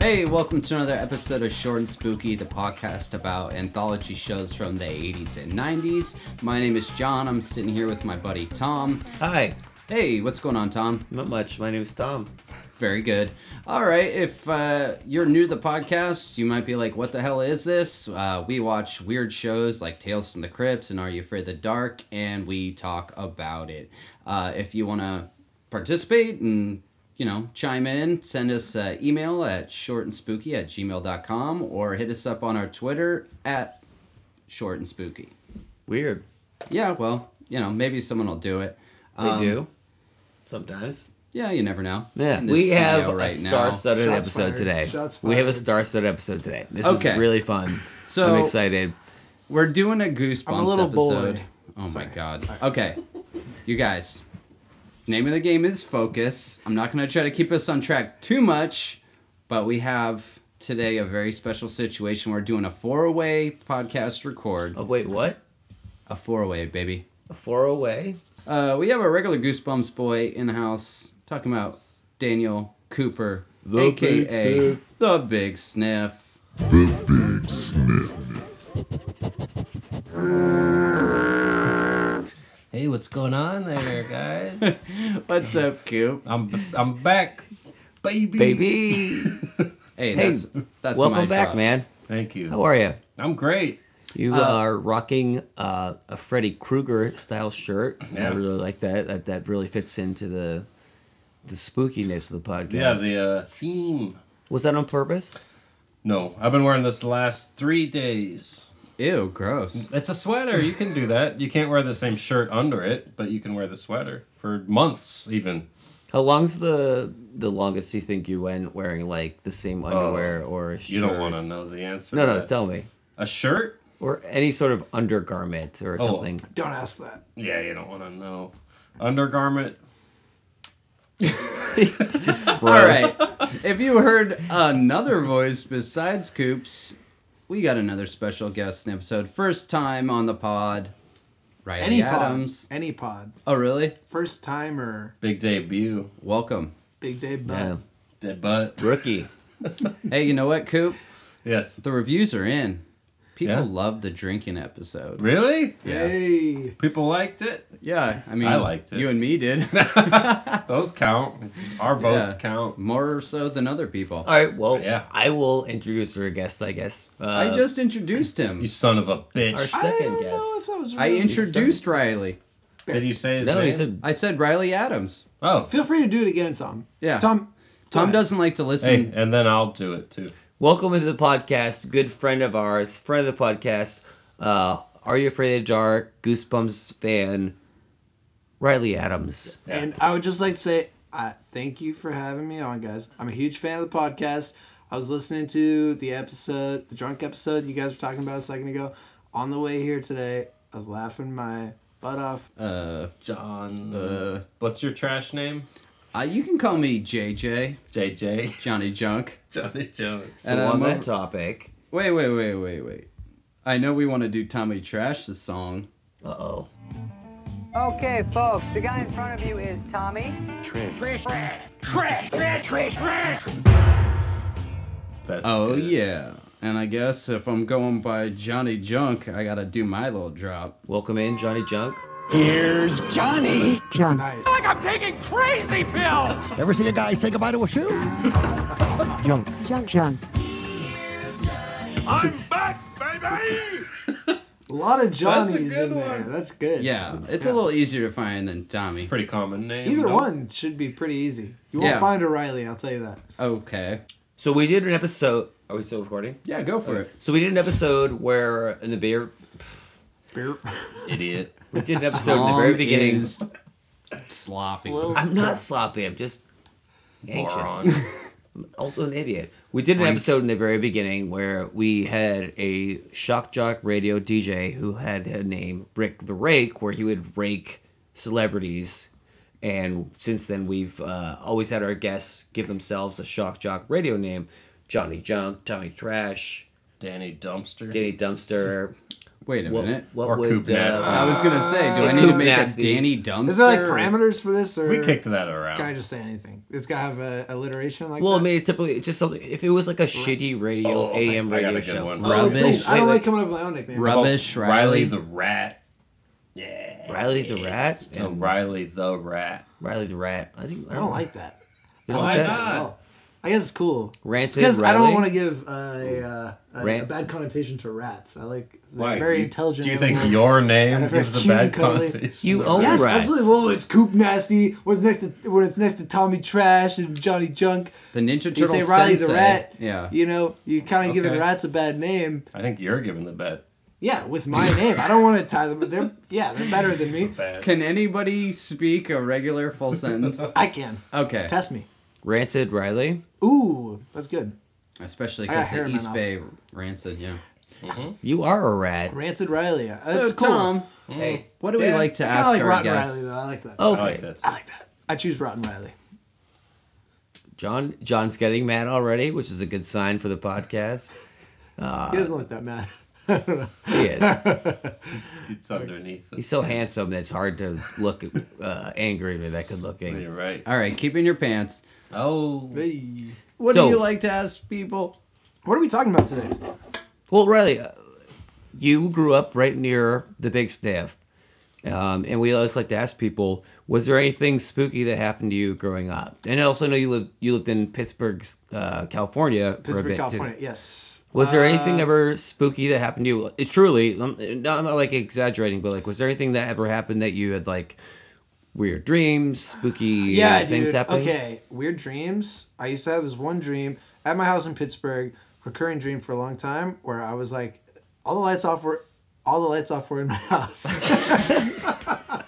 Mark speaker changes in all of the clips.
Speaker 1: Hey, welcome to another episode of Short and Spooky, the podcast about anthology shows from the 80s and 90s. My name is John. I'm sitting here with my buddy Tom.
Speaker 2: Hi,
Speaker 1: Hey, what's going on, Tom?
Speaker 2: not much. My name is Tom.
Speaker 1: Very good. All right, if uh, you're new to the podcast, you might be like, what the hell is this? Uh, we watch weird shows like Tales from the Crypt and Are You Afraid of the Dark, and we talk about it. Uh, if you want to participate and you know, chime in, send us an email at shortandspooky at gmail.com or hit us up on our Twitter at shortandspooky.
Speaker 2: Weird.
Speaker 1: Yeah, well, you know, maybe someone will do it. Um,
Speaker 2: They do Um, sometimes.
Speaker 1: Yeah, you never know.
Speaker 2: Yeah,
Speaker 1: In this
Speaker 2: we have
Speaker 1: studio
Speaker 2: a star-studded
Speaker 3: Shots
Speaker 2: episode
Speaker 3: fired.
Speaker 2: today.
Speaker 3: Shots
Speaker 2: We have a
Speaker 3: fired.
Speaker 2: star-studded episode today. This
Speaker 1: Okay.
Speaker 2: is really fun.
Speaker 1: So-
Speaker 2: I'm excited.
Speaker 1: We're doing a Goosebumps
Speaker 3: I'm a little
Speaker 1: episode.
Speaker 3: bored.
Speaker 1: Oh
Speaker 3: Sorry.
Speaker 1: my god. Okay. You guys. Name of the game is Focus. I'm not going to try to keep us on track too much, but we have today a very special situation. We're doing a four-way podcast record.
Speaker 2: Oh wait, what?
Speaker 1: A four-way, baby.
Speaker 2: A four away?
Speaker 1: Uh, we have our regular Goosebumps boy in the house talking about Daniel Cooper,
Speaker 2: The
Speaker 1: aka
Speaker 2: Big Sniff.
Speaker 1: the Big Sniff.
Speaker 4: Hey, what's going on there, guys?
Speaker 1: What's up, Coop?
Speaker 4: I'm I'm back, baby.
Speaker 2: Baby,
Speaker 1: Hey,
Speaker 2: Hey,
Speaker 1: that's that's my
Speaker 2: welcome back,
Speaker 1: drop.
Speaker 2: man.
Speaker 4: Thank you.
Speaker 2: How are you?
Speaker 4: I'm great.
Speaker 2: You are rocking uh, a Freddy Krueger style shirt. I
Speaker 4: Yeah.
Speaker 2: really like that. That that really fits into the the spookiness of the podcast.
Speaker 4: Yeah, the uh, theme.
Speaker 2: Was that on purpose?
Speaker 4: No, I've been wearing this the last three days.
Speaker 1: Ew, gross.
Speaker 4: It's a sweater. You can do that. You can't wear the same shirt under it, but you can wear the sweater for months, even.
Speaker 2: How long's the the longest you think you went wearing like the
Speaker 1: Oh,
Speaker 2: same underwear or a shirt?
Speaker 4: You don't want to know the answer.
Speaker 2: No,
Speaker 4: to
Speaker 2: no,
Speaker 4: that.
Speaker 2: tell me.
Speaker 4: a shirt.
Speaker 2: Or any sort of undergarment or
Speaker 4: Oh.
Speaker 2: something.
Speaker 3: Don't ask that.
Speaker 4: Yeah, you don't want to know. Undergarment.
Speaker 2: Just
Speaker 1: All
Speaker 2: gross.
Speaker 1: right. if you heard another voice besides Coops, we got another special guest in the episode. First time on the pod, Riley
Speaker 3: Any
Speaker 1: Adams.
Speaker 3: pod. Any pod.
Speaker 1: Oh, really?
Speaker 3: First timer.
Speaker 4: Big debut.
Speaker 1: Welcome.
Speaker 3: Big day bud.
Speaker 2: Yeah.
Speaker 4: Debut.
Speaker 2: Rookie.
Speaker 1: Hey, you know what, Coop?
Speaker 4: Yes.
Speaker 1: The reviews are in. People
Speaker 4: Yeah?
Speaker 1: love the drinking episode.
Speaker 4: Really?
Speaker 1: Yeah.
Speaker 3: Hey.
Speaker 4: People liked it.
Speaker 1: Yeah, I mean,
Speaker 4: I liked it.
Speaker 1: You and me did
Speaker 4: Those count. Our votes
Speaker 1: Yeah.
Speaker 4: count.
Speaker 1: more so than other people.
Speaker 2: All right, well,
Speaker 4: Yeah.
Speaker 2: I will introduce our guest, I guess. Uh,
Speaker 1: I just introduced him.
Speaker 4: You son of a bitch.
Speaker 2: Our
Speaker 3: I
Speaker 2: Second
Speaker 3: don't
Speaker 2: guess.
Speaker 3: know if that was
Speaker 1: I
Speaker 3: really-
Speaker 1: introduced Riley.
Speaker 4: Did you say his
Speaker 2: No,
Speaker 4: name?
Speaker 2: he said
Speaker 1: I said Riley Adams.
Speaker 4: Oh,
Speaker 3: Feel free to do it again, Tom.
Speaker 1: Yeah.
Speaker 3: Tom.
Speaker 1: Tom
Speaker 3: ahead.
Speaker 1: doesn't like to listen.
Speaker 4: hey, and then I'll do it too.
Speaker 2: Welcome into the podcast, good friend of ours, friend of the podcast. Uh, Are you afraid of the dark? Goosebumps fan, Riley Adams.
Speaker 3: And I would just like to say, uh, thank you for having me on, guys. I'm a huge fan of the podcast. I was listening to the episode, the drunk episode you guys were talking about a second ago. On the way here today, I was laughing my butt off.
Speaker 1: Uh,
Speaker 4: John.
Speaker 1: uh,
Speaker 4: what's your trash name?
Speaker 1: Uh, you can call me JJ,
Speaker 4: JJ.
Speaker 1: Johnny Junk.
Speaker 4: Johnny Jones.
Speaker 2: So
Speaker 1: And
Speaker 2: on
Speaker 1: I'm
Speaker 2: that
Speaker 1: over-
Speaker 2: topic,
Speaker 1: Wait, wait, wait, wait, wait. I know we want to do Tommy Trash the song.
Speaker 2: uh oh.
Speaker 5: Okay, folks, the guy in front of you is Tommy.
Speaker 4: That's
Speaker 1: Oh
Speaker 4: good.
Speaker 1: yeah. And I guess if I'm going by Johnny Junk, I gotta do my little drop.
Speaker 2: Welcome in, Johnny Junk.
Speaker 3: Nice.
Speaker 6: Ever see a guy say goodbye to a shoe?
Speaker 3: A lot of
Speaker 4: That's a
Speaker 3: Johnnies
Speaker 4: good
Speaker 3: in there.
Speaker 4: one.
Speaker 3: That's good.
Speaker 1: Yeah, it's a little easier to find than Tommy.
Speaker 4: Pretty common name.
Speaker 3: Either
Speaker 4: no?
Speaker 3: one should be pretty easy. You won't
Speaker 1: Yeah.
Speaker 3: find a Riley, I'll tell you that.
Speaker 1: Okay.
Speaker 2: So we did an episode. Are we still recording?
Speaker 1: Yeah, go for it.
Speaker 2: So we did an episode where in the beer
Speaker 4: Idiot.
Speaker 2: we did an episode in the very
Speaker 1: Tom
Speaker 2: beginning.
Speaker 1: is sloppy.
Speaker 3: Well,
Speaker 2: I'm not sloppy. I'm just anxious.
Speaker 4: Moron.
Speaker 2: Also an idiot. We did an episode in the very beginning where we had a shock jock radio DJ who had a name Rick the Rake, where he would rake celebrities. And since then, we've uh, always had our guests give themselves a shock jock radio name: Johnny Junk, Johnny Trash,
Speaker 4: Danny Dumpster.
Speaker 2: Danny Dumpster,
Speaker 1: Wait a
Speaker 2: What,
Speaker 1: minute.
Speaker 2: what
Speaker 4: Or
Speaker 2: would uh,
Speaker 4: Coop Nasty.
Speaker 1: I was gonna say, do I
Speaker 2: It
Speaker 1: need to
Speaker 2: could
Speaker 1: make
Speaker 2: nasty.
Speaker 1: a Danny dumpster?
Speaker 3: Is there like
Speaker 1: or-
Speaker 3: parameters for this, or
Speaker 4: We kicked that around.
Speaker 3: Can I just say anything? It's gotta have a alliteration like
Speaker 2: Well, I
Speaker 3: that?
Speaker 2: mean, it's typically it's just something. If it was like a shitty radio,
Speaker 4: Oh,
Speaker 2: AM
Speaker 4: I- I got
Speaker 2: radio
Speaker 4: a good
Speaker 2: show,
Speaker 4: one.
Speaker 2: Oh,
Speaker 1: Rubbish.
Speaker 2: wait,
Speaker 3: I don't
Speaker 2: wait,
Speaker 3: like coming up with my own nickname.
Speaker 1: Rub- Rubbish,
Speaker 4: Riley.
Speaker 1: Riley.
Speaker 4: the Rat. Yeah.
Speaker 2: Riley the Rat
Speaker 4: No,
Speaker 2: and-
Speaker 4: Oh, Riley the Rat.
Speaker 2: Riley the Rat. I think
Speaker 3: Oh, I don't like that.
Speaker 2: You
Speaker 3: I
Speaker 2: don't
Speaker 3: like
Speaker 2: like
Speaker 3: that
Speaker 2: that?
Speaker 3: at all. I guess it's cool.
Speaker 2: Rancid
Speaker 3: Because I don't
Speaker 2: Riley?
Speaker 3: want to give uh, a, uh, a,
Speaker 2: Ran-
Speaker 3: a bad connotation to rats. I like they're
Speaker 4: Why?
Speaker 3: very
Speaker 4: You-
Speaker 3: intelligent.
Speaker 4: Do you think
Speaker 3: animals.
Speaker 4: your
Speaker 3: and
Speaker 4: name
Speaker 3: a very
Speaker 4: gives a
Speaker 3: cute
Speaker 4: bad
Speaker 3: and cuddly-
Speaker 4: connotation?
Speaker 2: You own
Speaker 3: Yes,
Speaker 2: rats.
Speaker 3: absolutely. Well, it's Coop Nasty. When it's next to when it's next to Tommy Trash and Johnny Junk,
Speaker 1: The Ninja Turtles.
Speaker 3: you say Riley the
Speaker 1: sensei.
Speaker 3: Rat.
Speaker 1: Yeah.
Speaker 3: You know, you kind of giving
Speaker 4: Okay.
Speaker 3: rats a bad name.
Speaker 4: I think you're giving the bad.
Speaker 3: Yeah, with my name. I don't want to tie them, but they're yeah, they're better than me.
Speaker 4: bad.
Speaker 1: Can anybody speak a regular full sentence?
Speaker 3: I can
Speaker 1: Okay.
Speaker 3: test me.
Speaker 2: Rancid Riley.
Speaker 3: Ooh, that's good.
Speaker 1: Especially
Speaker 3: I got
Speaker 1: because
Speaker 3: hair
Speaker 1: the
Speaker 3: in my
Speaker 1: East
Speaker 3: mouth.
Speaker 1: Bay rancid. Yeah.
Speaker 2: You are a rat.
Speaker 3: Rancid Riley. That's
Speaker 1: so
Speaker 3: cool.
Speaker 1: Tom,
Speaker 2: Hey.
Speaker 1: what do we
Speaker 3: Yeah,
Speaker 1: like to
Speaker 3: I kinda
Speaker 1: ask
Speaker 3: like
Speaker 1: our
Speaker 3: Rotten
Speaker 1: guests?
Speaker 3: Riley, though. I like that.
Speaker 2: Okay.
Speaker 4: I like that.
Speaker 3: Oh, I like that. I choose Rotten Riley.
Speaker 2: John. John's getting mad already, which is a good sign for the podcast.
Speaker 3: He doesn't look that mad.
Speaker 2: He is.
Speaker 4: It's underneath. The
Speaker 2: He's so handsome that it's hard to look uh, angry or that good looking.
Speaker 4: You're right.
Speaker 1: All right, keep in your pants.
Speaker 4: Oh,
Speaker 3: Hey.
Speaker 1: What
Speaker 2: So-
Speaker 1: do you like to ask people?
Speaker 3: What are we talking about today?
Speaker 2: Well, Riley, uh, you grew up right near the big staff. Um, and we always like to ask people, was there anything spooky that happened to you growing up? And I also know you lived you lived in Pittsburgh, uh, California for a
Speaker 3: Pittsburgh,
Speaker 2: bit
Speaker 3: California.
Speaker 2: too.
Speaker 3: Yes.
Speaker 2: Was there
Speaker 3: Uh,
Speaker 2: anything ever spooky that happened to you? It truly, um, not, not like exaggerating, but like, was there anything that ever happened that you had like weird dreams, spooky
Speaker 3: yeah,
Speaker 2: uh, things
Speaker 3: dude.
Speaker 2: happening?
Speaker 3: Okay, weird dreams. I used to have this one dream at my house in Pittsburgh, recurring dream for a long time, where I was like, all the lights off were, all the lights off were in my house.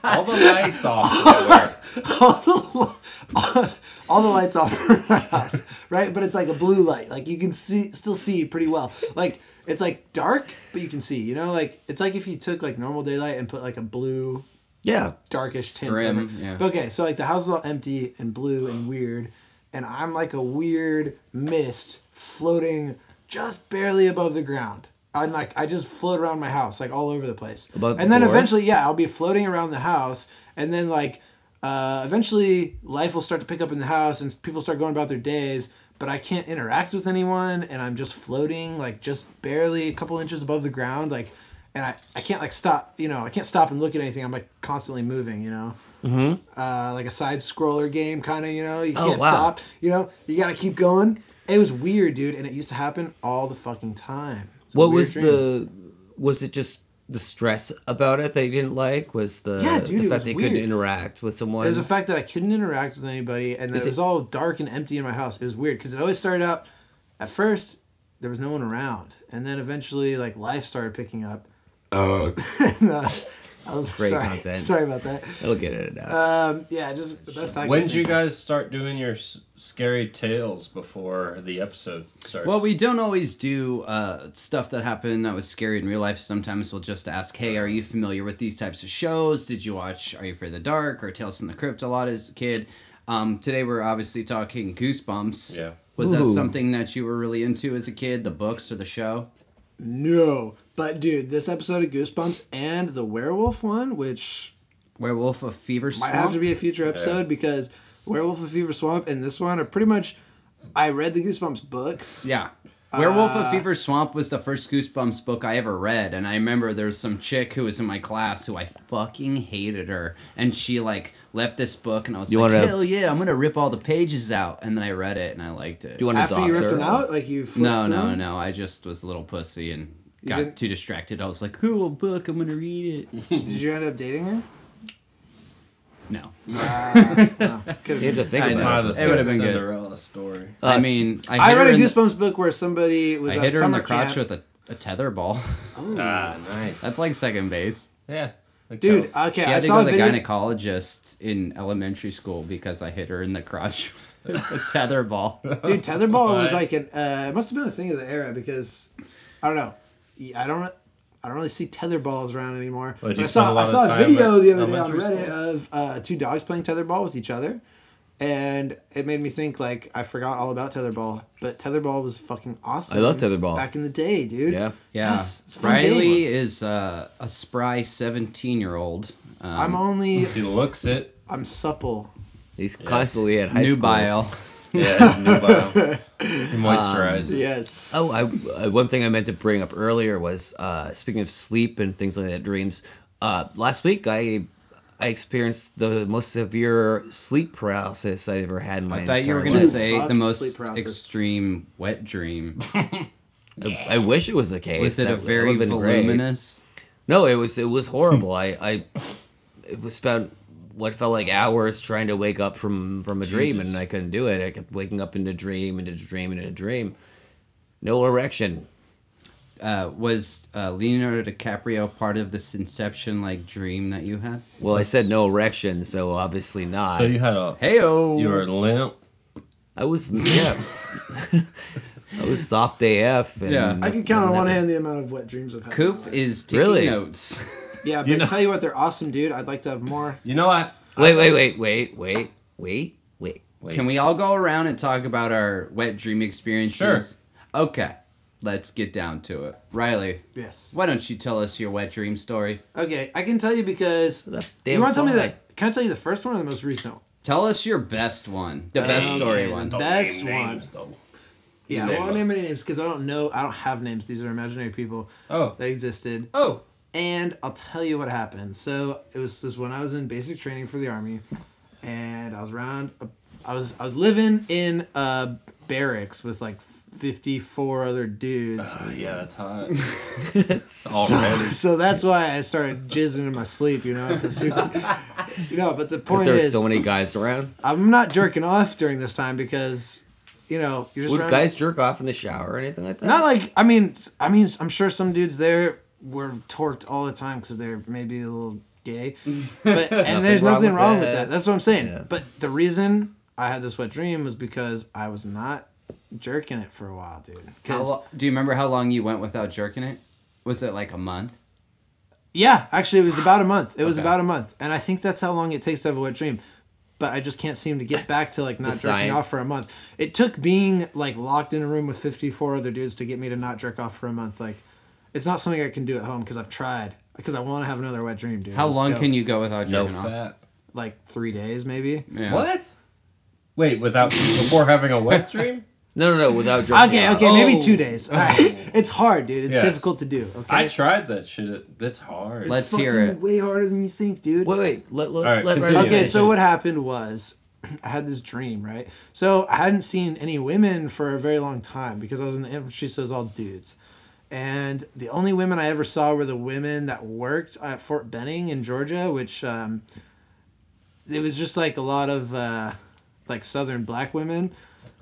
Speaker 4: all the lights off. Nowhere.
Speaker 3: all, the, li- all the lights off in my house, right? But it's like a blue light, like you can see, still see pretty well. Like it's like dark, but you can see. You know, like it's like if you took like normal daylight and put like a blue
Speaker 2: Yeah.
Speaker 3: darkish tint.
Speaker 1: Grim,
Speaker 3: Grim,
Speaker 1: yeah.
Speaker 3: But okay, so like the house is all empty and blue and weird, and I'm like a weird mist floating just barely above the ground. I'm like I just float around my house, like all over the place.
Speaker 2: Above the
Speaker 3: and then
Speaker 2: forest?
Speaker 3: eventually, yeah, I'll be floating around the house, and then like uh, eventually life will start to pick up in the house, and people start going about their days. But I can't interact with anyone, and I'm just floating, like just barely a couple inches above the ground, like, and I, I can't like stop, you know, I can't stop and look at anything. I'm like constantly moving, you know uh, like a side scroller game kind of you know you
Speaker 2: Mm-hmm. Oh,
Speaker 3: can't
Speaker 2: wow.
Speaker 3: stop you know you gotta keep going it was weird dude and it used to happen all the fucking time It's a
Speaker 2: What
Speaker 3: weird
Speaker 2: was
Speaker 3: dream.
Speaker 2: the? Was it just the stress about it that you didn't like? Was the
Speaker 3: Yeah, dude,
Speaker 2: the
Speaker 3: it
Speaker 2: fact
Speaker 3: was
Speaker 2: that you couldn't
Speaker 3: weird.
Speaker 2: interact with someone?
Speaker 3: it was the fact that i couldn't interact with anybody and that
Speaker 2: Is
Speaker 3: it was
Speaker 2: it-
Speaker 3: all dark and empty in my house it was weird because it always started out at first there was no one around and then eventually like life started picking up and, uh, I was,
Speaker 2: Oh. Great
Speaker 3: sorry,
Speaker 2: content.
Speaker 3: sorry about that
Speaker 2: It'll get it out.
Speaker 3: um, yeah just the best I
Speaker 4: When
Speaker 3: could
Speaker 4: did you
Speaker 3: think.
Speaker 4: guys start doing your s- scary tales before the episode starts?
Speaker 1: Well, we don't always do uh, stuff that happened that was scary in real life. Sometimes we'll just ask, "Hey, are you familiar with these types of shows? Did you watch Are You Afraid of the Dark or Tales from the Crypt a lot as a kid?" Um, today we're obviously talking Goosebumps.
Speaker 4: Yeah.
Speaker 1: Was that
Speaker 2: Ooh.
Speaker 1: something that you were really into as a kid? The books or the show?
Speaker 3: no but dude this episode of goosebumps and the werewolf one which
Speaker 1: Werewolf of Fever Swamp.
Speaker 3: might have to be a future episode because Werewolf of Fever Swamp and this one are pretty much. I read the Goosebumps books.
Speaker 1: Yeah. Werewolf
Speaker 3: Uh,
Speaker 1: of Fever Swamp was the first Goosebumps book I ever read, and I remember there was some chick who was in my class who I fucking hated her, and she like left this book, and I was
Speaker 2: You
Speaker 1: like,
Speaker 2: wanna-
Speaker 1: hell yeah, I'm gonna rip all the pages out, and then I read it and I liked it.
Speaker 2: Do you want to
Speaker 3: After you
Speaker 2: dox
Speaker 3: ripped
Speaker 2: her?
Speaker 3: them out, like you. flipped
Speaker 1: no, no,
Speaker 3: them?
Speaker 1: no. I just was a little pussy and
Speaker 3: didn't-
Speaker 1: got too distracted. I was like, cool book, I'm gonna read it.
Speaker 3: Did you end up dating her?
Speaker 1: no,
Speaker 2: You
Speaker 3: Could've
Speaker 2: have to
Speaker 3: been.
Speaker 2: think
Speaker 1: I
Speaker 4: It's
Speaker 1: know.
Speaker 2: about
Speaker 4: not
Speaker 2: it.
Speaker 4: the
Speaker 1: It would've been good.
Speaker 4: Cinderella story.
Speaker 1: I
Speaker 2: Uh,
Speaker 1: mean,
Speaker 3: I,
Speaker 1: hit her
Speaker 3: read a
Speaker 1: in the-
Speaker 3: Goosebumps book where somebody was.
Speaker 1: I
Speaker 3: at
Speaker 1: hit her in
Speaker 3: summer
Speaker 1: the crotch
Speaker 3: camp.
Speaker 1: with uh, a, a tether ball.
Speaker 4: Ah, nice.
Speaker 1: That's like second base.
Speaker 4: yeah, that
Speaker 3: Dude,
Speaker 4: counts.
Speaker 3: okay,
Speaker 1: she
Speaker 3: I
Speaker 1: had to
Speaker 3: saw
Speaker 1: go
Speaker 3: a
Speaker 1: to the
Speaker 3: video.
Speaker 1: gynecologist in elementary school because I hit her in the crotch with a tetherball.
Speaker 3: Dude, tetherball
Speaker 4: What?
Speaker 3: was like an. Uh, it must have been a thing of the era because, I don't know, Yeah, I don't. I don't really see tetherballs around anymore.
Speaker 4: Well,
Speaker 3: But
Speaker 4: you
Speaker 3: I
Speaker 4: spend a
Speaker 3: saw,
Speaker 4: lot
Speaker 3: I
Speaker 4: of
Speaker 3: saw a
Speaker 4: time
Speaker 3: video
Speaker 4: at
Speaker 3: the other day on
Speaker 4: elementary
Speaker 3: Reddit
Speaker 4: schools.
Speaker 3: of uh, two dogs playing tetherball with each other, and it made me think like I forgot all about tetherball, but tetherball was fucking awesome.
Speaker 2: I love tetherball.
Speaker 3: back in the day, dude.
Speaker 2: Yeah.
Speaker 1: Yeah.
Speaker 3: Yes, it's a fun
Speaker 1: Riley
Speaker 3: game.
Speaker 1: is uh, a spry uh, 17 year old.
Speaker 3: I'm only
Speaker 4: He looks it.
Speaker 3: I'm supple.
Speaker 2: He's constantly at high
Speaker 1: New
Speaker 2: schools.
Speaker 1: bile.
Speaker 4: Yeah, his new bio. He moisturizes.
Speaker 3: Yes.
Speaker 2: Oh, I, uh, one thing I meant to bring up earlier was uh, speaking of sleep and things like that, dreams. Uh, last week, I I experienced the most severe sleep paralysis I ever had in my
Speaker 1: I thought you were
Speaker 2: entire
Speaker 1: going to
Speaker 2: life.
Speaker 3: Dude,
Speaker 1: say
Speaker 3: fuck
Speaker 1: the most
Speaker 3: sleep paralysis.
Speaker 1: extreme wet dream.
Speaker 2: I, I wish it was the case.
Speaker 1: Was it
Speaker 2: That
Speaker 1: a
Speaker 2: would- that
Speaker 1: very
Speaker 2: would've been great.
Speaker 1: voluminous?
Speaker 2: No, it was it was horrible.
Speaker 4: Hmm.
Speaker 2: I I it was spent what felt like hours trying to wake up from from a dream, and
Speaker 4: Jesus.
Speaker 2: I couldn't do it. I kept waking up into dream, into dream, into dream. No erection.
Speaker 1: Uh, was uh, Leonardo DiCaprio part of this inception like dream that you had?
Speaker 2: Well, I said no erection, so obviously not.
Speaker 4: So you had a.
Speaker 1: Heyo.
Speaker 4: You were limp.
Speaker 2: I was yeah. I was soft AF. And
Speaker 1: Yeah.
Speaker 3: I can count on one hand the amount of wet dreams I've had. in my
Speaker 1: Coop
Speaker 3: life.
Speaker 1: is taking
Speaker 2: Really?
Speaker 1: notes.
Speaker 3: Yeah, but
Speaker 4: You know-
Speaker 3: tell you what, they're awesome, dude. I'd like to have more.
Speaker 4: You know what?
Speaker 2: Wait, wait, wait, wait, wait, wait, wait.
Speaker 4: Wait.
Speaker 1: Can we all go around and talk about our wet dream experiences?
Speaker 4: Sure.
Speaker 1: Okay. Let's get down to it. Riley,
Speaker 3: Yes.
Speaker 1: why don't you tell us your wet dream story?
Speaker 3: Okay, I can tell you because
Speaker 2: That's
Speaker 3: you
Speaker 2: damn
Speaker 3: want to tell me
Speaker 2: fine.
Speaker 3: that? Can I tell you the first one or the most recent one?
Speaker 1: Tell us your best one. The best
Speaker 3: Okay,
Speaker 1: story
Speaker 3: the
Speaker 1: one.
Speaker 3: best- That's one.
Speaker 4: though.
Speaker 3: Yeah,
Speaker 4: Name
Speaker 3: I won't
Speaker 4: it.
Speaker 3: name any names because I don't know. I don't have names. These are imaginary people
Speaker 4: Oh.
Speaker 3: that existed.
Speaker 4: Oh.
Speaker 3: And I'll tell you what happened. So it was this when I was in basic training for the army, and I was around. I was I was living in a barracks with like fifty four other dudes.
Speaker 4: Oh, yeah, that's hot.
Speaker 3: So,
Speaker 4: Already.
Speaker 3: so that's why I started jizzing in my sleep, you know. 'cause who- you know, but the point
Speaker 2: There's
Speaker 3: is,
Speaker 2: so many guys around.
Speaker 3: I'm not jerking off during this time because, you know, you're just
Speaker 2: Would
Speaker 3: around-
Speaker 2: guys jerk off in the shower or anything like that?
Speaker 3: Not like I mean, s- I mean, I'm sure some dudes there were torqued all the time because they're maybe a little gay, but and there's
Speaker 2: wrong
Speaker 3: nothing
Speaker 2: with
Speaker 3: wrong with
Speaker 2: that.
Speaker 3: that. That's what I'm saying.
Speaker 2: Yeah.
Speaker 3: But the reason I had this wet dream was because I was not jerking it for a while, dude.
Speaker 1: How
Speaker 3: 'Cause-
Speaker 1: lo- do you remember how long you went without jerking it? Was it like a month?
Speaker 3: Yeah, actually, it was about a month. It was
Speaker 1: Okay.
Speaker 3: about a month, and I think that's how long it takes to have a wet dream. But I just can't seem to get back to like not jerking
Speaker 2: science.
Speaker 3: off for a month. It took being like locked in a room with fifty four other dudes to get me to not jerk off for a month. Like, it's not something I can do at home because I've tried because I want to have another wet dream, dude.
Speaker 1: How long can you go without
Speaker 4: No
Speaker 1: jerking off?
Speaker 4: fat.
Speaker 3: Like three days, maybe.
Speaker 1: Yeah.
Speaker 4: What? Wait, without before having a wet dream?
Speaker 2: No, no, no. Without jerking
Speaker 3: Okay,
Speaker 2: off.
Speaker 3: okay, maybe
Speaker 4: Oh.
Speaker 3: two days. All right. it's hard, dude. It's
Speaker 4: Yes.
Speaker 3: difficult to do. Okay,
Speaker 4: I tried that shit. It- That's hard.
Speaker 1: Let's-
Speaker 3: it's
Speaker 1: hear
Speaker 3: fucking
Speaker 1: it.
Speaker 3: Way harder than you think, dude.
Speaker 2: Wait, wait. Let let,
Speaker 4: All right,
Speaker 2: let
Speaker 4: continue.
Speaker 2: Riley
Speaker 3: Okay,
Speaker 4: Yeah.
Speaker 2: finish.
Speaker 3: so what happened was I had this dream, right? So I hadn't seen any women for a very long time because I was in the infantry, so it was all dudes. And the only women I ever saw were the women that worked at Fort Benning in Georgia, which um, it was just like a lot of uh, like Southern black women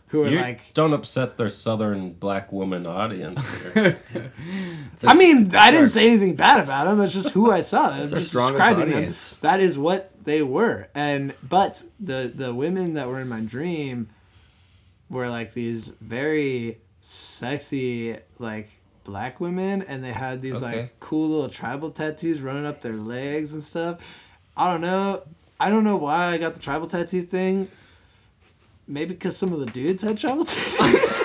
Speaker 3: who were
Speaker 4: You
Speaker 3: like.
Speaker 4: don't upset their southern black woman audience. Here.
Speaker 3: I mean, I didn't say anything bad about them. It's just who I saw. I'm
Speaker 2: our
Speaker 3: just
Speaker 2: strongest
Speaker 3: describing them.
Speaker 2: audience.
Speaker 3: That is what they were. And but the the women that were in my dream were like these very sexy like black women, and they had these
Speaker 4: Okay.
Speaker 3: like cool little tribal tattoos running up their legs and stuff. I don't know. I don't know why I got the tribal tattoo thing. Maybe because some of the dudes had tribal tattoos.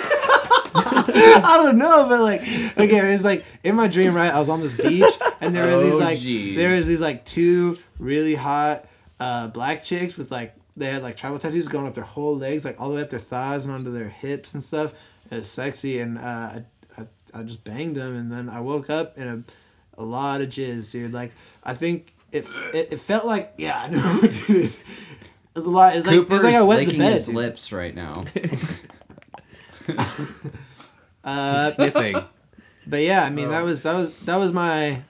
Speaker 3: I don't know, but like again, it's like in my dream, right? I was on this beach, and there were these
Speaker 1: Oh,
Speaker 3: like
Speaker 1: geez.
Speaker 3: there was these like two really hot uh, black chicks with like they had like tribal tattoos going up their whole legs, like all the way up their thighs and onto their hips and stuff. It was sexy, and uh, I, I I just banged them, and then I woke up in a a lot of jizz, dude. Like I think it it, it felt like yeah, I know, dude. It was a lot. It's like it's
Speaker 1: Cooper's
Speaker 3: like I wet the
Speaker 1: licking
Speaker 3: bed.
Speaker 1: his
Speaker 3: dude.
Speaker 1: lips right now.
Speaker 3: Uh,
Speaker 2: sniffing.
Speaker 3: But yeah, I mean that was that was that was my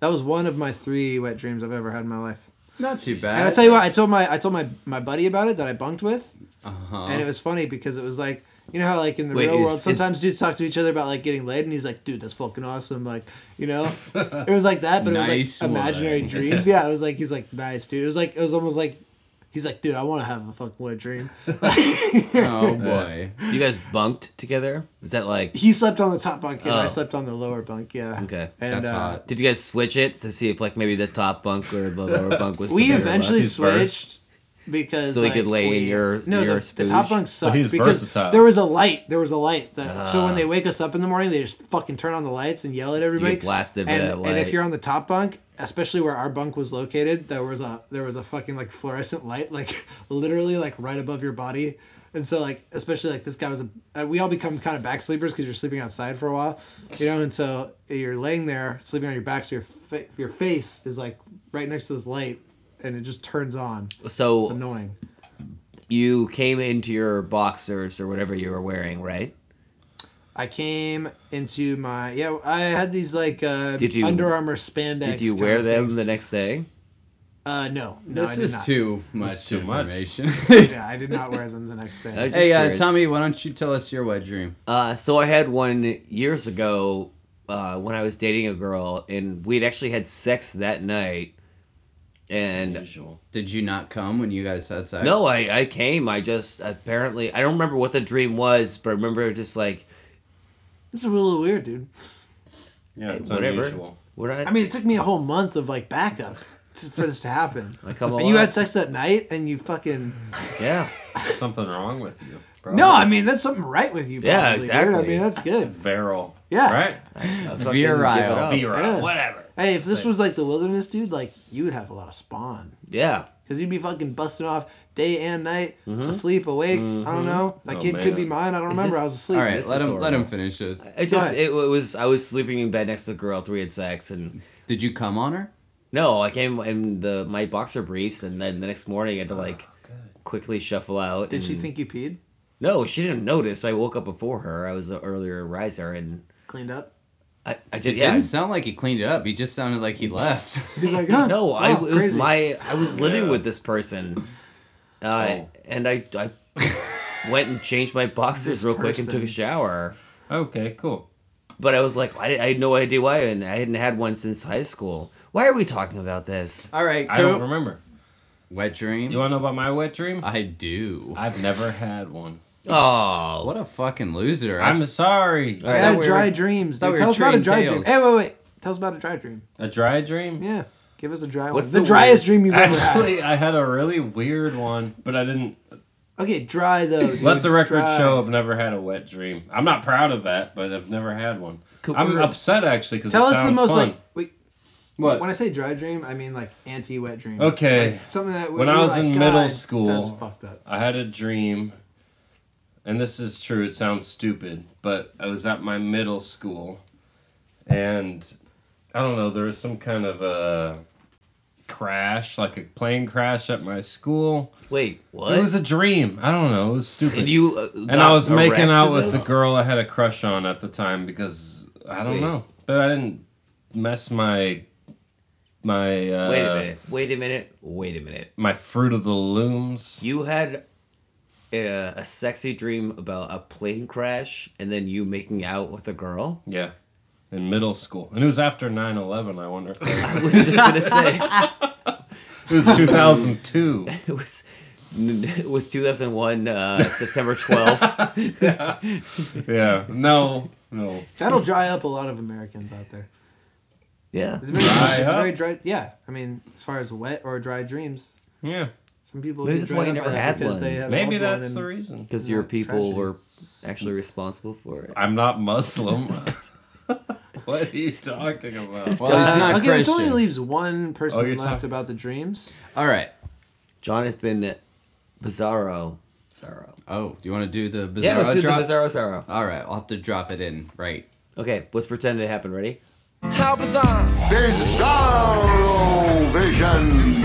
Speaker 3: that was one of my three wet dreams I've ever had in my life.
Speaker 1: Not too
Speaker 3: And I
Speaker 1: bad.
Speaker 3: tell you what, I told my I told my my buddy about it that I bunked with,
Speaker 1: Uh-huh.
Speaker 3: and it was funny because it was like you know how like in the
Speaker 2: Wait,
Speaker 3: real
Speaker 2: is-
Speaker 3: world
Speaker 2: is-
Speaker 3: sometimes dudes talk to each other about like getting laid, and he's like, dude, that's fucking awesome, like you know, it was like that, but it
Speaker 1: Nice
Speaker 3: was like imaginary
Speaker 1: one.
Speaker 3: dreams. Yeah, it was like he's like nice dude. It was like it was almost like. He's like, dude, I want to have a fucking wet dream.
Speaker 1: oh boy.
Speaker 2: you guys bunked together? Was that like?
Speaker 3: he slept on the top bunk and I
Speaker 2: Oh.
Speaker 3: slept on the lower bunk. Yeah.
Speaker 2: Okay.
Speaker 3: And,
Speaker 1: That's
Speaker 3: uh,
Speaker 1: hot.
Speaker 2: Did you guys switch it to see if like maybe the top bunk or the lower bunk was? the
Speaker 3: We
Speaker 2: better
Speaker 3: eventually
Speaker 2: one?
Speaker 4: Lucky first.
Speaker 3: switched because
Speaker 2: So he
Speaker 3: like,
Speaker 2: could lay in
Speaker 3: we-
Speaker 2: your-
Speaker 3: no
Speaker 2: your
Speaker 3: the, the top
Speaker 2: spooge.
Speaker 3: bunk sucked
Speaker 4: he's
Speaker 3: because
Speaker 4: versatile.
Speaker 3: there was a light there was a light that so when
Speaker 2: Ah.
Speaker 3: they wake us up in the morning they just fucking turn on the lights and yell at everybody
Speaker 2: blasted by
Speaker 3: and,
Speaker 2: that
Speaker 3: and if
Speaker 2: light.
Speaker 3: you're on the top bunk especially where our bunk was located there was a there was a fucking like fluorescent light like literally like right above your body and so like especially like this guy was a uh, we all become kind of back sleepers because you're sleeping outside for a while you know and so you're laying there sleeping on your back so your fa- your face is like right next to this light and it just turns on
Speaker 2: So
Speaker 3: it's annoying.
Speaker 2: you came into your boxers or whatever you were wearing, right?
Speaker 3: I came into my yeah. I had these like uh,
Speaker 2: Did you-
Speaker 3: Under Armour spandex.
Speaker 2: Did you
Speaker 3: kind
Speaker 2: wear
Speaker 3: of
Speaker 2: them
Speaker 3: things.
Speaker 2: the next day?
Speaker 3: Uh, no, no, I
Speaker 1: this
Speaker 3: did
Speaker 1: is
Speaker 3: not.
Speaker 1: too much
Speaker 4: too much.
Speaker 1: information.
Speaker 3: Yeah, I did not wear them the next
Speaker 2: I was
Speaker 3: day.
Speaker 2: just
Speaker 1: hey, uh,
Speaker 2: curious.
Speaker 1: Tommy, why don't you tell us your wet dream?
Speaker 2: Uh, so I had one years ago uh, when I was dating a girl, and we'd actually had sex that night. And
Speaker 4: Usual.
Speaker 1: Did you not come when you guys had sex?
Speaker 2: no, I, I came. I just apparently I don't remember what the dream was, but I remember just like
Speaker 3: It's a little weird, dude.
Speaker 4: Yeah, it's
Speaker 2: whatever.
Speaker 4: unusual.
Speaker 2: what I,
Speaker 3: I mean, it took me a whole month of like backup to, for this to happen.
Speaker 2: Like, come
Speaker 3: But you
Speaker 2: on.
Speaker 3: had sex that night, and you fucking
Speaker 2: yeah.
Speaker 4: Something wrong with you, bro.
Speaker 3: no. I mean, that's something right with you.
Speaker 2: Yeah,
Speaker 3: probably, dude. I
Speaker 2: exactly.
Speaker 3: mean, that's good.
Speaker 4: Viral.
Speaker 3: Yeah. Oh,
Speaker 4: Right?
Speaker 2: I fucking give it
Speaker 1: Virile.
Speaker 2: up.
Speaker 4: Viral.
Speaker 3: yeah.
Speaker 4: Whatever.
Speaker 3: Hey, if this was like the wilderness, dude, like you would have a lot of spawn.
Speaker 2: Yeah.
Speaker 3: Cause you'd be fucking busting off day and night, asleep, awake. I don't know. That
Speaker 4: Oh,
Speaker 3: kid could
Speaker 4: man.
Speaker 3: be mine. I don't
Speaker 2: Mm-hmm. Is
Speaker 3: remember.
Speaker 2: this-
Speaker 3: I was asleep.
Speaker 1: All right,
Speaker 2: This
Speaker 1: let
Speaker 2: is
Speaker 1: him let him
Speaker 2: horrible.
Speaker 1: finish this.
Speaker 2: It
Speaker 3: Go
Speaker 2: just
Speaker 3: ahead.
Speaker 2: it, was I was sleeping in bed next to a girl after we had sex, and
Speaker 1: Did you come on her?
Speaker 2: no, I came in the my boxer briefs, and then the next morning I had to like quickly shuffle out.
Speaker 3: Did she
Speaker 2: and-
Speaker 3: think you peed?
Speaker 2: No, she didn't notice. I woke up before her. I was an earlier riser, and
Speaker 3: Cleaned up?
Speaker 2: I, I
Speaker 1: It
Speaker 2: just yeah. Mm-hmm.
Speaker 1: didn't sound like he cleaned it up. He just sounded like he left.
Speaker 3: He's like, huh?
Speaker 2: No, I it
Speaker 3: oh,
Speaker 2: was
Speaker 3: crazy.
Speaker 2: my I was living
Speaker 4: Yeah.
Speaker 2: with this person, uh,
Speaker 4: Oh.
Speaker 2: and I I went and changed my boxers
Speaker 3: This
Speaker 2: real quick and took a
Speaker 3: person.
Speaker 2: shower.
Speaker 4: Okay, cool.
Speaker 2: But I was like, I, I had no idea why, and I hadn't had one since high school. Why are we talking about this?
Speaker 1: All right,
Speaker 4: I don't
Speaker 1: Coop.
Speaker 4: remember.
Speaker 1: Wet dream.
Speaker 4: You want to know about my wet dream?
Speaker 1: I do.
Speaker 4: I've never had one.
Speaker 2: Oh,
Speaker 1: What a fucking loser.
Speaker 4: I'm
Speaker 2: I
Speaker 4: sorry.
Speaker 3: I
Speaker 2: thought
Speaker 3: had
Speaker 2: we
Speaker 3: dry
Speaker 2: were-
Speaker 3: dreams.
Speaker 1: thought
Speaker 3: Dude.
Speaker 1: we
Speaker 3: Tell
Speaker 1: were
Speaker 3: us about a
Speaker 1: trading
Speaker 3: dry dream.
Speaker 1: tales.
Speaker 3: Hey, wait, wait. Tell us about a dry dream.
Speaker 4: A dry dream?
Speaker 3: Yeah. Give us a dry
Speaker 2: What's
Speaker 3: one. The,
Speaker 2: the
Speaker 3: driest
Speaker 2: weirdest-
Speaker 3: dream you've ever had.
Speaker 4: Actually, I had a really weird one, but I didn't.
Speaker 3: Okay, dry though. Dude.
Speaker 4: Let the record
Speaker 3: Dry.
Speaker 4: show I've never had a wet dream. I'm not proud of that, but I've never had one.
Speaker 2: Could
Speaker 4: I'm
Speaker 2: we-
Speaker 4: upset actually because
Speaker 3: Tell
Speaker 4: it
Speaker 3: us
Speaker 4: sounds
Speaker 3: the most
Speaker 4: fun.
Speaker 3: like. Wait, when I say dry dream, I mean like anti wet dream.
Speaker 4: Okay,
Speaker 3: Something that
Speaker 4: When
Speaker 3: you
Speaker 4: I
Speaker 3: were
Speaker 4: was
Speaker 3: like,
Speaker 4: in middle
Speaker 3: "God,
Speaker 4: school-
Speaker 3: That's fucked up.
Speaker 4: I had a dream, and this is true. It sounds stupid, but I was at my middle school, and I don't know. There was some kind of a crash, like a plane crash at my school.
Speaker 2: wait, what?
Speaker 4: It was a dream. I don't know. It was stupid.
Speaker 2: and you uh,
Speaker 4: and I was making out
Speaker 2: with
Speaker 4: with the girl I had a crush on at the time because I don't
Speaker 2: Wait.
Speaker 4: know, but I didn't mess my my uh,
Speaker 2: Wait a minute. Wait a minute. Wait a minute.
Speaker 4: my fruit of the looms.
Speaker 2: You had a, a sexy dream about a plane crash and then you making out with a girl.
Speaker 4: Yeah, in middle school, and it was after 9-11, I wonder. if that
Speaker 2: I was just gonna say
Speaker 4: was- it was two thousand two.
Speaker 2: it was it was 2001 uh, September 12th.
Speaker 4: Yeah, no, no.
Speaker 3: That'll dry up a lot of Americans out there.
Speaker 2: Yeah,
Speaker 3: It's very,
Speaker 4: Dry
Speaker 3: it's
Speaker 4: up?
Speaker 3: very dry. Yeah, I mean, as far as wet or dry dreams,
Speaker 4: Yeah,
Speaker 3: some people.
Speaker 2: Maybe
Speaker 3: get
Speaker 2: that's
Speaker 3: dried
Speaker 2: why you never
Speaker 3: up by that
Speaker 2: had
Speaker 3: because
Speaker 2: one.
Speaker 3: They had a
Speaker 4: maybe
Speaker 3: loved one
Speaker 4: that's
Speaker 3: and-
Speaker 4: the reason.
Speaker 2: because your
Speaker 3: Not
Speaker 2: people
Speaker 3: tragedy.
Speaker 2: were actually responsible for it.
Speaker 4: I'm not Muslim. what are you talking about?
Speaker 1: well, he's
Speaker 3: Uh,
Speaker 1: not
Speaker 3: okay, this
Speaker 1: Christian.
Speaker 3: only leaves one person
Speaker 4: Oh, you're
Speaker 3: left
Speaker 4: talking-
Speaker 3: about the dreams.
Speaker 1: All right.
Speaker 2: Jonathan Bizarro. Bizarro.
Speaker 1: Oh, do you want to do the bizarro
Speaker 2: Yeah, let's do the
Speaker 1: drop?
Speaker 2: Bizarro Bizarro.
Speaker 1: All right, I'll have to drop it in. Right.
Speaker 2: Okay, let's pretend it happened. Ready?
Speaker 7: Bizarro Vision.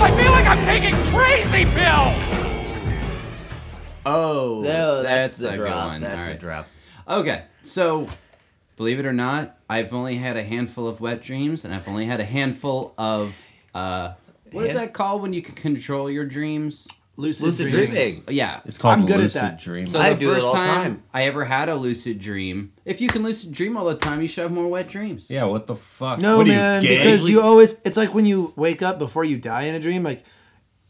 Speaker 8: I feel like I'm taking crazy pills!
Speaker 1: Oh,
Speaker 2: No,
Speaker 1: that's,
Speaker 2: that's, the
Speaker 1: a
Speaker 2: drop.
Speaker 1: good one.
Speaker 2: That's
Speaker 1: All
Speaker 2: a
Speaker 1: right.
Speaker 2: drop.
Speaker 1: Okay, so believe it or not, I've only had a handful of wet dreams, and I've only had a handful of uh, what is
Speaker 2: Hand-
Speaker 1: that called when you can control your dreams?
Speaker 3: Lucid,
Speaker 2: Lucid
Speaker 3: dreaming.
Speaker 2: dreaming.
Speaker 1: Yeah.
Speaker 4: It's called
Speaker 3: I'm good at
Speaker 4: lucid
Speaker 3: that.
Speaker 4: dream.
Speaker 1: So
Speaker 2: I
Speaker 1: the
Speaker 2: do it
Speaker 1: first
Speaker 2: all the
Speaker 1: time,
Speaker 2: time.
Speaker 1: I ever had a lucid dream. If you can lucid dream all the time, you should have more wet dreams.
Speaker 4: yeah, what the fuck?
Speaker 3: No
Speaker 4: what are
Speaker 3: man,
Speaker 4: you, gay?
Speaker 3: because you always. It's like when you wake up before you die in a dream. Like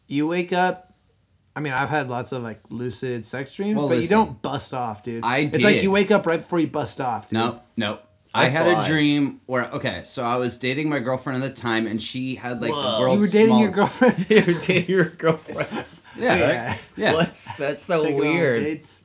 Speaker 3: you wake up. I mean, I've had lots of like lucid sex dreams,
Speaker 1: Well,
Speaker 3: but you
Speaker 1: listen.
Speaker 3: don't bust off, dude.
Speaker 1: I
Speaker 3: It's like
Speaker 1: did.
Speaker 3: you wake up right before you bust off. Dude.
Speaker 1: No, no. I had a
Speaker 2: Why?
Speaker 1: dream where okay, so I was dating my girlfriend at the time, and she had like
Speaker 2: Whoa.
Speaker 1: the world's
Speaker 3: you were dating your
Speaker 1: smallest-
Speaker 3: girlfriend.
Speaker 2: You're dating your girlfriend.
Speaker 1: Yeah,
Speaker 3: Yeah.
Speaker 1: yeah.
Speaker 2: What's, that's so
Speaker 3: Taking her on
Speaker 2: weird.
Speaker 3: dates.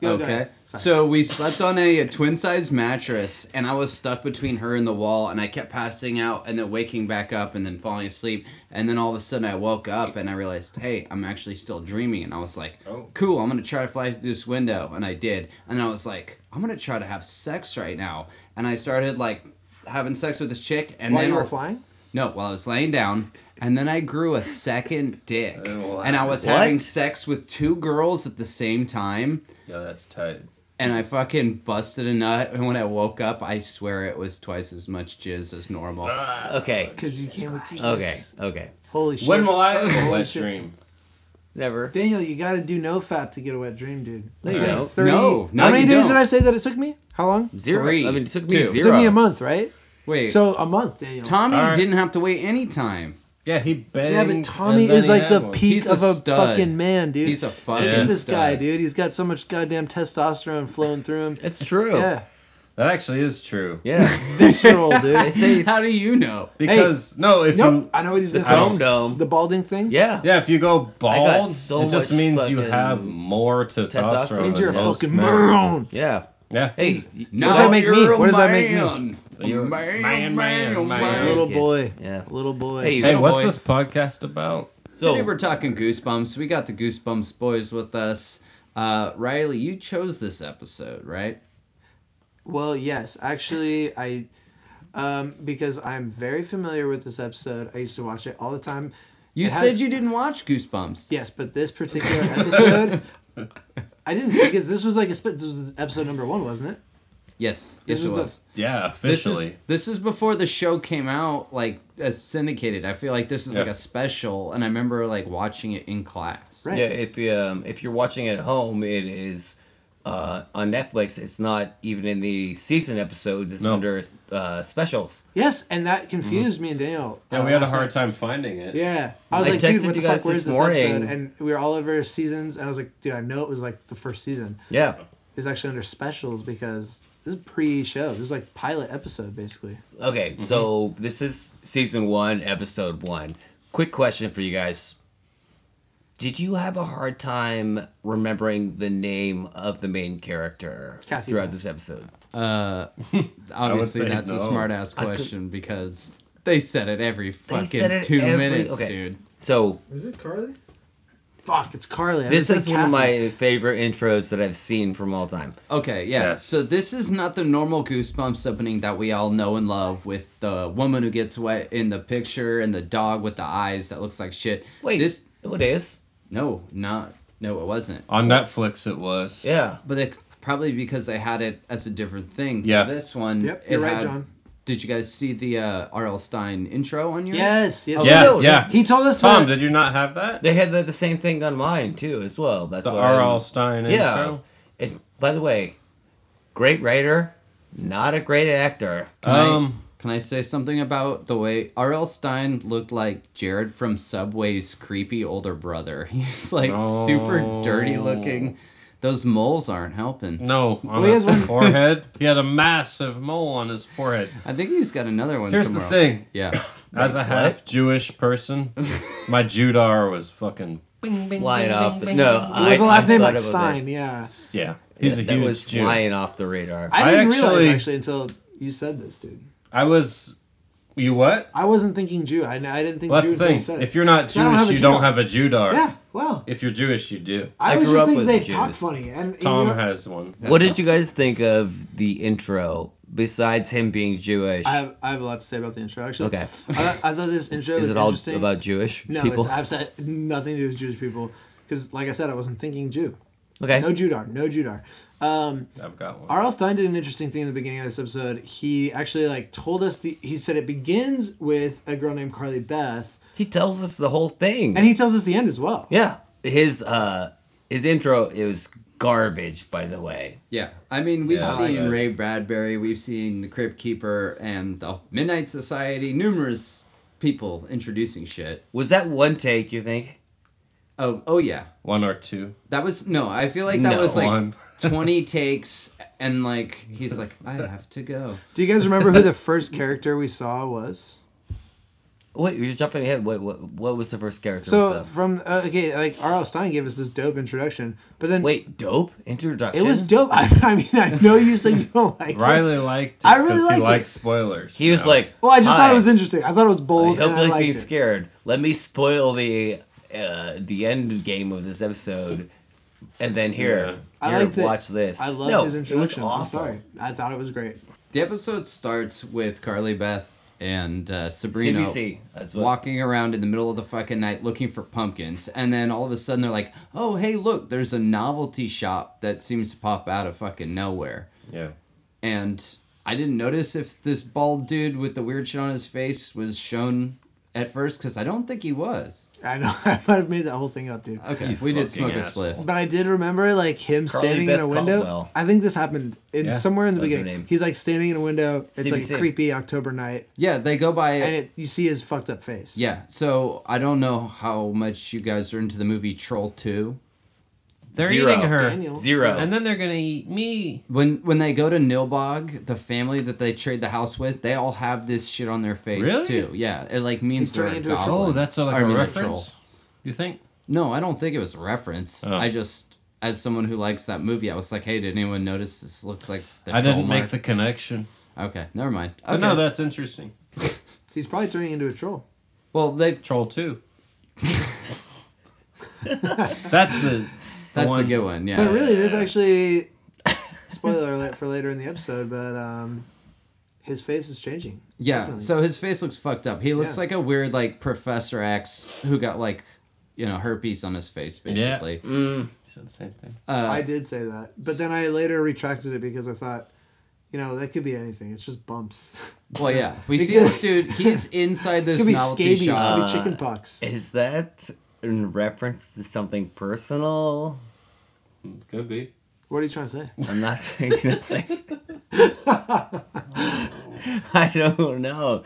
Speaker 3: Go, go
Speaker 1: Okay.
Speaker 3: ahead. Sorry.
Speaker 1: So we slept on a, a twin size mattress, and I was stuck between her and the wall, and I kept passing out, and then waking back up, and then falling asleep, and then all of a sudden I woke up, and I realized, hey, I'm actually still dreaming, and I was like,
Speaker 4: Oh.
Speaker 1: cool, I'm gonna try to fly through this window, and I did, and I was like, I'm gonna try to have sex right now, and I started like having sex with this chick, and
Speaker 3: While
Speaker 1: then
Speaker 3: you were flying?
Speaker 1: no, while I was laying down, and then I grew a second dick,
Speaker 4: Oh, wow.
Speaker 1: and I was
Speaker 2: What?
Speaker 1: having sex with two girls at the same time
Speaker 4: Yeah, that's tight.
Speaker 1: and I fucking busted a nut. And when I woke up, I swear it was twice as much jizz as normal.
Speaker 4: Uh,
Speaker 3: Uh,
Speaker 2: Okay.
Speaker 3: Because you came with two
Speaker 2: Okay.
Speaker 3: chicks.
Speaker 2: Okay.
Speaker 3: Holy shit.
Speaker 4: When will I have a
Speaker 3: Holy
Speaker 4: wet
Speaker 3: shit.
Speaker 4: dream?
Speaker 2: Never.
Speaker 3: Daniel, you gotta do no fap to get a wet dream, dude.
Speaker 2: No, you
Speaker 3: Like
Speaker 2: don't.
Speaker 3: 30
Speaker 1: No, no,
Speaker 3: How many
Speaker 1: you
Speaker 3: days
Speaker 1: don't.
Speaker 3: did I say that it took me? How long?
Speaker 2: Zero.
Speaker 1: Three,
Speaker 2: I mean, it took me
Speaker 1: two.
Speaker 2: zero.
Speaker 1: It
Speaker 3: It took me a month, right?
Speaker 1: Wait, so
Speaker 3: So a month, Daniel.
Speaker 1: Tommy
Speaker 4: All right.
Speaker 1: didn't have to wait any time.
Speaker 4: Yeah, he banged.
Speaker 3: yeah, but
Speaker 4: and
Speaker 3: Tommy
Speaker 4: then
Speaker 3: is
Speaker 4: he
Speaker 3: like
Speaker 4: had
Speaker 3: the
Speaker 4: one.
Speaker 3: peak
Speaker 1: He's a
Speaker 3: of a
Speaker 1: stud.
Speaker 3: fucking man, dude.
Speaker 1: He's a fucking.
Speaker 3: Look at this
Speaker 1: stud.
Speaker 3: guy, dude. He's got so much goddamn testosterone flowing through him.
Speaker 2: It's true.
Speaker 3: Yeah,
Speaker 4: That actually is true.
Speaker 2: Yeah.
Speaker 3: visceral, dude.
Speaker 2: Say
Speaker 1: How do you know?
Speaker 4: Because no, if
Speaker 3: Nope,
Speaker 4: you
Speaker 3: I know what he's
Speaker 2: the
Speaker 3: gonna say.
Speaker 2: Chrome Dome.
Speaker 3: The balding thing.
Speaker 2: yeah.
Speaker 4: yeah, if you go bald,
Speaker 2: so
Speaker 4: it just
Speaker 2: much
Speaker 4: means you
Speaker 2: fucking
Speaker 4: have more testosterone.
Speaker 2: testosterone.
Speaker 4: than
Speaker 3: means you're a
Speaker 4: most
Speaker 3: fucking
Speaker 4: men.
Speaker 3: moron.
Speaker 2: Yeah.
Speaker 4: Yeah.
Speaker 2: Hey,
Speaker 1: Now
Speaker 3: does that make
Speaker 1: you're
Speaker 3: me?
Speaker 1: a
Speaker 3: What does that make me?
Speaker 1: man.
Speaker 4: Oh, You're a
Speaker 1: Man,
Speaker 4: man,
Speaker 1: man,
Speaker 4: man,
Speaker 1: man.
Speaker 4: man.
Speaker 3: Little
Speaker 2: Kids.
Speaker 3: boy.
Speaker 2: Yeah.
Speaker 3: Little boy.
Speaker 2: Hey,
Speaker 4: Hey, what's
Speaker 1: boy.
Speaker 4: this podcast about?
Speaker 2: so
Speaker 1: Today we're talking Goosebumps. We got the Goosebumps boys with us. Uh, Riley, you chose this episode, right?
Speaker 3: Well, yes, actually, I, um, because I'm very familiar with this episode. I used to watch it all the time.
Speaker 1: You
Speaker 3: It
Speaker 1: said
Speaker 3: has-
Speaker 1: you didn't watch Goosebumps.
Speaker 3: Yes, but this particular episode, I didn't because this was like a split. This was episode number one, wasn't it?
Speaker 1: Yes, yes
Speaker 3: This
Speaker 1: it
Speaker 3: was the-
Speaker 1: was.
Speaker 4: Yeah,
Speaker 1: This
Speaker 4: officially.
Speaker 1: is, this is before the show came out, like as syndicated. I feel like this is like
Speaker 4: Yeah.
Speaker 1: a special, and I remember like watching it in class.
Speaker 3: Right.
Speaker 2: Yeah, if you, um, if you're watching at home, it is uh, on Netflix. It's not even in the season episodes. It's
Speaker 4: No.
Speaker 2: under uh, specials.
Speaker 3: Yes, and that confused me and Daniel.
Speaker 4: yeah,
Speaker 3: uh,
Speaker 4: we had a
Speaker 3: last
Speaker 4: hard
Speaker 3: night.
Speaker 4: time finding it.
Speaker 3: Yeah, I was
Speaker 2: Mm-hmm. I
Speaker 3: like, dude,
Speaker 2: texted
Speaker 3: what the
Speaker 2: you
Speaker 3: fuck?
Speaker 2: guys
Speaker 3: Where's
Speaker 2: this
Speaker 3: this
Speaker 2: morning.
Speaker 3: episode? And we were all over seasons, and I was like, dude, I know it was like the first season.
Speaker 2: Yeah.
Speaker 3: It's actually under specials because this is pre-show. This is like pilot episode, basically.
Speaker 2: Okay,
Speaker 3: Mm-hmm.
Speaker 2: so this is season one, episode one. Quick question for you guys. Did you have a hard time remembering the name of the main character
Speaker 3: Kathy
Speaker 2: throughout
Speaker 3: Bates.
Speaker 2: this episode?
Speaker 1: Uh, obviously
Speaker 4: say
Speaker 1: that's a
Speaker 4: no.
Speaker 1: smart ass
Speaker 2: I could-
Speaker 1: question because they said it every fucking
Speaker 2: said it
Speaker 1: two
Speaker 2: every-
Speaker 1: minutes,
Speaker 2: okay.
Speaker 1: dude.
Speaker 2: So
Speaker 3: Is it Carly? Fuck, it's Carly. I
Speaker 2: this
Speaker 3: was
Speaker 2: is
Speaker 3: like,
Speaker 2: one of
Speaker 3: Kathy.
Speaker 2: my favorite intros that I've seen from all time.
Speaker 1: Okay, yeah.
Speaker 4: Yeah.
Speaker 1: So this is not the normal Goosebumps opening that we all know and love with the woman who gets wet in the picture and the dog with the eyes that looks like shit.
Speaker 2: Wait,
Speaker 1: this
Speaker 2: this what is?
Speaker 1: no, not no, it wasn't.
Speaker 4: On Netflix, it was.
Speaker 2: Yeah.
Speaker 1: But it's probably because they had it as a different thing. For
Speaker 4: Yeah.
Speaker 1: This one.
Speaker 3: Yep,
Speaker 1: it
Speaker 3: you're right,
Speaker 1: had-
Speaker 3: John.
Speaker 1: Did you guys see the uh, R.L. Stein intro on yours?
Speaker 3: Yes, yes.
Speaker 4: Yeah,
Speaker 2: no,
Speaker 4: yeah.
Speaker 3: He told us
Speaker 4: Tom,
Speaker 3: that-
Speaker 4: did you not have that?
Speaker 2: They had the, the same thing on mine too, as well. That's
Speaker 4: The
Speaker 2: what I'm-
Speaker 4: R.L. Stein
Speaker 2: Yeah.
Speaker 4: intro.
Speaker 2: It, by the way, great writer, not a great actor.
Speaker 1: Can,
Speaker 4: Um,
Speaker 1: I, can I say something about the way R.L. Stein looked like Jared from Subway's creepy older brother? He's like super
Speaker 4: No.
Speaker 1: dirty looking. Those moles aren't helping.
Speaker 4: No, on
Speaker 3: he has
Speaker 4: his
Speaker 3: one-
Speaker 4: forehead. He had a massive mole on his forehead.
Speaker 1: I think he's got another one.
Speaker 4: Here's the
Speaker 1: somewhere else.
Speaker 4: thing.
Speaker 1: Yeah.
Speaker 4: As a half Jewish person, my Judar was fucking.
Speaker 2: flying off the no.
Speaker 3: It
Speaker 2: I-
Speaker 3: was the last
Speaker 2: I
Speaker 3: name
Speaker 2: thought
Speaker 3: like
Speaker 2: it was
Speaker 3: Stein,
Speaker 2: a-
Speaker 3: yeah.
Speaker 4: Yeah, he's a
Speaker 2: that
Speaker 4: huge
Speaker 2: was
Speaker 4: Jew.
Speaker 2: flying off the radar.
Speaker 3: I
Speaker 4: I
Speaker 3: didn't
Speaker 4: actually-
Speaker 3: realize actually until you said this, dude.
Speaker 4: I was. You what?
Speaker 3: I wasn't thinking Jew. I, I didn't think
Speaker 4: Well,
Speaker 3: Jew
Speaker 4: that's the
Speaker 3: until you
Speaker 4: thing.
Speaker 3: said it.
Speaker 4: If you're not
Speaker 3: I don't
Speaker 4: Jewish,
Speaker 3: have a
Speaker 4: you don't
Speaker 3: Judar.
Speaker 4: have a Judar.
Speaker 3: yeah, well,
Speaker 4: If you're Jewish, you do.
Speaker 3: I,
Speaker 2: I
Speaker 3: was
Speaker 2: grew
Speaker 3: just
Speaker 2: up
Speaker 3: thinking
Speaker 2: with
Speaker 3: they
Speaker 2: Jews.
Speaker 3: talked funny, and
Speaker 4: Tom
Speaker 3: you know,
Speaker 4: has one.
Speaker 2: what did you guys think of the intro? Besides him being Jewish,
Speaker 3: I have I have a lot to say about the intro. Actually,
Speaker 2: Okay.
Speaker 3: I, thought- I thought this intro
Speaker 2: is
Speaker 3: was
Speaker 2: it all
Speaker 3: interesting.
Speaker 2: about Jewish
Speaker 3: no,
Speaker 2: people?
Speaker 3: it's absolutely nothing to do with Jewish people. Because, like I said, I wasn't thinking Jew.
Speaker 2: okay,
Speaker 3: No Judar. No Judar. Um,
Speaker 4: I've got one.
Speaker 3: R.L. Stein did an interesting thing in the beginning of this episode. He actually like told us the. He said it begins with a girl named Carly Beth,
Speaker 2: he tells us the whole thing.
Speaker 3: and he tells us the end as well.
Speaker 2: yeah, his uh, his intro is garbage. By the way,
Speaker 1: Yeah, I mean we've
Speaker 4: Yeah, I
Speaker 1: seen
Speaker 4: like it.
Speaker 1: Ray Bradbury, we've seen the Crypt Keeper, and the Midnight Society. Numerous people introducing shit.
Speaker 2: was that one take? You think?
Speaker 1: Oh, oh yeah.
Speaker 4: One or two.
Speaker 1: That was no. I feel like that
Speaker 2: No.
Speaker 1: was like
Speaker 4: One.
Speaker 1: twenty takes, and like he's like, I have to go.
Speaker 3: Do you guys remember who the first character we saw was?
Speaker 2: Wait, you're jumping ahead. What what what was the first character? we
Speaker 3: So
Speaker 2: saw?
Speaker 3: from uh, okay, like R.L. Stein gave us this dope introduction, but then
Speaker 2: wait, dope introduction.
Speaker 3: it was dope. I, I mean, I know you said you don't like it.
Speaker 4: Riley liked it
Speaker 3: I really
Speaker 4: because
Speaker 3: liked
Speaker 4: he
Speaker 3: it.
Speaker 4: likes spoilers.
Speaker 2: He was
Speaker 4: now.
Speaker 2: like,
Speaker 3: Well, I just thought
Speaker 2: "Hi,
Speaker 3: it was interesting. I thought it was bold.
Speaker 2: I hope
Speaker 3: and I
Speaker 2: you like
Speaker 3: liked
Speaker 2: me
Speaker 3: it.
Speaker 2: scared. Let me spoil the uh, the end game of this episode, and then here,
Speaker 3: I
Speaker 2: here,
Speaker 3: liked it.
Speaker 2: watch this.
Speaker 3: I loved
Speaker 2: no,
Speaker 3: his
Speaker 2: It
Speaker 3: introduction.
Speaker 2: was
Speaker 3: I'm
Speaker 2: awful.
Speaker 3: sorry. I thought it was great.
Speaker 1: The episode starts with Carly Beth and uh, Sabrina
Speaker 2: CBC. That's what.
Speaker 1: walking around in the middle of the fucking night looking for pumpkins, and then all of a sudden they're like, "Oh, hey, look! There's a novelty shop that seems to pop out of fucking nowhere."
Speaker 4: yeah.
Speaker 1: And I didn't notice if this bald dude with the weird shit on his face was shown at first because I don't think he was.
Speaker 3: I know I might have made that whole thing up, dude.
Speaker 1: Okay,
Speaker 4: You
Speaker 1: we did
Speaker 4: fucking
Speaker 1: smoke a
Speaker 4: asshole.
Speaker 1: spliff.
Speaker 3: But I did remember like him
Speaker 2: Carly
Speaker 3: standing
Speaker 2: Beth
Speaker 3: in a window.
Speaker 2: Caldwell.
Speaker 3: I think this happened in
Speaker 4: Yeah,
Speaker 3: somewhere in the
Speaker 2: that was her
Speaker 3: beginning.
Speaker 2: name.
Speaker 3: He's like standing in a window. It's like a
Speaker 2: CBC.
Speaker 3: creepy October night,
Speaker 1: Yeah, they go by
Speaker 3: and it you see his fucked up face.
Speaker 1: Yeah, so I don't know how much you guys are into the movie Troll 2.
Speaker 4: They're
Speaker 2: Zero.
Speaker 4: eating her.
Speaker 3: Daniel.
Speaker 2: Zero.
Speaker 4: And then they're going to eat me.
Speaker 1: When when they go to Nilbog, the family that they trade the house with, they all have this shit on their face
Speaker 4: Really?
Speaker 1: too. Yeah, it like means
Speaker 3: He's
Speaker 1: they're
Speaker 3: turning
Speaker 1: a
Speaker 3: into a troll.
Speaker 1: goblin.
Speaker 4: Oh, that's uh, like
Speaker 1: I
Speaker 4: a
Speaker 1: mean,
Speaker 4: reference?
Speaker 1: troll.
Speaker 4: You think?
Speaker 1: No, I don't think it was a reference.
Speaker 4: Oh.
Speaker 1: I just as someone who likes that movie, I was like, hey, did anyone notice this looks like the
Speaker 4: I
Speaker 1: troll
Speaker 4: didn't
Speaker 1: mark?
Speaker 4: make the connection.
Speaker 1: Okay, never mind.
Speaker 4: But
Speaker 1: Okay.
Speaker 4: no, that's interesting.
Speaker 3: he's probably turning into a troll.
Speaker 1: well, they've
Speaker 4: Troll 2. that's the,
Speaker 1: that's a
Speaker 4: one.
Speaker 1: good one. Yeah.
Speaker 3: But Oh, really, there's actually spoiler alert for later in the episode. But um, his face is changing.
Speaker 1: Yeah,
Speaker 3: Definitely.
Speaker 1: so his face looks fucked up. He looks
Speaker 3: Yeah.
Speaker 1: like a weird like Professor X who got like you know herpes on his face
Speaker 4: Yeah.
Speaker 1: basically.
Speaker 4: You said the same thing.
Speaker 1: Uh,
Speaker 3: I did say that, but then I later retracted it because I thought, you know, that could be anything. It's just bumps.
Speaker 1: well, yeah, we see
Speaker 3: Because-
Speaker 1: this dude. He's inside
Speaker 3: It
Speaker 1: this
Speaker 3: could be
Speaker 1: novelty Uh,
Speaker 3: scabies. It
Speaker 1: shop.
Speaker 3: could be chicken pox.
Speaker 2: Is that in reference to something personal?
Speaker 4: Could be.
Speaker 3: What are you trying to say?
Speaker 2: I'm not saying nothing. I don't know.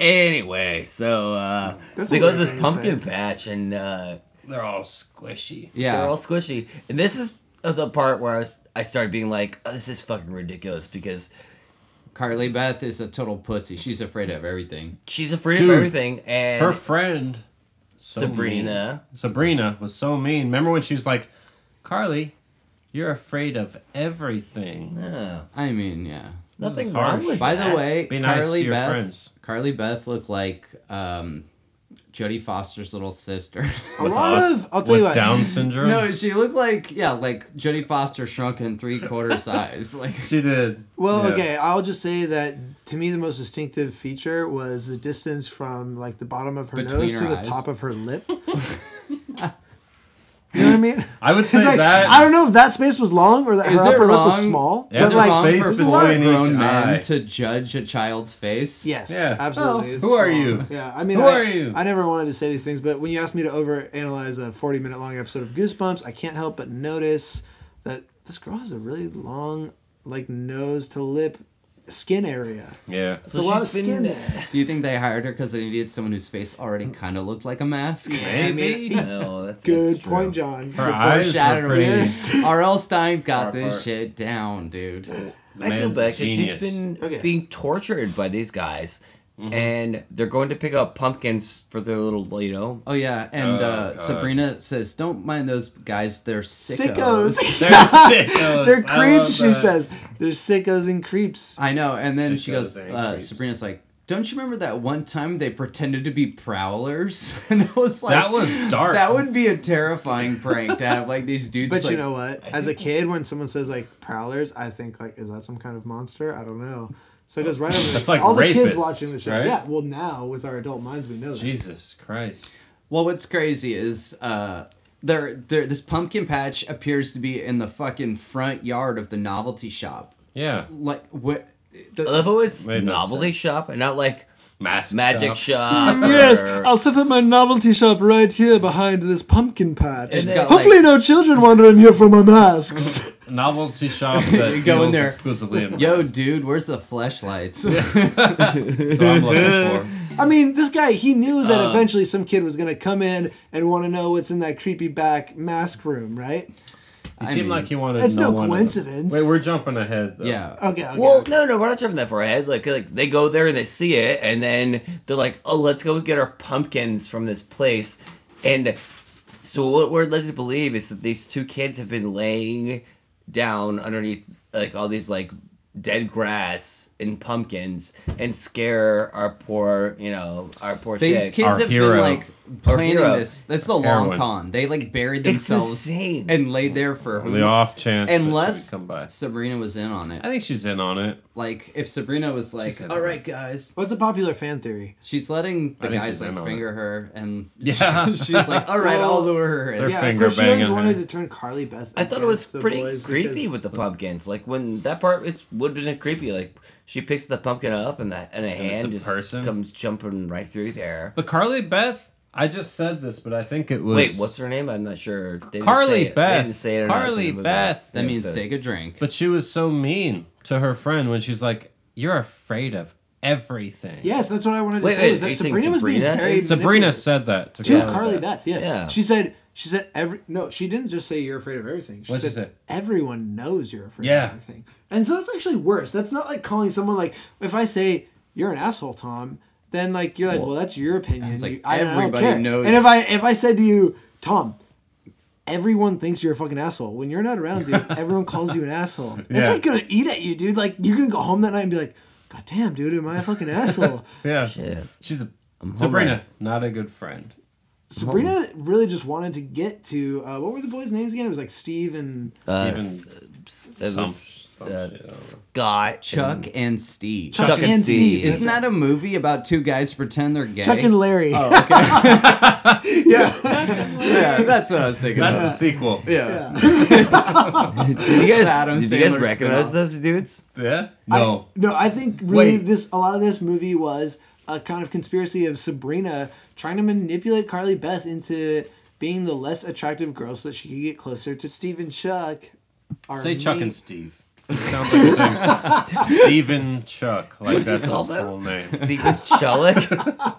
Speaker 2: Anyway, so uh,
Speaker 3: That's
Speaker 2: they
Speaker 3: a
Speaker 2: go to
Speaker 3: weird
Speaker 2: this
Speaker 3: thing to
Speaker 2: pumpkin
Speaker 3: say.
Speaker 2: patch and uh,
Speaker 4: They're all squishy.
Speaker 1: yeah,
Speaker 2: They're all squishy. And this is the part where I, was, I started being like, oh, this is fucking ridiculous because
Speaker 1: Carly Beth is a total pussy. She's afraid of everything.
Speaker 2: she's afraid
Speaker 4: Dude,
Speaker 2: of everything. And
Speaker 4: Her friend, so mean.
Speaker 2: Sabrina,
Speaker 4: Sabrina was so mean. Remember when she was like, Carly, you're afraid of everything.
Speaker 2: oh,
Speaker 1: I mean, yeah.
Speaker 2: nothing
Speaker 4: is
Speaker 2: wrong
Speaker 4: harsh.
Speaker 2: with
Speaker 1: By
Speaker 2: that.
Speaker 1: the way,
Speaker 4: Be nice
Speaker 1: Carly
Speaker 4: to your
Speaker 1: Beth.
Speaker 4: friends.
Speaker 1: Carly Beth looked like um, Jodie Foster's little sister.
Speaker 3: A lot of I'll tell
Speaker 4: With
Speaker 3: you what.
Speaker 4: Down syndrome?
Speaker 1: no, she looked like yeah, like Jodie Foster shrunk in three quarter size. Like
Speaker 4: she did.
Speaker 3: Well,
Speaker 4: Yeah.
Speaker 3: okay, I'll just say that to me the most distinctive feature was the distance from like the bottom of her
Speaker 1: Between
Speaker 3: nose
Speaker 1: her
Speaker 3: to the
Speaker 1: eyes.
Speaker 3: top of her lip. you know what I mean?
Speaker 4: I would say
Speaker 3: Like,
Speaker 4: that.
Speaker 3: I don't know if that space was long or that
Speaker 1: Is
Speaker 3: her
Speaker 1: it
Speaker 3: upper lip was
Speaker 1: wrong-
Speaker 3: small.
Speaker 4: Yeah,
Speaker 3: but
Speaker 4: there's
Speaker 3: like,
Speaker 4: space
Speaker 3: there's a
Speaker 4: between
Speaker 3: lot of-
Speaker 4: each
Speaker 1: grown men
Speaker 4: eye.
Speaker 1: to judge a child's face.
Speaker 3: Yes,
Speaker 4: Yeah.
Speaker 3: absolutely.
Speaker 1: Oh,
Speaker 3: It's
Speaker 4: who are
Speaker 3: small.
Speaker 4: you?
Speaker 3: Yeah, I mean,
Speaker 4: Who
Speaker 3: I,
Speaker 4: are you?
Speaker 3: I never wanted to say these things, but when you asked me to overanalyze a 40 minute long episode of Goosebumps, I can't help but notice that this girl has a really long, like, nose to lip skin area.
Speaker 4: Yeah.
Speaker 2: so
Speaker 3: a lot
Speaker 2: she's
Speaker 3: of skin
Speaker 2: been-
Speaker 3: there.
Speaker 1: Do you think they hired her because they needed someone whose face already kind of looked like a mask?
Speaker 3: I mean,
Speaker 2: No, that's
Speaker 3: Good
Speaker 2: that's true.
Speaker 3: point, John.
Speaker 4: Her
Speaker 3: Good
Speaker 4: eyes
Speaker 3: point.
Speaker 4: were
Speaker 1: Shattered
Speaker 4: pretty-
Speaker 3: Yes.
Speaker 1: R.L. Stein
Speaker 4: Far
Speaker 1: got this
Speaker 4: apart.
Speaker 1: shit down,
Speaker 3: Oh.
Speaker 1: dude.
Speaker 2: I feel
Speaker 4: Man's
Speaker 2: bad 'cause she's
Speaker 4: genius. Mm-hmm.
Speaker 2: been
Speaker 3: Okay.
Speaker 2: being tortured by these guys, and they're going to pick up pumpkins for their little, you know.
Speaker 1: Oh yeah, and
Speaker 4: Oh,
Speaker 1: uh,
Speaker 4: God.
Speaker 1: Sabrina says, "Don't mind those guys; they're sickos."
Speaker 3: Sickos.
Speaker 4: They're sickos.
Speaker 3: They're
Speaker 4: I love
Speaker 3: creeps, she
Speaker 4: that.
Speaker 3: says. They're sickos and creeps.
Speaker 1: I know, and then she
Speaker 4: Sickos
Speaker 1: goes,
Speaker 4: and
Speaker 1: uh,
Speaker 4: creeps.
Speaker 1: "Sabrina's like, don't you remember that one time they pretended to be prowlers?" And I was like,
Speaker 4: That was dark.
Speaker 1: That would be a terrifying prank to have like these dudes.
Speaker 3: But
Speaker 1: like,
Speaker 3: you know what? As a kid, when someone says like prowlers, I think like, is that some kind of monster? I don't know. So it goes right over.
Speaker 4: That's
Speaker 3: the-
Speaker 4: like
Speaker 3: all the kids
Speaker 4: rapists,
Speaker 3: watching the show.
Speaker 4: right?
Speaker 3: Yeah. Well, now with our adult minds, we know that.
Speaker 4: Jesus Christ.
Speaker 1: Well, what's crazy is uh, there, there, this pumpkin patch appears to be in the fucking front yard of the novelty shop.
Speaker 4: Yeah.
Speaker 1: Like what?
Speaker 2: I
Speaker 1: The,
Speaker 2: love how it's
Speaker 4: Made no
Speaker 2: novelty shop and not like
Speaker 4: Mask
Speaker 2: magic
Speaker 4: shop.
Speaker 2: shop. or-
Speaker 3: set up my novelty shop right here behind this pumpkin patch.
Speaker 2: And
Speaker 1: then- Hopefully
Speaker 3: no children wander in here for my masks.
Speaker 4: Novelty shop that
Speaker 1: You
Speaker 4: you
Speaker 1: go in there.
Speaker 4: exclusively in
Speaker 1: yo,
Speaker 4: masks.
Speaker 1: dude, where's the flashlights?
Speaker 4: That's what I'm looking for.
Speaker 3: I mean, this guy, he knew that
Speaker 2: Uh,
Speaker 3: eventually some kid was going to come in and want to know what's in that creepy back mask room, right?
Speaker 4: It seemed
Speaker 1: mean,
Speaker 4: like he wanted.
Speaker 3: that's no
Speaker 4: one of-
Speaker 3: coincidence.
Speaker 4: Wait, we're jumping ahead. Though.
Speaker 1: Yeah.
Speaker 3: Okay. okay
Speaker 2: Well,
Speaker 3: okay.
Speaker 2: no, no, we're not jumping that far ahead. Like, like they go there and they see it, and then they're like, "Oh, let's go get our pumpkins from this place." And so, what we're led to believe is that these two kids have been laying down underneath like all these like dead grass and pumpkins, and scare our poor, you know, our poor
Speaker 1: These
Speaker 2: chick.
Speaker 1: kids
Speaker 4: Our
Speaker 1: have been
Speaker 4: hero.
Speaker 1: like
Speaker 2: Our
Speaker 1: planning
Speaker 2: hero.
Speaker 1: this. That's the long
Speaker 4: Heroin.
Speaker 1: con. They like buried
Speaker 2: it's
Speaker 1: themselves
Speaker 2: insane.
Speaker 1: and laid there for
Speaker 4: The off chance. Unless
Speaker 1: unless
Speaker 4: come by.
Speaker 1: Sabrina was in on
Speaker 4: I
Speaker 1: it.
Speaker 4: think she's in on it.
Speaker 1: Like if Sabrina was like,
Speaker 4: in
Speaker 1: "All
Speaker 4: on
Speaker 1: right, guys,
Speaker 3: What's a popular fan theory?
Speaker 1: She's letting the
Speaker 4: I think
Speaker 1: guys
Speaker 4: she's
Speaker 1: like
Speaker 4: in on
Speaker 1: finger her, and
Speaker 4: Yeah.
Speaker 1: she's like, "All right, I'll
Speaker 3: Well,
Speaker 1: lure her." in."
Speaker 4: They're
Speaker 3: yeah,
Speaker 4: finger
Speaker 3: of course, she always
Speaker 4: banging
Speaker 3: wanted
Speaker 4: her.
Speaker 3: to turn Carly Beth.
Speaker 2: I thought it was pretty creepy with the pumpkins. Like when that part is would have been creepy. Like she picks the pumpkin up and that and a
Speaker 4: it's
Speaker 2: hand
Speaker 4: a
Speaker 2: just
Speaker 4: person?
Speaker 2: comes jumping right through there.
Speaker 4: But Carly Beth, I just said this, but I think it was.
Speaker 2: Wait, what's her name? I'm not sure. They didn't say
Speaker 4: Carly
Speaker 2: it.
Speaker 4: Beth.
Speaker 2: They didn't say it. or
Speaker 4: Carly
Speaker 2: nothing, but
Speaker 4: Beth.
Speaker 1: That
Speaker 2: they
Speaker 1: means
Speaker 2: said it.
Speaker 1: take a drink.
Speaker 4: But she was so mean to her friend when she's like, "You're afraid of everything."
Speaker 3: Yes, that's what I wanted to
Speaker 2: Wait,
Speaker 3: say.
Speaker 2: wait,
Speaker 3: was
Speaker 2: are
Speaker 3: that
Speaker 2: you saying
Speaker 3: Sabrina was being
Speaker 2: Sabrina?
Speaker 3: very
Speaker 4: Sabrina
Speaker 3: manipulative.
Speaker 4: said that to
Speaker 3: to
Speaker 4: Carly,
Speaker 3: Carly
Speaker 4: Beth.
Speaker 3: Beth. Yeah.
Speaker 2: Yeah.
Speaker 3: She said. She said every. No, she didn't just say you're afraid of everything. She
Speaker 4: What'd she
Speaker 3: said
Speaker 4: say?
Speaker 3: everyone knows you're afraid
Speaker 4: Yeah.
Speaker 3: of everything. And so that's actually worse. That's not like calling someone like if I say you're an asshole, Tom. Then like you're like, well, that's your opinion.
Speaker 1: It's like,
Speaker 3: You- I, I don't
Speaker 1: everybody
Speaker 3: care.
Speaker 1: knows
Speaker 3: And
Speaker 1: you.
Speaker 3: if I if I said to you, Tom. Everyone thinks you're a fucking asshole. When you're not around, dude, everyone calls you an asshole. That's
Speaker 4: Yeah.
Speaker 3: like gonna eat at you, dude. Like you're gonna go home that night and be like, God damn, dude, am I a fucking asshole?
Speaker 4: Yeah.
Speaker 2: Shit.
Speaker 4: She's a
Speaker 2: hungry.
Speaker 4: Sabrina, not a good friend.
Speaker 3: Sabrina really just wanted to get to uh, what were the boys' names again? It was like Steve and
Speaker 2: Uh,
Speaker 4: Even
Speaker 2: it
Speaker 4: some,
Speaker 2: was
Speaker 4: some
Speaker 2: uh,
Speaker 4: shit. I don't know.
Speaker 2: Scott.
Speaker 1: Chuck
Speaker 2: and-
Speaker 1: and Steve.
Speaker 2: Chuck, and,
Speaker 3: and
Speaker 2: Steve.
Speaker 3: Steve.
Speaker 1: Isn't that a movie about two guys pretend they're gay?
Speaker 3: Chuck and Larry.
Speaker 1: Oh, okay.
Speaker 3: yeah.
Speaker 1: yeah, that's what I was thinking.
Speaker 4: That's the
Speaker 3: Uh,
Speaker 1: about.
Speaker 4: sequel.
Speaker 1: yeah.
Speaker 2: Did you guys,
Speaker 1: Adam
Speaker 2: did you guys
Speaker 1: Sandler
Speaker 2: recognize
Speaker 1: spin-off.
Speaker 2: those dudes?
Speaker 4: Yeah. No.
Speaker 3: No, I think really
Speaker 4: Wait.
Speaker 3: this a lot of this movie was a kind of conspiracy of Sabrina trying to manipulate Carly Beth into being the less attractive girl so that she could get closer to Steve and Chuck. our
Speaker 4: Say Chuck
Speaker 3: main-
Speaker 4: and Steve. It sounds like you're saying Steven Chuck. Like
Speaker 2: do you
Speaker 4: that's
Speaker 2: call
Speaker 4: his
Speaker 2: that?
Speaker 4: full name.
Speaker 2: Steve Chulik.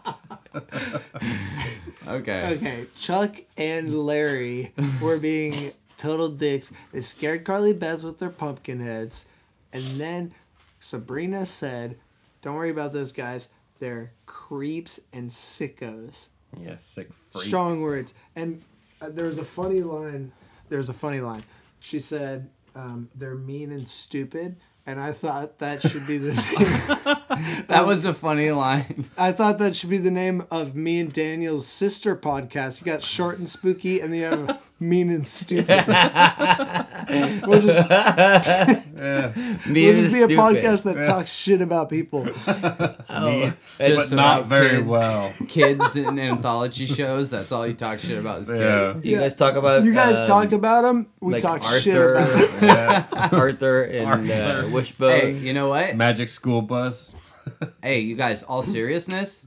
Speaker 1: Okay.
Speaker 3: Okay, Chuck and Larry were being total dicks. They scared Carly Beth with their pumpkin heads. And then Sabrina said, Don't worry about those guys. They're creeps and sickos.
Speaker 4: Yeah, sick freak.
Speaker 3: Strong words. And uh, there was a funny line. There was a funny line. She said, um, They're mean and stupid. And I thought that should be the
Speaker 1: That was a funny line.
Speaker 3: I thought that should be the name of me and Daniel's sister podcast. You got short and spooky, and then you have mean and stupid. we'll just, we'll
Speaker 2: Me
Speaker 3: just
Speaker 2: and
Speaker 3: be a
Speaker 2: stupid.
Speaker 3: podcast that talks shit about people.
Speaker 4: Me,
Speaker 2: It's
Speaker 4: but not
Speaker 2: about
Speaker 4: very
Speaker 2: kids.
Speaker 4: well.
Speaker 1: Kids in anthology shows. That's all you talk shit about is kids.
Speaker 4: Yeah.
Speaker 2: You guys talk about
Speaker 3: You guys
Speaker 2: um,
Speaker 3: talk about them. We
Speaker 2: like
Speaker 3: talk
Speaker 2: Arthur,
Speaker 3: shit about 'em.
Speaker 2: Arthur and
Speaker 4: Arthur.
Speaker 2: Uh, Wishbone.
Speaker 1: Hey, you know what?
Speaker 4: Magic school bus.
Speaker 1: Hey, you guys, all seriousness,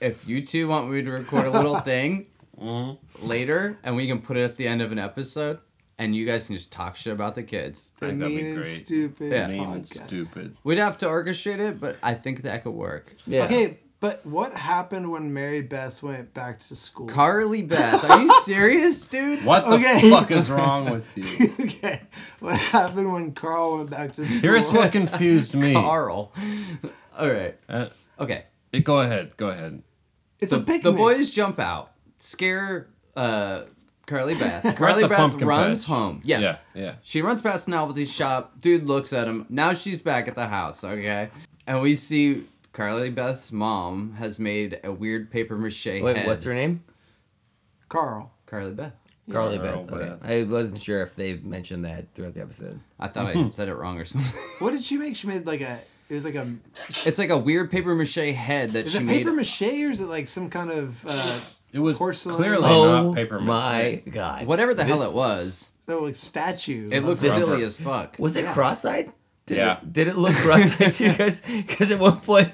Speaker 1: if you two want me to record a little thing Mm-hmm. later and we can put it at the end of an episode and you guys can just talk shit about the kids.
Speaker 4: I
Speaker 3: The
Speaker 4: think that'd
Speaker 3: mean
Speaker 4: be
Speaker 3: and
Speaker 4: great.
Speaker 3: stupid
Speaker 1: Yeah.
Speaker 4: Mean and
Speaker 3: podcast.
Speaker 4: stupid.
Speaker 1: We'd have to orchestrate it, but I think that could work.
Speaker 2: Yeah.
Speaker 3: Okay, but what happened when Mary Beth went back to school?
Speaker 1: Carly Beth, are you serious, dude?
Speaker 4: What the
Speaker 3: Okay.
Speaker 4: fuck is wrong with you?
Speaker 3: okay, what happened when Carl went back to school?
Speaker 4: Here's what confused me.
Speaker 1: Carl. All right.
Speaker 4: Uh,
Speaker 1: Okay.
Speaker 4: go ahead. Go ahead.
Speaker 3: it's
Speaker 1: The,
Speaker 3: a picnic.
Speaker 1: the boys jump out, scare uh, Carly Beth.
Speaker 4: We're at
Speaker 1: Carly
Speaker 4: the
Speaker 1: Beth
Speaker 4: pumpkin
Speaker 1: runs
Speaker 4: patch.
Speaker 1: home. Yes.
Speaker 4: Yeah. Yeah.
Speaker 1: She runs past the novelty shop. Dude looks at him. Now she's back at the house, okay? And we see Carly Beth's mom has made a weird paper mache
Speaker 2: Wait,
Speaker 1: head.
Speaker 2: what's her name?
Speaker 3: Carl.
Speaker 1: Carly Beth.
Speaker 2: Carly
Speaker 4: Carl
Speaker 2: Beth. Okay.
Speaker 4: Beth.
Speaker 2: I wasn't sure if they mentioned that throughout the episode.
Speaker 1: I thought I said it wrong or something.
Speaker 3: What did she make? She made like a. It was like a
Speaker 1: It's like a weird paper mache head that
Speaker 3: Is
Speaker 1: she
Speaker 3: it
Speaker 1: made.
Speaker 3: paper mache or is it like some kind of uh,
Speaker 4: It was
Speaker 3: Porcelain.
Speaker 4: clearly
Speaker 2: oh
Speaker 4: not paper mache.
Speaker 2: my god!
Speaker 1: whatever the hell
Speaker 2: This-
Speaker 1: it was.
Speaker 3: that, like statue?
Speaker 1: It
Speaker 3: of
Speaker 1: looked
Speaker 3: her?
Speaker 2: This-
Speaker 1: silly as fuck.
Speaker 2: Was it
Speaker 3: Yeah.
Speaker 2: cross-eyed? Did
Speaker 4: Yeah.
Speaker 2: It, did it look rough to you guys? Because at one point,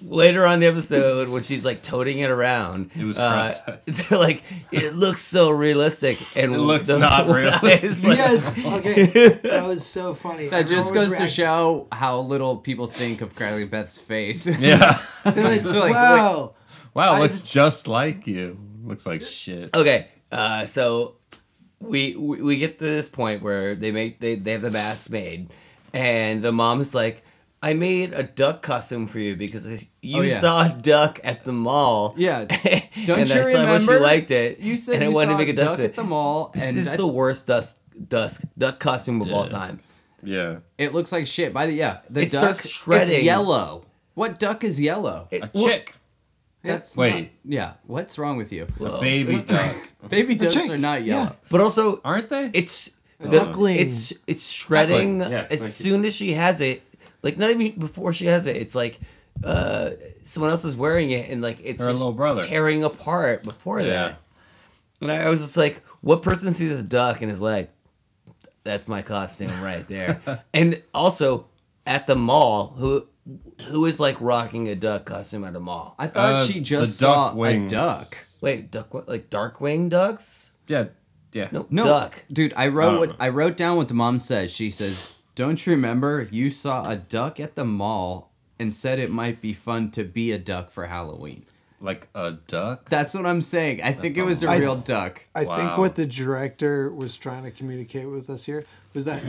Speaker 2: later on in the episode, when she's like toting it around,
Speaker 4: It was
Speaker 2: uh,
Speaker 4: cross-eyed.
Speaker 2: they're like, it looks so realistic, and
Speaker 4: It looks
Speaker 2: the
Speaker 4: not
Speaker 2: one eye is,
Speaker 4: realistic.
Speaker 2: like-
Speaker 3: Yes. Okay. That was so funny.
Speaker 1: That just
Speaker 3: Everyone was
Speaker 1: goes to
Speaker 3: reacting.
Speaker 1: show how little people think of Carly Beth's face.
Speaker 4: Yeah.
Speaker 3: They're like,
Speaker 1: They're like,
Speaker 3: wow.
Speaker 4: Wow,
Speaker 3: I-
Speaker 4: looks just like you. Looks like shit.
Speaker 2: Okay, uh, so we, we we get to this point where they make they, they have the mask made, and the mom is like, "I made a duck costume for you because I- you
Speaker 1: Oh, yeah.
Speaker 2: saw a duck at the mall."
Speaker 1: Yeah. Don't
Speaker 2: and
Speaker 1: you
Speaker 2: I saw
Speaker 1: remember?
Speaker 2: you liked it.
Speaker 1: You said
Speaker 2: and I
Speaker 1: you
Speaker 2: wanted
Speaker 1: saw
Speaker 2: to make a duck
Speaker 1: duck at the mall,
Speaker 2: This
Speaker 1: and
Speaker 2: is
Speaker 1: I-
Speaker 2: the worst dusk dusk duck costume of all
Speaker 4: Dusk.
Speaker 2: time.
Speaker 4: Yeah.
Speaker 1: it looks like shit. By the yeah, the
Speaker 2: It
Speaker 1: duck
Speaker 2: starts shredding.
Speaker 1: It's yellow. What duck is yellow?
Speaker 2: It-
Speaker 4: A
Speaker 2: well,
Speaker 4: chick.
Speaker 1: That's
Speaker 4: Wait.
Speaker 1: yeah. What's wrong with you?
Speaker 2: well,
Speaker 4: Baby duck.
Speaker 1: Baby ducks
Speaker 3: chick,
Speaker 1: are not yellow.
Speaker 2: but also
Speaker 1: Uh,
Speaker 4: Aren't they?
Speaker 2: it's the,
Speaker 3: duckling.
Speaker 2: It's it's shredding
Speaker 4: Duckling, yes,
Speaker 2: as
Speaker 4: thank you.
Speaker 2: soon as she has it. Like not even before she has it. It's like uh someone else is wearing it and like it's
Speaker 4: Her
Speaker 2: just
Speaker 4: little brother.
Speaker 2: tearing apart before
Speaker 4: yeah.
Speaker 2: that. And I was just like, what person sees a duck and is like, that's my costume right there. and also at the mall, who who is like rocking a duck costume at a mall?
Speaker 1: I thought
Speaker 4: Uh,
Speaker 1: she
Speaker 4: the
Speaker 1: just
Speaker 4: duck
Speaker 1: saw
Speaker 4: wings.
Speaker 1: a duck.
Speaker 2: Wait, duck like dark wing ducks?
Speaker 4: Yeah. Yeah.
Speaker 2: No,
Speaker 1: No,
Speaker 2: duck.
Speaker 1: dude. I wrote
Speaker 4: Oh.
Speaker 1: what I wrote down what the mom says. She says, "Don't you remember you saw a duck at the mall and said it might be fun to be a duck for Halloween."
Speaker 4: Like a duck?
Speaker 1: That's what I'm saying. I think it was a
Speaker 3: I-
Speaker 1: real duck.
Speaker 3: I
Speaker 4: Wow.
Speaker 3: think what the director was trying to communicate with us here was that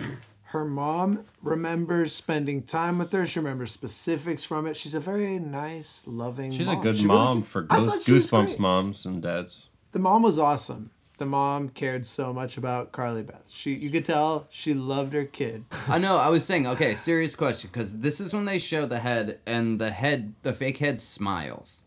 Speaker 3: her mom remembers spending time with her. She remembers specifics from it. She's a very nice, loving.
Speaker 4: She's
Speaker 3: mom.
Speaker 4: a good
Speaker 3: She really
Speaker 4: mom
Speaker 3: did-
Speaker 4: for
Speaker 3: I
Speaker 4: ghost,
Speaker 3: thought she was
Speaker 4: Goosebumps
Speaker 3: great.
Speaker 4: moms and dads.
Speaker 3: The mom was awesome. The mom cared so much about Carly Beth. She, you could tell, she loved her kid.
Speaker 1: I know. I was saying, okay, serious question, because this is when they show the head and the head, the fake head smiles.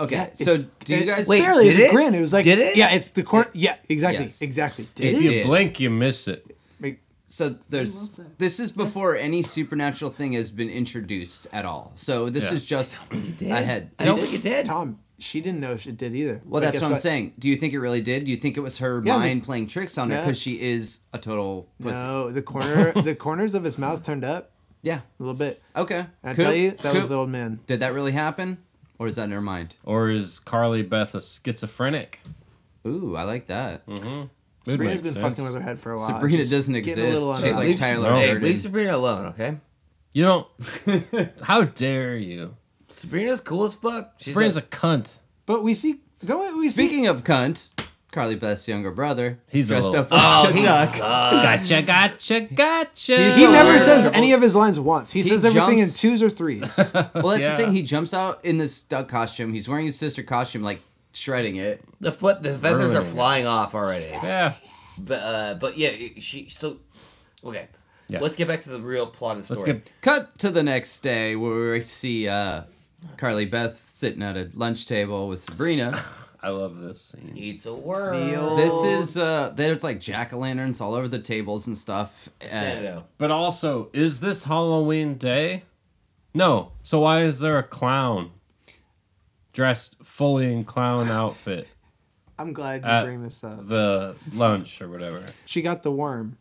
Speaker 1: Okay,
Speaker 3: Yeah,
Speaker 1: so
Speaker 3: it's-
Speaker 1: do you
Speaker 3: it-
Speaker 1: guys?
Speaker 2: Wait,
Speaker 3: barely, it was
Speaker 2: did
Speaker 3: a
Speaker 2: it?
Speaker 3: grin. It was like
Speaker 2: Did it?
Speaker 3: Yeah, it's the cor- Yeah, exactly,
Speaker 1: Yes.
Speaker 3: exactly.
Speaker 1: It
Speaker 4: If you
Speaker 1: did.
Speaker 4: blink, you miss it.
Speaker 3: Make-
Speaker 1: So there's this is before any supernatural thing has been introduced at all. So this
Speaker 4: Yeah.
Speaker 1: is just
Speaker 2: Did?
Speaker 1: a head.
Speaker 2: I don't think it did.
Speaker 3: Tom, she didn't know she did either.
Speaker 1: Well,
Speaker 3: But
Speaker 1: that's
Speaker 3: guess
Speaker 1: what I'm saying. Do you think it really did? Do you think it was her
Speaker 3: Yeah, the-
Speaker 1: mind playing tricks on her
Speaker 3: No.
Speaker 1: because she is a total pussy?
Speaker 3: No, the corner, the corners of his mouth turned up
Speaker 1: Yeah.
Speaker 3: a little bit.
Speaker 1: Okay.
Speaker 3: And I
Speaker 1: Cool.
Speaker 3: tell you, that was
Speaker 1: Cool.
Speaker 3: the old man.
Speaker 1: Did that really happen, or is that in her mind?
Speaker 4: Or is Carly Beth a schizophrenic?
Speaker 1: Ooh, I like that.
Speaker 3: Hmm.
Speaker 4: Would
Speaker 3: Sabrina's
Speaker 4: make
Speaker 3: been
Speaker 4: sense.
Speaker 3: fucking with her head for a while.
Speaker 1: Sabrina
Speaker 3: She's
Speaker 1: doesn't
Speaker 3: getting a
Speaker 1: exist.
Speaker 3: little
Speaker 1: She's
Speaker 3: unwrapped.
Speaker 1: like Tyler
Speaker 4: No.
Speaker 2: Hey,
Speaker 1: Durden.
Speaker 2: leave Sabrina alone, okay?
Speaker 4: You don't. How dare you?
Speaker 2: Sabrina's cool as fuck. She's
Speaker 4: Sabrina's
Speaker 2: a-
Speaker 4: a cunt.
Speaker 3: But we see, don't we? we
Speaker 1: Speaking of cunt, Carly Beth's younger brother.
Speaker 4: He's a
Speaker 1: dressed
Speaker 4: little-
Speaker 1: up like
Speaker 2: oh,
Speaker 1: a
Speaker 2: he
Speaker 1: duck.
Speaker 2: sucks.
Speaker 4: Gotcha, gotcha, gotcha.
Speaker 3: see, he never says any of his lines once. He, says everything
Speaker 1: jumps-
Speaker 3: in twos or threes.
Speaker 1: Well, that's the
Speaker 4: Yeah.
Speaker 1: thing. He jumps out in this duck costume. He's wearing his sister costume, like shredding it.
Speaker 2: The flip, the feathers are
Speaker 4: Ruining it.
Speaker 2: flying off already.
Speaker 4: Yeah.
Speaker 2: But uh, but yeah, it- she so okay.
Speaker 4: Yeah.
Speaker 2: Let's get back to the real plot of the
Speaker 4: Let's
Speaker 2: story.
Speaker 4: get.
Speaker 1: Cut to the next day where we see uh, Carly Beth sitting at a lunch table with Sabrina.
Speaker 4: I love this scene.
Speaker 2: Eats a worm.
Speaker 1: This
Speaker 3: Oh.
Speaker 1: is uh, there's like jack o' lanterns all over the tables and stuff. Uh,
Speaker 2: Sandow.
Speaker 4: But also, is this Halloween day? No. So why is there a clown dressed fully in clown outfit?
Speaker 3: I'm glad you
Speaker 4: Uh,
Speaker 3: bring this up.
Speaker 4: The lunch or whatever.
Speaker 3: She got the worm.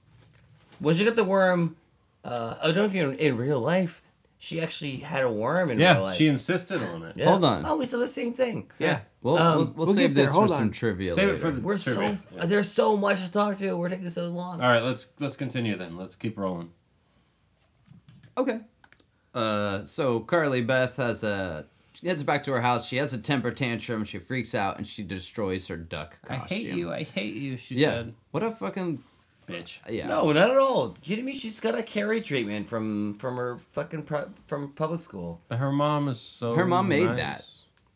Speaker 2: Once you get the worm, uh, I don't know if you in real life. She actually had a worm in real
Speaker 4: Yeah,
Speaker 2: life.
Speaker 4: she insisted on it.
Speaker 2: Yeah.
Speaker 1: Hold on.
Speaker 2: Oh, we saw the same thing.
Speaker 4: Yeah.
Speaker 1: We'll,
Speaker 2: Um,
Speaker 1: we'll, we'll,
Speaker 3: we'll
Speaker 1: save
Speaker 3: get there,
Speaker 1: this for
Speaker 3: hold
Speaker 1: some
Speaker 3: on.
Speaker 1: trivia.
Speaker 4: Save it
Speaker 1: later.
Speaker 4: for the.
Speaker 2: We're so uh,
Speaker 4: trivia. Yeah.
Speaker 2: there's so much to talk to. We're taking so long.
Speaker 4: All right, let's let's continue then. Let's keep rolling.
Speaker 1: Okay. Uh, so Carly Beth has a she heads back to her house. She has a temper tantrum. She freaks out and she destroys her duck costume.
Speaker 4: I hate you. She
Speaker 1: Yeah. What a fucking
Speaker 4: "Bitch."
Speaker 1: yeah.
Speaker 2: No, not at all. You know me? She's got a carry treatment from from her fucking pro- from public school.
Speaker 4: But her mom is so.
Speaker 1: Her mom made
Speaker 4: nice.
Speaker 1: that.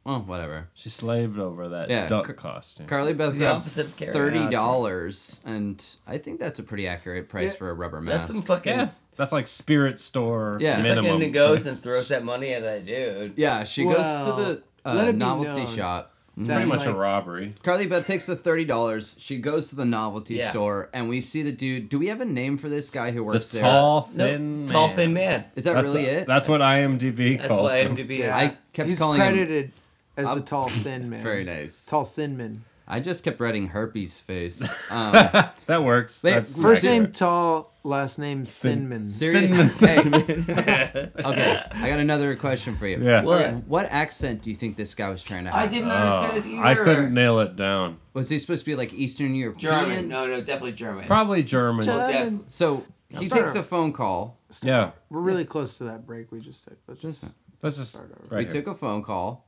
Speaker 1: Well, whatever.
Speaker 4: She slaved over that
Speaker 1: Yeah,
Speaker 4: duck
Speaker 1: Car-
Speaker 4: costume.
Speaker 1: Carly Beth
Speaker 2: The
Speaker 1: got
Speaker 2: opposite of carrot
Speaker 1: thirty
Speaker 2: and
Speaker 1: dollars, and I think that's a pretty accurate price
Speaker 3: Yeah.
Speaker 1: for a rubber mask.
Speaker 2: That's some fucking.
Speaker 4: yeah, that's like spirit store
Speaker 1: Yeah. Fucking
Speaker 4: minimum.
Speaker 2: Fucking goes and throws that money at that dude.
Speaker 1: yeah, she
Speaker 3: Well,
Speaker 1: goes to the
Speaker 3: let
Speaker 1: uh,
Speaker 3: it be
Speaker 1: novelty
Speaker 3: known
Speaker 1: shop.
Speaker 4: Pretty
Speaker 3: that,
Speaker 4: much a
Speaker 3: like,
Speaker 4: robbery.
Speaker 1: Carly Beth takes the thirty dollars. She goes to the novelty
Speaker 2: Yeah.
Speaker 1: store, and we see the dude. Do we have a name for this guy who
Speaker 4: The
Speaker 1: works there?
Speaker 4: tall,
Speaker 2: No,
Speaker 4: thin,
Speaker 2: tall,
Speaker 4: man.
Speaker 2: thin man.
Speaker 1: Is that
Speaker 4: that's
Speaker 1: really it?
Speaker 4: That's what IMDb
Speaker 2: That's
Speaker 4: calls
Speaker 2: what
Speaker 4: him.
Speaker 2: IMDb is.
Speaker 1: I kept
Speaker 3: He's
Speaker 1: calling him-
Speaker 3: credited as
Speaker 1: Up-
Speaker 3: the tall thin man.
Speaker 1: Very nice.
Speaker 3: Tall thin man.
Speaker 1: I just kept writing herpes face. Um,
Speaker 4: That works.
Speaker 1: Wait,
Speaker 4: That's accurate.
Speaker 3: First name Tall, last name Thinman.
Speaker 1: serious. Hey. okay, I got another question for you.
Speaker 4: Yeah.
Speaker 1: What,
Speaker 2: What?
Speaker 1: what accent do you think this guy was trying to
Speaker 2: I
Speaker 1: have?
Speaker 2: didn't
Speaker 4: Oh,
Speaker 2: understand this either.
Speaker 4: I couldn't nail it down.
Speaker 1: Was he supposed to be like Eastern European?
Speaker 2: German. No, no, definitely German.
Speaker 4: Probably German.
Speaker 3: German.
Speaker 2: Def-
Speaker 1: So he
Speaker 3: Start
Speaker 1: takes
Speaker 3: over.
Speaker 1: a phone call.
Speaker 4: Yeah.
Speaker 3: We're really close to that break we just took. Let's just.
Speaker 4: Let's just
Speaker 1: We
Speaker 4: right here.
Speaker 1: took a phone call.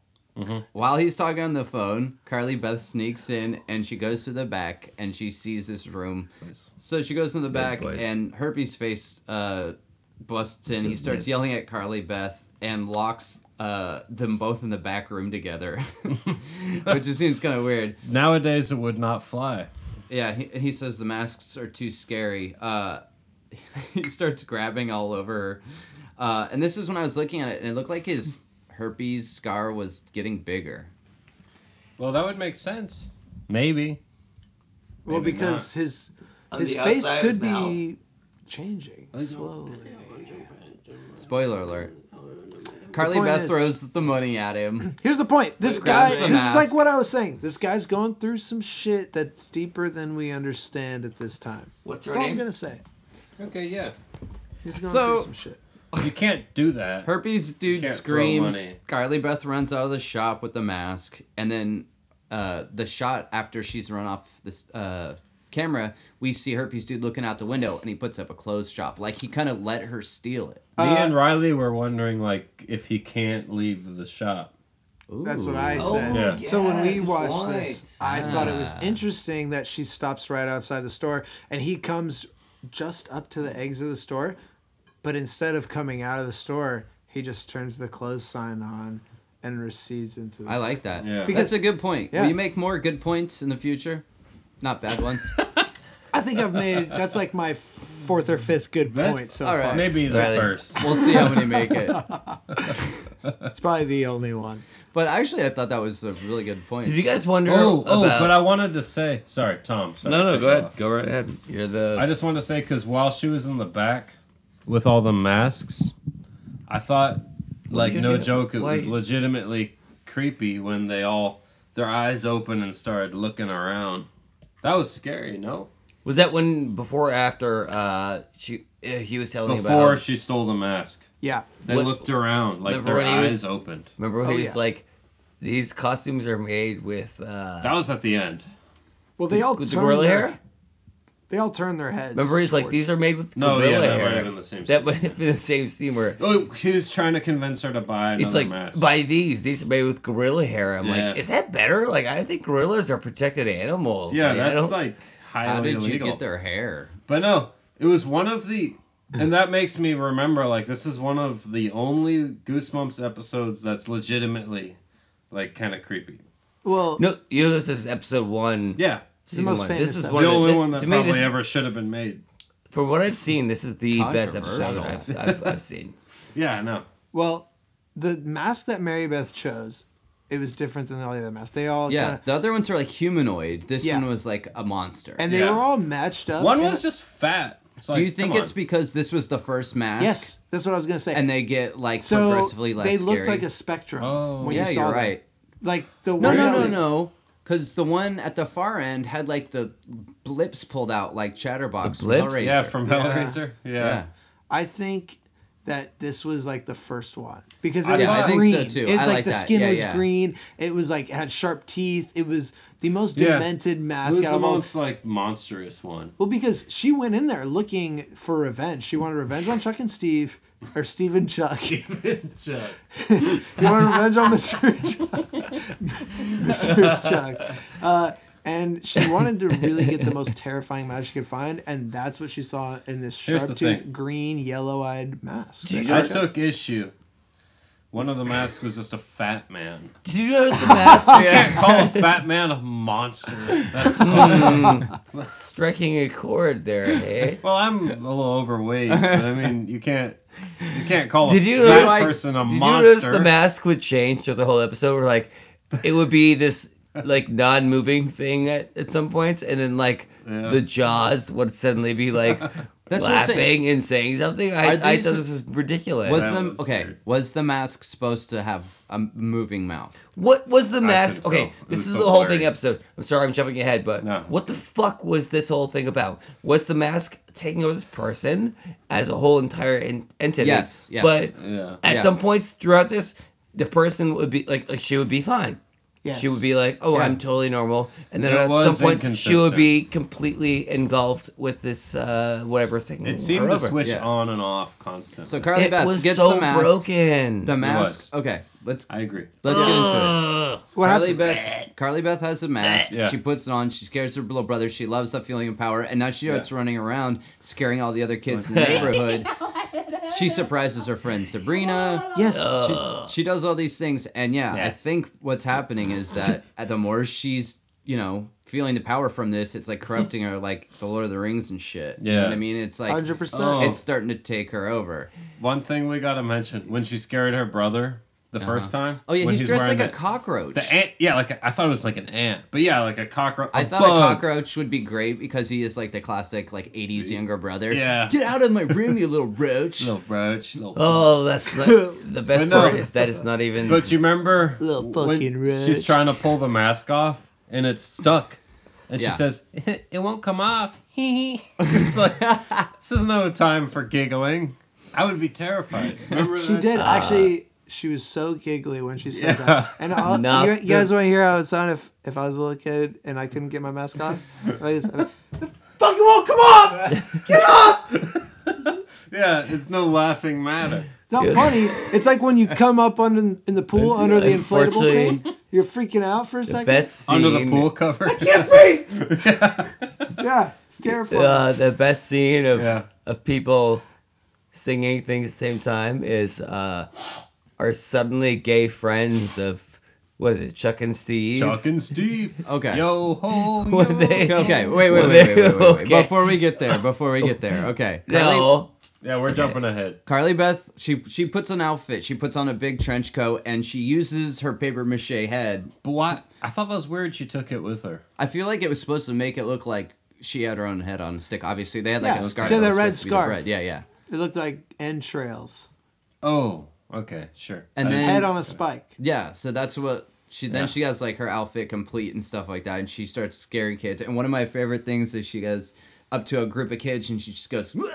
Speaker 1: While he's talking on the phone, Carly Beth sneaks in and she goes to the back and she sees this room. So she goes to the back
Speaker 2: boys.
Speaker 1: and Herpes Face uh, busts in. He
Speaker 2: is
Speaker 1: starts
Speaker 2: nice.
Speaker 1: yelling at Carly Beth and locks uh, them both in the back room together, which just seems kind of weird.
Speaker 4: Nowadays it would not fly.
Speaker 1: Yeah, he, he says the masks are too scary. Uh, he starts grabbing all over her. Uh, and this is when I was looking at it, and it looked like his herpes scar was getting bigger.
Speaker 4: Well, that would make sense. Maybe.
Speaker 3: Well,
Speaker 4: Maybe
Speaker 3: because his
Speaker 2: On
Speaker 3: his
Speaker 2: the
Speaker 3: face
Speaker 2: outside of
Speaker 3: could
Speaker 2: his mouth.
Speaker 3: be changing
Speaker 1: Oh,
Speaker 3: slowly.
Speaker 1: Spoiler alert. Carly
Speaker 3: point
Speaker 1: Beth
Speaker 3: is-
Speaker 1: throws the money at him.
Speaker 3: Here's the point. This guy,
Speaker 1: grabs
Speaker 3: this
Speaker 1: the
Speaker 3: is
Speaker 1: mask.
Speaker 3: like what I was saying. This guy's going through some shit that's deeper than we understand at this time.
Speaker 2: What's
Speaker 3: That's
Speaker 2: her
Speaker 3: all
Speaker 2: name?
Speaker 3: I'm gonna say.
Speaker 4: Okay, yeah.
Speaker 3: He's going
Speaker 1: So-
Speaker 3: through some shit.
Speaker 4: You can't do that.
Speaker 1: Herpes dude
Speaker 4: Can't throw
Speaker 1: screams.
Speaker 4: money.
Speaker 1: Carly Beth runs out of the shop with the mask, and then uh, the shot after she's run off this uh, camera, we see herpes dude looking out the window, and he puts up a clothes shop, like he kind of let her steal it.
Speaker 4: Me and Riley were wondering like if he can't leave the shop.
Speaker 3: That's what I
Speaker 1: Ooh.
Speaker 2: Oh,
Speaker 3: said.
Speaker 4: Yeah.
Speaker 3: So when we watched
Speaker 2: right.
Speaker 3: this, I thought it was interesting that she stops right outside the store and he comes just up to the eggs of the store, but instead of coming out of the store, he just turns the clothes sign on and recedes into the
Speaker 1: I like that.
Speaker 4: Yeah.
Speaker 1: That's a good point.
Speaker 3: Yeah.
Speaker 1: Will you make more good points in the future? Not bad ones.
Speaker 3: I think I've made that's like my fourth or fifth good
Speaker 4: That's-
Speaker 3: point so
Speaker 1: all right.
Speaker 3: far.
Speaker 4: Maybe the
Speaker 2: Riley.
Speaker 4: first.
Speaker 1: we'll see how many make it.
Speaker 3: It's probably the only one.
Speaker 1: But actually, I thought that was a really good point.
Speaker 2: Did you guys wonder
Speaker 4: Oh,
Speaker 2: about?
Speaker 4: oh, but I wanted to say, sorry, Tom. Sorry,
Speaker 2: no, no,
Speaker 4: take
Speaker 2: go
Speaker 4: it
Speaker 2: ahead.
Speaker 4: off.
Speaker 2: Go right ahead. You're the.
Speaker 4: I just wanted to say because while she was in the back with all the masks, I thought, like,
Speaker 2: you
Speaker 4: no
Speaker 2: do-
Speaker 4: joke, it was
Speaker 2: why-
Speaker 4: legitimately creepy when they all their eyes open and started looking around. That was scary. No,
Speaker 2: was that when before or after uh she uh, he was telling me
Speaker 4: before
Speaker 2: about
Speaker 4: she stole the mask,
Speaker 3: Yeah.
Speaker 4: they
Speaker 2: What-
Speaker 4: looked around like
Speaker 2: Remember when
Speaker 4: their
Speaker 2: he
Speaker 4: eyes
Speaker 2: was-
Speaker 4: opened.
Speaker 2: remember when
Speaker 3: Oh,
Speaker 2: he was
Speaker 3: yeah.
Speaker 2: like these costumes are made with uh
Speaker 4: That was at the end.
Speaker 3: Well, they all
Speaker 2: with the
Speaker 3: turn
Speaker 2: gorilla
Speaker 3: their,
Speaker 2: hair?
Speaker 3: They all turn their heads.
Speaker 2: Remember he's like
Speaker 3: towards-
Speaker 2: these are made with
Speaker 4: No,
Speaker 2: gorilla
Speaker 4: yeah, that
Speaker 2: hair.
Speaker 4: might have been the same.
Speaker 2: that
Speaker 4: scene.
Speaker 2: would have been the same scene where
Speaker 4: Oh, he was trying to convince her to buy another
Speaker 2: It's like
Speaker 4: mask.
Speaker 2: buy these. These are made with gorilla hair. I'm
Speaker 4: Yeah.
Speaker 2: like, is that better? Like, I think gorillas are protected animals.
Speaker 4: yeah,
Speaker 2: Like, I
Speaker 4: that's
Speaker 2: don't-
Speaker 4: like highly
Speaker 1: how did you
Speaker 4: illegal.
Speaker 1: get their hair?
Speaker 4: But no, it was one of the, and that makes me remember like this is one of the only Goosebumps episodes that's legitimately, like kind of creepy.
Speaker 3: Well,
Speaker 2: no. You know, this is episode one.
Speaker 4: Yeah,
Speaker 3: the
Speaker 2: season
Speaker 3: most
Speaker 2: one.
Speaker 3: famous
Speaker 2: This is
Speaker 3: episode.
Speaker 2: one
Speaker 4: the
Speaker 2: of
Speaker 4: only
Speaker 2: the-
Speaker 4: one that
Speaker 2: to me, this
Speaker 4: probably
Speaker 2: is-
Speaker 4: ever should have been made.
Speaker 2: From what I've seen, this is the best episode
Speaker 1: Controversial.
Speaker 2: I've, I've, I've seen.
Speaker 4: Yeah, no,
Speaker 3: well, the mask that Mary Beth chose, it was different than all the other masks. They all
Speaker 1: Yeah,
Speaker 3: kinda-
Speaker 1: the other ones are like humanoid. This
Speaker 3: Yeah.
Speaker 1: one was like a monster.
Speaker 3: and they
Speaker 4: Yeah.
Speaker 3: were all matched up.
Speaker 4: one
Speaker 3: and-
Speaker 4: was just fat. It's
Speaker 1: do
Speaker 4: like,
Speaker 1: you think
Speaker 4: come
Speaker 1: it's
Speaker 4: on.
Speaker 1: because this was the first mask?
Speaker 3: yes. That's what I was gonna say.
Speaker 1: And they get like
Speaker 3: so
Speaker 1: progressively less
Speaker 3: they looked
Speaker 1: scary?
Speaker 3: like a spectrum.
Speaker 4: Oh.
Speaker 3: when
Speaker 1: yeah,
Speaker 3: you
Speaker 1: you're
Speaker 3: saw them.
Speaker 1: right.
Speaker 3: Like the
Speaker 1: No,
Speaker 3: one
Speaker 1: no,
Speaker 3: that
Speaker 1: no,
Speaker 3: was-
Speaker 1: no. Because the one at the far end had like the blips pulled out, like Chatterbox.
Speaker 2: The
Speaker 1: from
Speaker 2: blips?
Speaker 1: Hellraiser.
Speaker 4: yeah from
Speaker 3: Yeah.
Speaker 4: Hellraiser? Yeah.
Speaker 1: Yeah.
Speaker 3: I think that this was like the first one because
Speaker 4: I-
Speaker 3: it was
Speaker 4: yeah, I
Speaker 1: think
Speaker 3: green.
Speaker 1: so, too.
Speaker 3: It
Speaker 1: I
Speaker 3: like,
Speaker 1: like
Speaker 3: the
Speaker 1: that.
Speaker 3: skin
Speaker 1: Yeah,
Speaker 3: was
Speaker 1: yeah.
Speaker 3: green. It was like it had sharp teeth. It was the most
Speaker 4: Yeah.
Speaker 3: demented
Speaker 4: It
Speaker 3: mask
Speaker 4: was
Speaker 3: out
Speaker 4: the
Speaker 3: of all.
Speaker 4: most like monstrous one.
Speaker 3: Well, because she went in there looking for revenge. She wanted revenge on Chuck and Steve, or Steve and Chuck. you
Speaker 4: Chuck.
Speaker 3: wanted revenge on Mr. Chuck. Mr. Chuck. Uh, and she wanted to really get the most terrifying mask she could find, and that's what she saw in this
Speaker 4: Here's the
Speaker 3: sharp toothed
Speaker 4: thing.
Speaker 3: green, yellow eyed mask.
Speaker 2: Did you
Speaker 4: I
Speaker 2: Chuck.
Speaker 4: took issue. One of the masks was just a fat man.
Speaker 2: Did you notice the mask?
Speaker 4: You can't call a fat man a monster. That's
Speaker 2: Striking a chord there, hey?
Speaker 4: Well, I'm a little overweight, but I mean, you can't you can't call
Speaker 2: Did
Speaker 4: a
Speaker 2: you
Speaker 4: fat
Speaker 2: notice,
Speaker 4: Oh, person a
Speaker 2: did you notice
Speaker 4: monster.
Speaker 2: the mask would change through the whole episode? Where like, it would be this like non-moving thing at, at some points, and then like
Speaker 4: Yeah.
Speaker 2: the jaws would suddenly be like
Speaker 1: That's what I'm saying.
Speaker 2: laughing and saying something. I,
Speaker 1: Are
Speaker 2: I
Speaker 1: these-
Speaker 2: thought this is ridiculous.
Speaker 1: Was
Speaker 4: That
Speaker 1: the
Speaker 4: was
Speaker 1: okay?
Speaker 4: weird.
Speaker 1: Was the mask supposed to have a moving mouth?
Speaker 2: what was the mask?
Speaker 4: so.
Speaker 2: Okay,
Speaker 4: It
Speaker 2: this
Speaker 4: was
Speaker 2: is
Speaker 4: Oh, so
Speaker 2: the whole
Speaker 4: blurry.
Speaker 2: thing episode. I'm sorry, I'm jumping ahead, but
Speaker 4: No.
Speaker 2: what the fuck was this whole thing about? Was the mask taking over this person as a whole entire en- entity?
Speaker 1: Yes, yes.
Speaker 2: But
Speaker 4: Yeah.
Speaker 2: at
Speaker 1: Yeah.
Speaker 2: some points throughout this, the person would be like, like she would be fine. She would be like, "Oh,
Speaker 1: Yeah.
Speaker 2: I'm totally normal," and then
Speaker 4: It
Speaker 2: at some
Speaker 4: was
Speaker 2: point she would
Speaker 4: inconsistent.
Speaker 2: be completely engulfed with this uh, whatever's taking
Speaker 4: It
Speaker 2: her
Speaker 4: seemed to
Speaker 2: over.
Speaker 4: switch
Speaker 1: Yeah.
Speaker 4: on and off constantly.
Speaker 1: So Carly
Speaker 2: It
Speaker 1: Beth
Speaker 2: was
Speaker 1: gets
Speaker 2: so
Speaker 1: the mask.
Speaker 2: broken.
Speaker 1: The
Speaker 4: was.
Speaker 1: mask. Okay, let's
Speaker 4: I agree.
Speaker 1: let's get into it.
Speaker 3: What
Speaker 1: Carly
Speaker 3: happened?
Speaker 1: Beth. Carly Beth has a mask.
Speaker 4: Yeah.
Speaker 1: She puts it on. She scares her little brother. She loves that feeling of power, and now she starts running around scaring all the other kids in the neighborhood. she surprises her friend Sabrina.
Speaker 3: Yes.
Speaker 1: She, she does all these things, and yeah, I
Speaker 4: Yes.
Speaker 1: think what's happening is that uh, the more she's you know feeling the power from this, it's like corrupting her, like the Lord of the Rings and shit. you know
Speaker 4: Yeah.
Speaker 1: what I mean, it's like
Speaker 3: 100%.
Speaker 4: Oh.
Speaker 1: It's starting to take her over.
Speaker 4: One thing we gotta mention when she scared her brother the first time.
Speaker 1: Oh yeah,
Speaker 4: when
Speaker 1: he's, dressed
Speaker 4: wearing
Speaker 1: like a
Speaker 4: the-
Speaker 1: cockroach.
Speaker 4: The ant, yeah, like a, I thought it was like an ant, but yeah, like a cockroach.
Speaker 1: I thought
Speaker 4: bug.
Speaker 1: a cockroach would be great because he is like the classic like '80s younger brother.
Speaker 4: Yeah.
Speaker 1: Get out of my room, you little roach.
Speaker 4: little roach, little.
Speaker 2: Oh, that's the, the best
Speaker 4: I know.
Speaker 2: part is that it's not even.
Speaker 4: But you remember
Speaker 3: Little
Speaker 4: when
Speaker 3: fucking roach.
Speaker 4: she's trying to pull the mask off and it's stuck, and
Speaker 1: Yeah.
Speaker 4: she says it won't come off. it's like this is no time for giggling. I would be terrified. Remember
Speaker 3: She
Speaker 2: Uh,
Speaker 4: that?
Speaker 3: did actually. She was so giggly when she said
Speaker 4: Yeah.
Speaker 3: that. And I'll,
Speaker 2: Not
Speaker 3: you, you guys
Speaker 2: the-
Speaker 3: want to hear how it sounded if, if I was a little kid and I couldn't get my mask off? Like, it's- the fucking won't come off.
Speaker 4: Yeah, it's no laughing matter.
Speaker 3: It's not funny. It's like when you come up under in the pool under the inflatable thing.
Speaker 2: Unfortunately-
Speaker 3: You're freaking out for a
Speaker 2: the
Speaker 3: second.
Speaker 2: best scene,
Speaker 4: Under the pool cover.
Speaker 3: can't breathe. yeah, it's terrifying.
Speaker 2: Uh, the best scene of
Speaker 4: Yeah.
Speaker 2: of people singing things at the same time is uh, our suddenly gay friends of what is it, Chuck and Steve?
Speaker 4: Chuck and Steve.
Speaker 1: Okay.
Speaker 4: Yo ho.
Speaker 2: When
Speaker 4: yo.
Speaker 2: they-
Speaker 1: Okay, wait, wait,
Speaker 2: Well,
Speaker 1: wait, wait,
Speaker 2: they-
Speaker 1: wait, wait, wait.
Speaker 2: okay.
Speaker 1: Before we get there, before we get there, okay. Carly,
Speaker 2: No,
Speaker 4: Yeah, we're jumping ahead.
Speaker 1: Carly Beth, she she puts an outfit, she puts on a big trench coat, and she uses her paper mache head.
Speaker 4: But why? I thought that was weird. She took it with her.
Speaker 1: I feel like it was supposed to make it look like she had her own head on a stick. Obviously, they had like
Speaker 3: Yeah,
Speaker 1: a scarf.
Speaker 3: she had
Speaker 1: that
Speaker 3: that
Speaker 1: was
Speaker 3: red
Speaker 1: supposed to be the
Speaker 3: scarf.
Speaker 1: bread. Yeah, yeah.
Speaker 3: It looked like entrails.
Speaker 4: Oh, okay, sure.
Speaker 1: And
Speaker 4: I-
Speaker 1: then-
Speaker 3: Head on a spike.
Speaker 1: Yeah, so that's what she then
Speaker 4: Yeah.
Speaker 1: she has like her outfit complete and stuff like that, and she starts scaring kids. And one of my favorite things is she goes up to a group of kids and she just goes, "Wah!"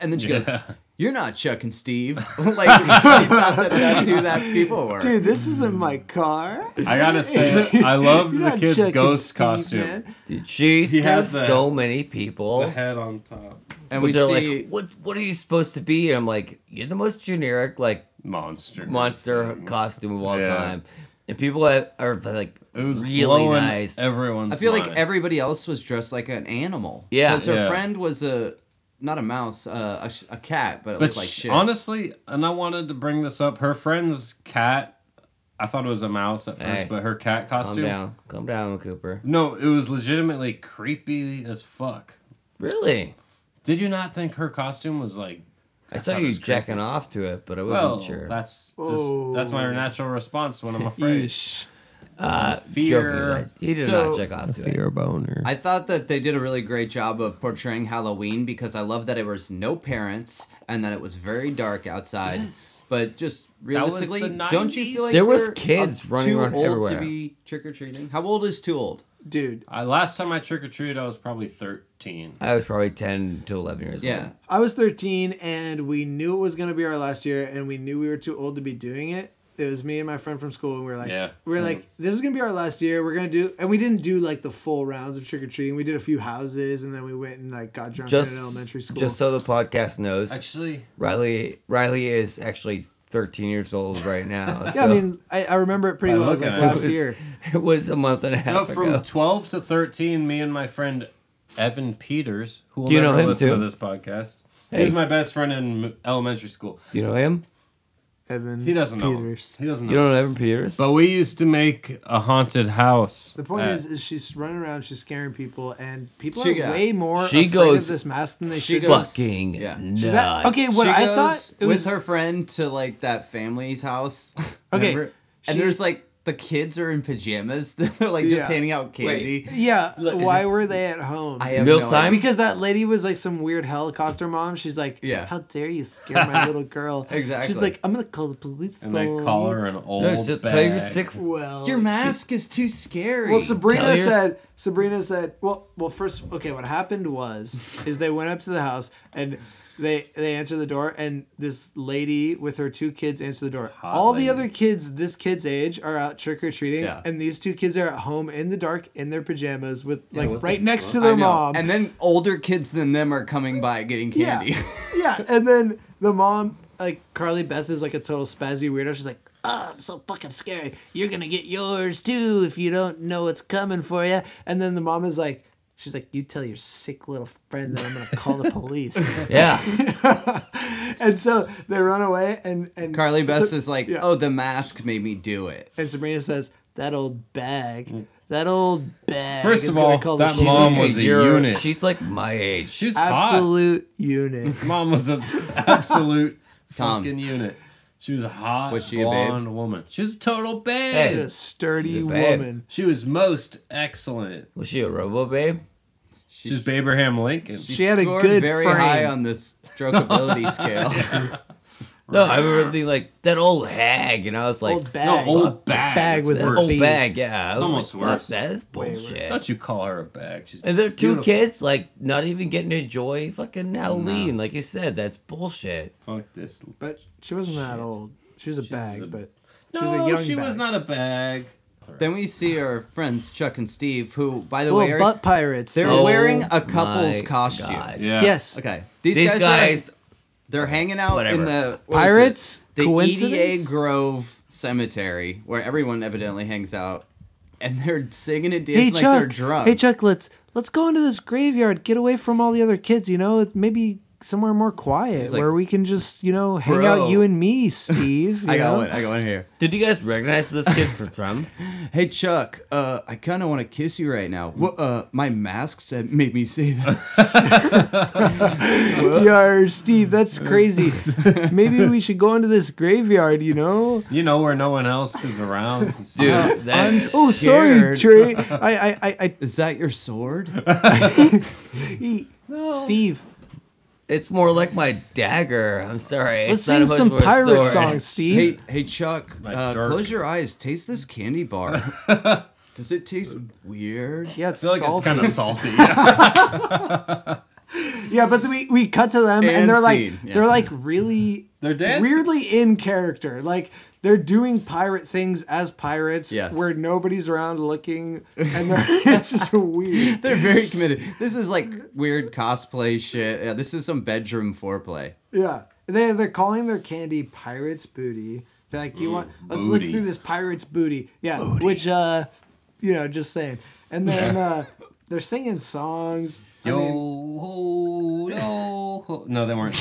Speaker 1: and then she goes,
Speaker 4: Yeah.
Speaker 1: "You're not Chuck and Steve." like she thought that that's who that people were.
Speaker 3: Dude, this isn't my car.
Speaker 4: I gotta say, I love
Speaker 3: You're
Speaker 4: the
Speaker 3: not
Speaker 4: kid's
Speaker 3: Chuck and
Speaker 4: ghost
Speaker 3: Steve,
Speaker 4: costume.
Speaker 3: man.
Speaker 2: Dude, she
Speaker 4: He had
Speaker 2: scares
Speaker 4: the-
Speaker 2: so many people.
Speaker 4: The head on top.
Speaker 1: and
Speaker 2: But
Speaker 1: we
Speaker 2: they're
Speaker 1: see
Speaker 2: like, what what are you supposed to be? And I'm like, you're the most generic like
Speaker 4: Monster.
Speaker 2: monster costume of all
Speaker 4: Yeah.
Speaker 2: time. And people are, are like
Speaker 4: It was
Speaker 2: really
Speaker 4: blowing
Speaker 2: nice.
Speaker 4: Everyone's.
Speaker 1: I feel like
Speaker 4: mind.
Speaker 1: everybody else was dressed like an animal.
Speaker 2: Yeah.
Speaker 1: because her
Speaker 4: Yeah.
Speaker 1: friend was a not a mouse, uh, a, sh- a cat, but it
Speaker 4: But
Speaker 1: looked like
Speaker 4: sh-
Speaker 1: shit.
Speaker 4: honestly, and I wanted to bring this up. Her friend's cat. I thought it was a mouse at first,
Speaker 2: Hey,
Speaker 4: but her cat
Speaker 2: Calm
Speaker 4: costume.
Speaker 2: down, calm down, Cooper.
Speaker 4: No, it was legitimately creepy as fuck.
Speaker 2: Really?
Speaker 4: Did you not think her costume was like?
Speaker 2: I saw
Speaker 4: thought it
Speaker 2: you
Speaker 4: was creepy.
Speaker 2: jacking off to it, but I wasn't
Speaker 4: Well,
Speaker 2: sure.
Speaker 4: that's just
Speaker 3: Whoa.
Speaker 4: that's my natural response when I'm afraid.
Speaker 3: Yeesh.
Speaker 2: Joking
Speaker 4: Fear.
Speaker 2: aside, he did
Speaker 1: So-
Speaker 2: not jack off to it.
Speaker 4: boner.
Speaker 1: I thought that they did a really great job of portraying Halloween because I love that it was no parents and that it was very dark outside. But just
Speaker 4: was the
Speaker 1: realistically, don't you feel
Speaker 4: 90s?
Speaker 1: like
Speaker 2: There was
Speaker 1: they're,
Speaker 2: kids
Speaker 1: uh,
Speaker 2: running
Speaker 1: too
Speaker 2: around
Speaker 1: old
Speaker 2: everywhere.
Speaker 1: to be trick or treating? How old is too old?
Speaker 3: Dude,
Speaker 4: I, last time I trick or treated, I was probably thirteen.
Speaker 2: I was probably ten to eleven years
Speaker 1: Yeah,
Speaker 3: I was 13 and we knew it was going to be our last year and we knew we were too old to be doing it. It was me and my friend from school and we were like,
Speaker 4: Yeah.
Speaker 3: we are like, this is going to be our last year. We're going to do, and we didn't do like the full rounds of trick or treating. We did a few houses and then we went and like got drunk
Speaker 2: old.
Speaker 3: in elementary
Speaker 2: Just,
Speaker 3: school.
Speaker 2: just so the podcast knows,
Speaker 4: Actually,
Speaker 2: Riley Riley is actually thirteen years old right now.
Speaker 3: yeah, I mean, I, I remember it pretty
Speaker 4: I
Speaker 3: well. It was
Speaker 4: look
Speaker 3: like
Speaker 4: at it.
Speaker 3: last
Speaker 2: It was-
Speaker 3: year.
Speaker 2: it was a month and a
Speaker 4: no,
Speaker 2: half
Speaker 4: from
Speaker 2: ago.
Speaker 4: twelve to thirteen, me and my friend Evan Peters, who will
Speaker 2: Do you know
Speaker 4: never
Speaker 2: him,
Speaker 4: listen
Speaker 2: too?
Speaker 4: to this podcast, he was
Speaker 2: Hey.
Speaker 4: my best friend in m- elementary school.
Speaker 2: Do you know him?
Speaker 3: Evan
Speaker 4: He doesn't know. him.
Speaker 3: Peters.
Speaker 4: He doesn't know.
Speaker 2: You don't know Evan Peters?
Speaker 4: But we used to make a haunted house.
Speaker 3: The point
Speaker 4: at-
Speaker 3: is, is she's running around, she's scaring people, and people
Speaker 1: She
Speaker 3: are
Speaker 1: got-
Speaker 3: way more
Speaker 2: she
Speaker 3: afraid
Speaker 2: goes-
Speaker 3: of this mask than they
Speaker 1: she
Speaker 3: should.
Speaker 1: goes-
Speaker 2: fucking
Speaker 1: Yeah.
Speaker 2: nuts.
Speaker 3: She's at- okay, what
Speaker 1: She
Speaker 3: I
Speaker 1: goes
Speaker 3: thought it was
Speaker 1: with her friend to like that family's house.
Speaker 3: Okay,
Speaker 1: remember? and
Speaker 3: she-
Speaker 1: there's like the kids are in pajamas. They're like just
Speaker 3: Yeah.
Speaker 1: handing out candy.
Speaker 3: Yeah,
Speaker 1: Look, is
Speaker 3: why
Speaker 1: this-
Speaker 3: were they at home?
Speaker 1: I have
Speaker 2: Meal
Speaker 1: no
Speaker 2: time?
Speaker 1: idea.
Speaker 3: because that lady was like some weird helicopter mom. She's like,
Speaker 1: Yeah.
Speaker 3: how dare you scare my little girl?
Speaker 1: Exactly.
Speaker 3: She's like, I'm gonna call the police.
Speaker 4: And they call her an old
Speaker 2: No, just
Speaker 4: bag.
Speaker 2: tell your sick.
Speaker 3: Well,
Speaker 1: Your
Speaker 3: she's-
Speaker 1: mask is too scary.
Speaker 3: Well, Sabrina
Speaker 2: Tell your-
Speaker 3: said. Sabrina said. Well, well, first, okay. What happened was, is they went up to the house and they they answered the door, and this lady with her two kids answered the door.
Speaker 4: Hot
Speaker 3: All
Speaker 4: lady.
Speaker 3: the other kids this kid's age are out trick or treating,
Speaker 1: Yeah.
Speaker 3: and these two kids are at home in the dark in their pajamas with
Speaker 4: what
Speaker 3: like
Speaker 4: the
Speaker 3: right next to
Speaker 1: I
Speaker 3: their
Speaker 1: know.
Speaker 3: mom.
Speaker 1: And then older kids than them are coming by getting candy.
Speaker 3: Yeah. yeah, and then the mom, like Carly Beth, is like a total spazzy weirdo. She's like, "Oh, I'm so fucking scary. You're gonna get yours too if you don't know what's coming for you." And then the mom is like, "She's like, you tell your sick little friend that I'm gonna call the police."
Speaker 2: Yeah.
Speaker 3: and so they run away, and and
Speaker 1: Carly Bess
Speaker 3: so-
Speaker 1: is like,
Speaker 3: yeah.
Speaker 1: oh, the mask made me do it.
Speaker 3: and Sabrina says, "That old bag, that old bag."
Speaker 4: Mm. First
Speaker 3: is
Speaker 4: of
Speaker 3: gonna
Speaker 4: all,
Speaker 3: call the
Speaker 4: that
Speaker 3: police."
Speaker 4: mom
Speaker 2: She's like
Speaker 4: was a
Speaker 2: year-
Speaker 4: unit.
Speaker 2: She's like my age.
Speaker 4: She was
Speaker 3: absolute unit.
Speaker 4: hot. Mom was an absolute
Speaker 1: Tom.
Speaker 4: fucking unit. She was a hot,
Speaker 1: Was she a babe?
Speaker 4: blonde woman. She was a total babe.
Speaker 2: Hey.
Speaker 3: A sturdy
Speaker 2: She's a babe.
Speaker 3: woman.
Speaker 4: She was most excellent.
Speaker 2: Was she a robo babe?
Speaker 4: She's was Abraham Lincoln.
Speaker 3: She had a
Speaker 1: scored
Speaker 3: good
Speaker 1: very
Speaker 3: frame.
Speaker 1: high on the strokeability scale.
Speaker 2: No, I remember being like that old hag, and I was like,
Speaker 3: old bag.
Speaker 4: no, old bag.
Speaker 3: Bag
Speaker 4: It's
Speaker 3: with
Speaker 2: that
Speaker 3: a
Speaker 4: worse.
Speaker 2: old
Speaker 3: B.
Speaker 2: bag. Yeah, I
Speaker 4: It's
Speaker 2: was
Speaker 4: almost
Speaker 2: like, fuck,
Speaker 4: worse.
Speaker 2: That is
Speaker 3: Way worse.
Speaker 2: bullshit.
Speaker 4: Don't you call her a bag. She's
Speaker 2: And their two
Speaker 4: beautiful.
Speaker 2: kids, like, not even getting to enjoy fucking Halloween. Like you said, that's bullshit.
Speaker 4: Fuck this.
Speaker 3: But she wasn't that old. She was a bag,
Speaker 4: a-
Speaker 3: but she
Speaker 4: No,
Speaker 3: was a young
Speaker 4: she
Speaker 3: bag.
Speaker 4: was not a bag.
Speaker 1: then we see our friends Chuck and Steve, who, by the
Speaker 3: Little
Speaker 1: way, are,
Speaker 3: butt pirates.
Speaker 1: they're
Speaker 3: dude.
Speaker 2: Oh
Speaker 1: wearing a
Speaker 2: my
Speaker 1: couple's costume.
Speaker 2: God.
Speaker 4: Yeah.
Speaker 3: yes.
Speaker 1: Okay, these,
Speaker 2: These
Speaker 1: guys,
Speaker 2: guys-
Speaker 1: are, they're hanging out
Speaker 2: Whatever.
Speaker 1: in the what is
Speaker 3: Pirates.
Speaker 1: it? the E EDA
Speaker 3: coincidence.
Speaker 1: Grove Cemetery, where everyone evidently hangs out, and they're singing and dancing
Speaker 3: hey
Speaker 1: like they're
Speaker 3: Chuck.
Speaker 1: drunk.
Speaker 3: Hey Chuck. Let's let's go into this graveyard. Get away from all the other kids. You know, maybe somewhere more quiet
Speaker 1: He's like,
Speaker 3: where we can just you know hang
Speaker 2: "Bro."
Speaker 3: out you and me, Steve. you
Speaker 1: I got
Speaker 3: know?
Speaker 1: one. I got one here.
Speaker 2: Did you guys recognize this kid from? from?
Speaker 1: Hey Chuck, uh, I kind of want to kiss you right now. What? Uh, my mask said made me say that.
Speaker 3: Yeah, Steve. That's crazy. maybe we should go into this graveyard. You know.
Speaker 4: You know where no one else is around.
Speaker 2: Dude, that,
Speaker 3: Oh, sorry,
Speaker 1: Scared.
Speaker 3: Trey. I, I, I, I
Speaker 1: Is that your sword?
Speaker 3: he- Steve.
Speaker 2: it's more like my dagger. I'm sorry. it's
Speaker 3: Let's
Speaker 2: not
Speaker 3: sing
Speaker 2: much
Speaker 3: some
Speaker 2: of a
Speaker 3: pirate
Speaker 2: sword.
Speaker 3: songs, Steve.
Speaker 1: hey, hey Chuck,
Speaker 4: My
Speaker 1: uh,
Speaker 4: dirk.
Speaker 1: close your eyes. Taste this candy bar. Does it taste weird?
Speaker 3: Yeah, it's
Speaker 4: I feel like it's
Speaker 3: salty.
Speaker 4: kind of salty. Yeah.
Speaker 3: yeah, but we we cut to them and,
Speaker 1: And
Speaker 3: they're like
Speaker 1: scene, yeah.
Speaker 3: they're like really
Speaker 4: They're dancing.
Speaker 3: weirdly in character. Like they're doing pirate things as pirates
Speaker 1: Yes.
Speaker 3: where nobody's around looking and they're, it's just weird.
Speaker 1: They're very committed. This is like weird cosplay shit. Yeah, this is some bedroom foreplay.
Speaker 3: Yeah. They they're calling their candy pirates booty. They're like, you want let's look
Speaker 4: booty.
Speaker 3: through this pirate's booty. Yeah. Which uh you know, just saying. And then uh they're singing songs. I
Speaker 4: Yo,
Speaker 3: mean,
Speaker 4: ho, yo, ho. No, they weren't.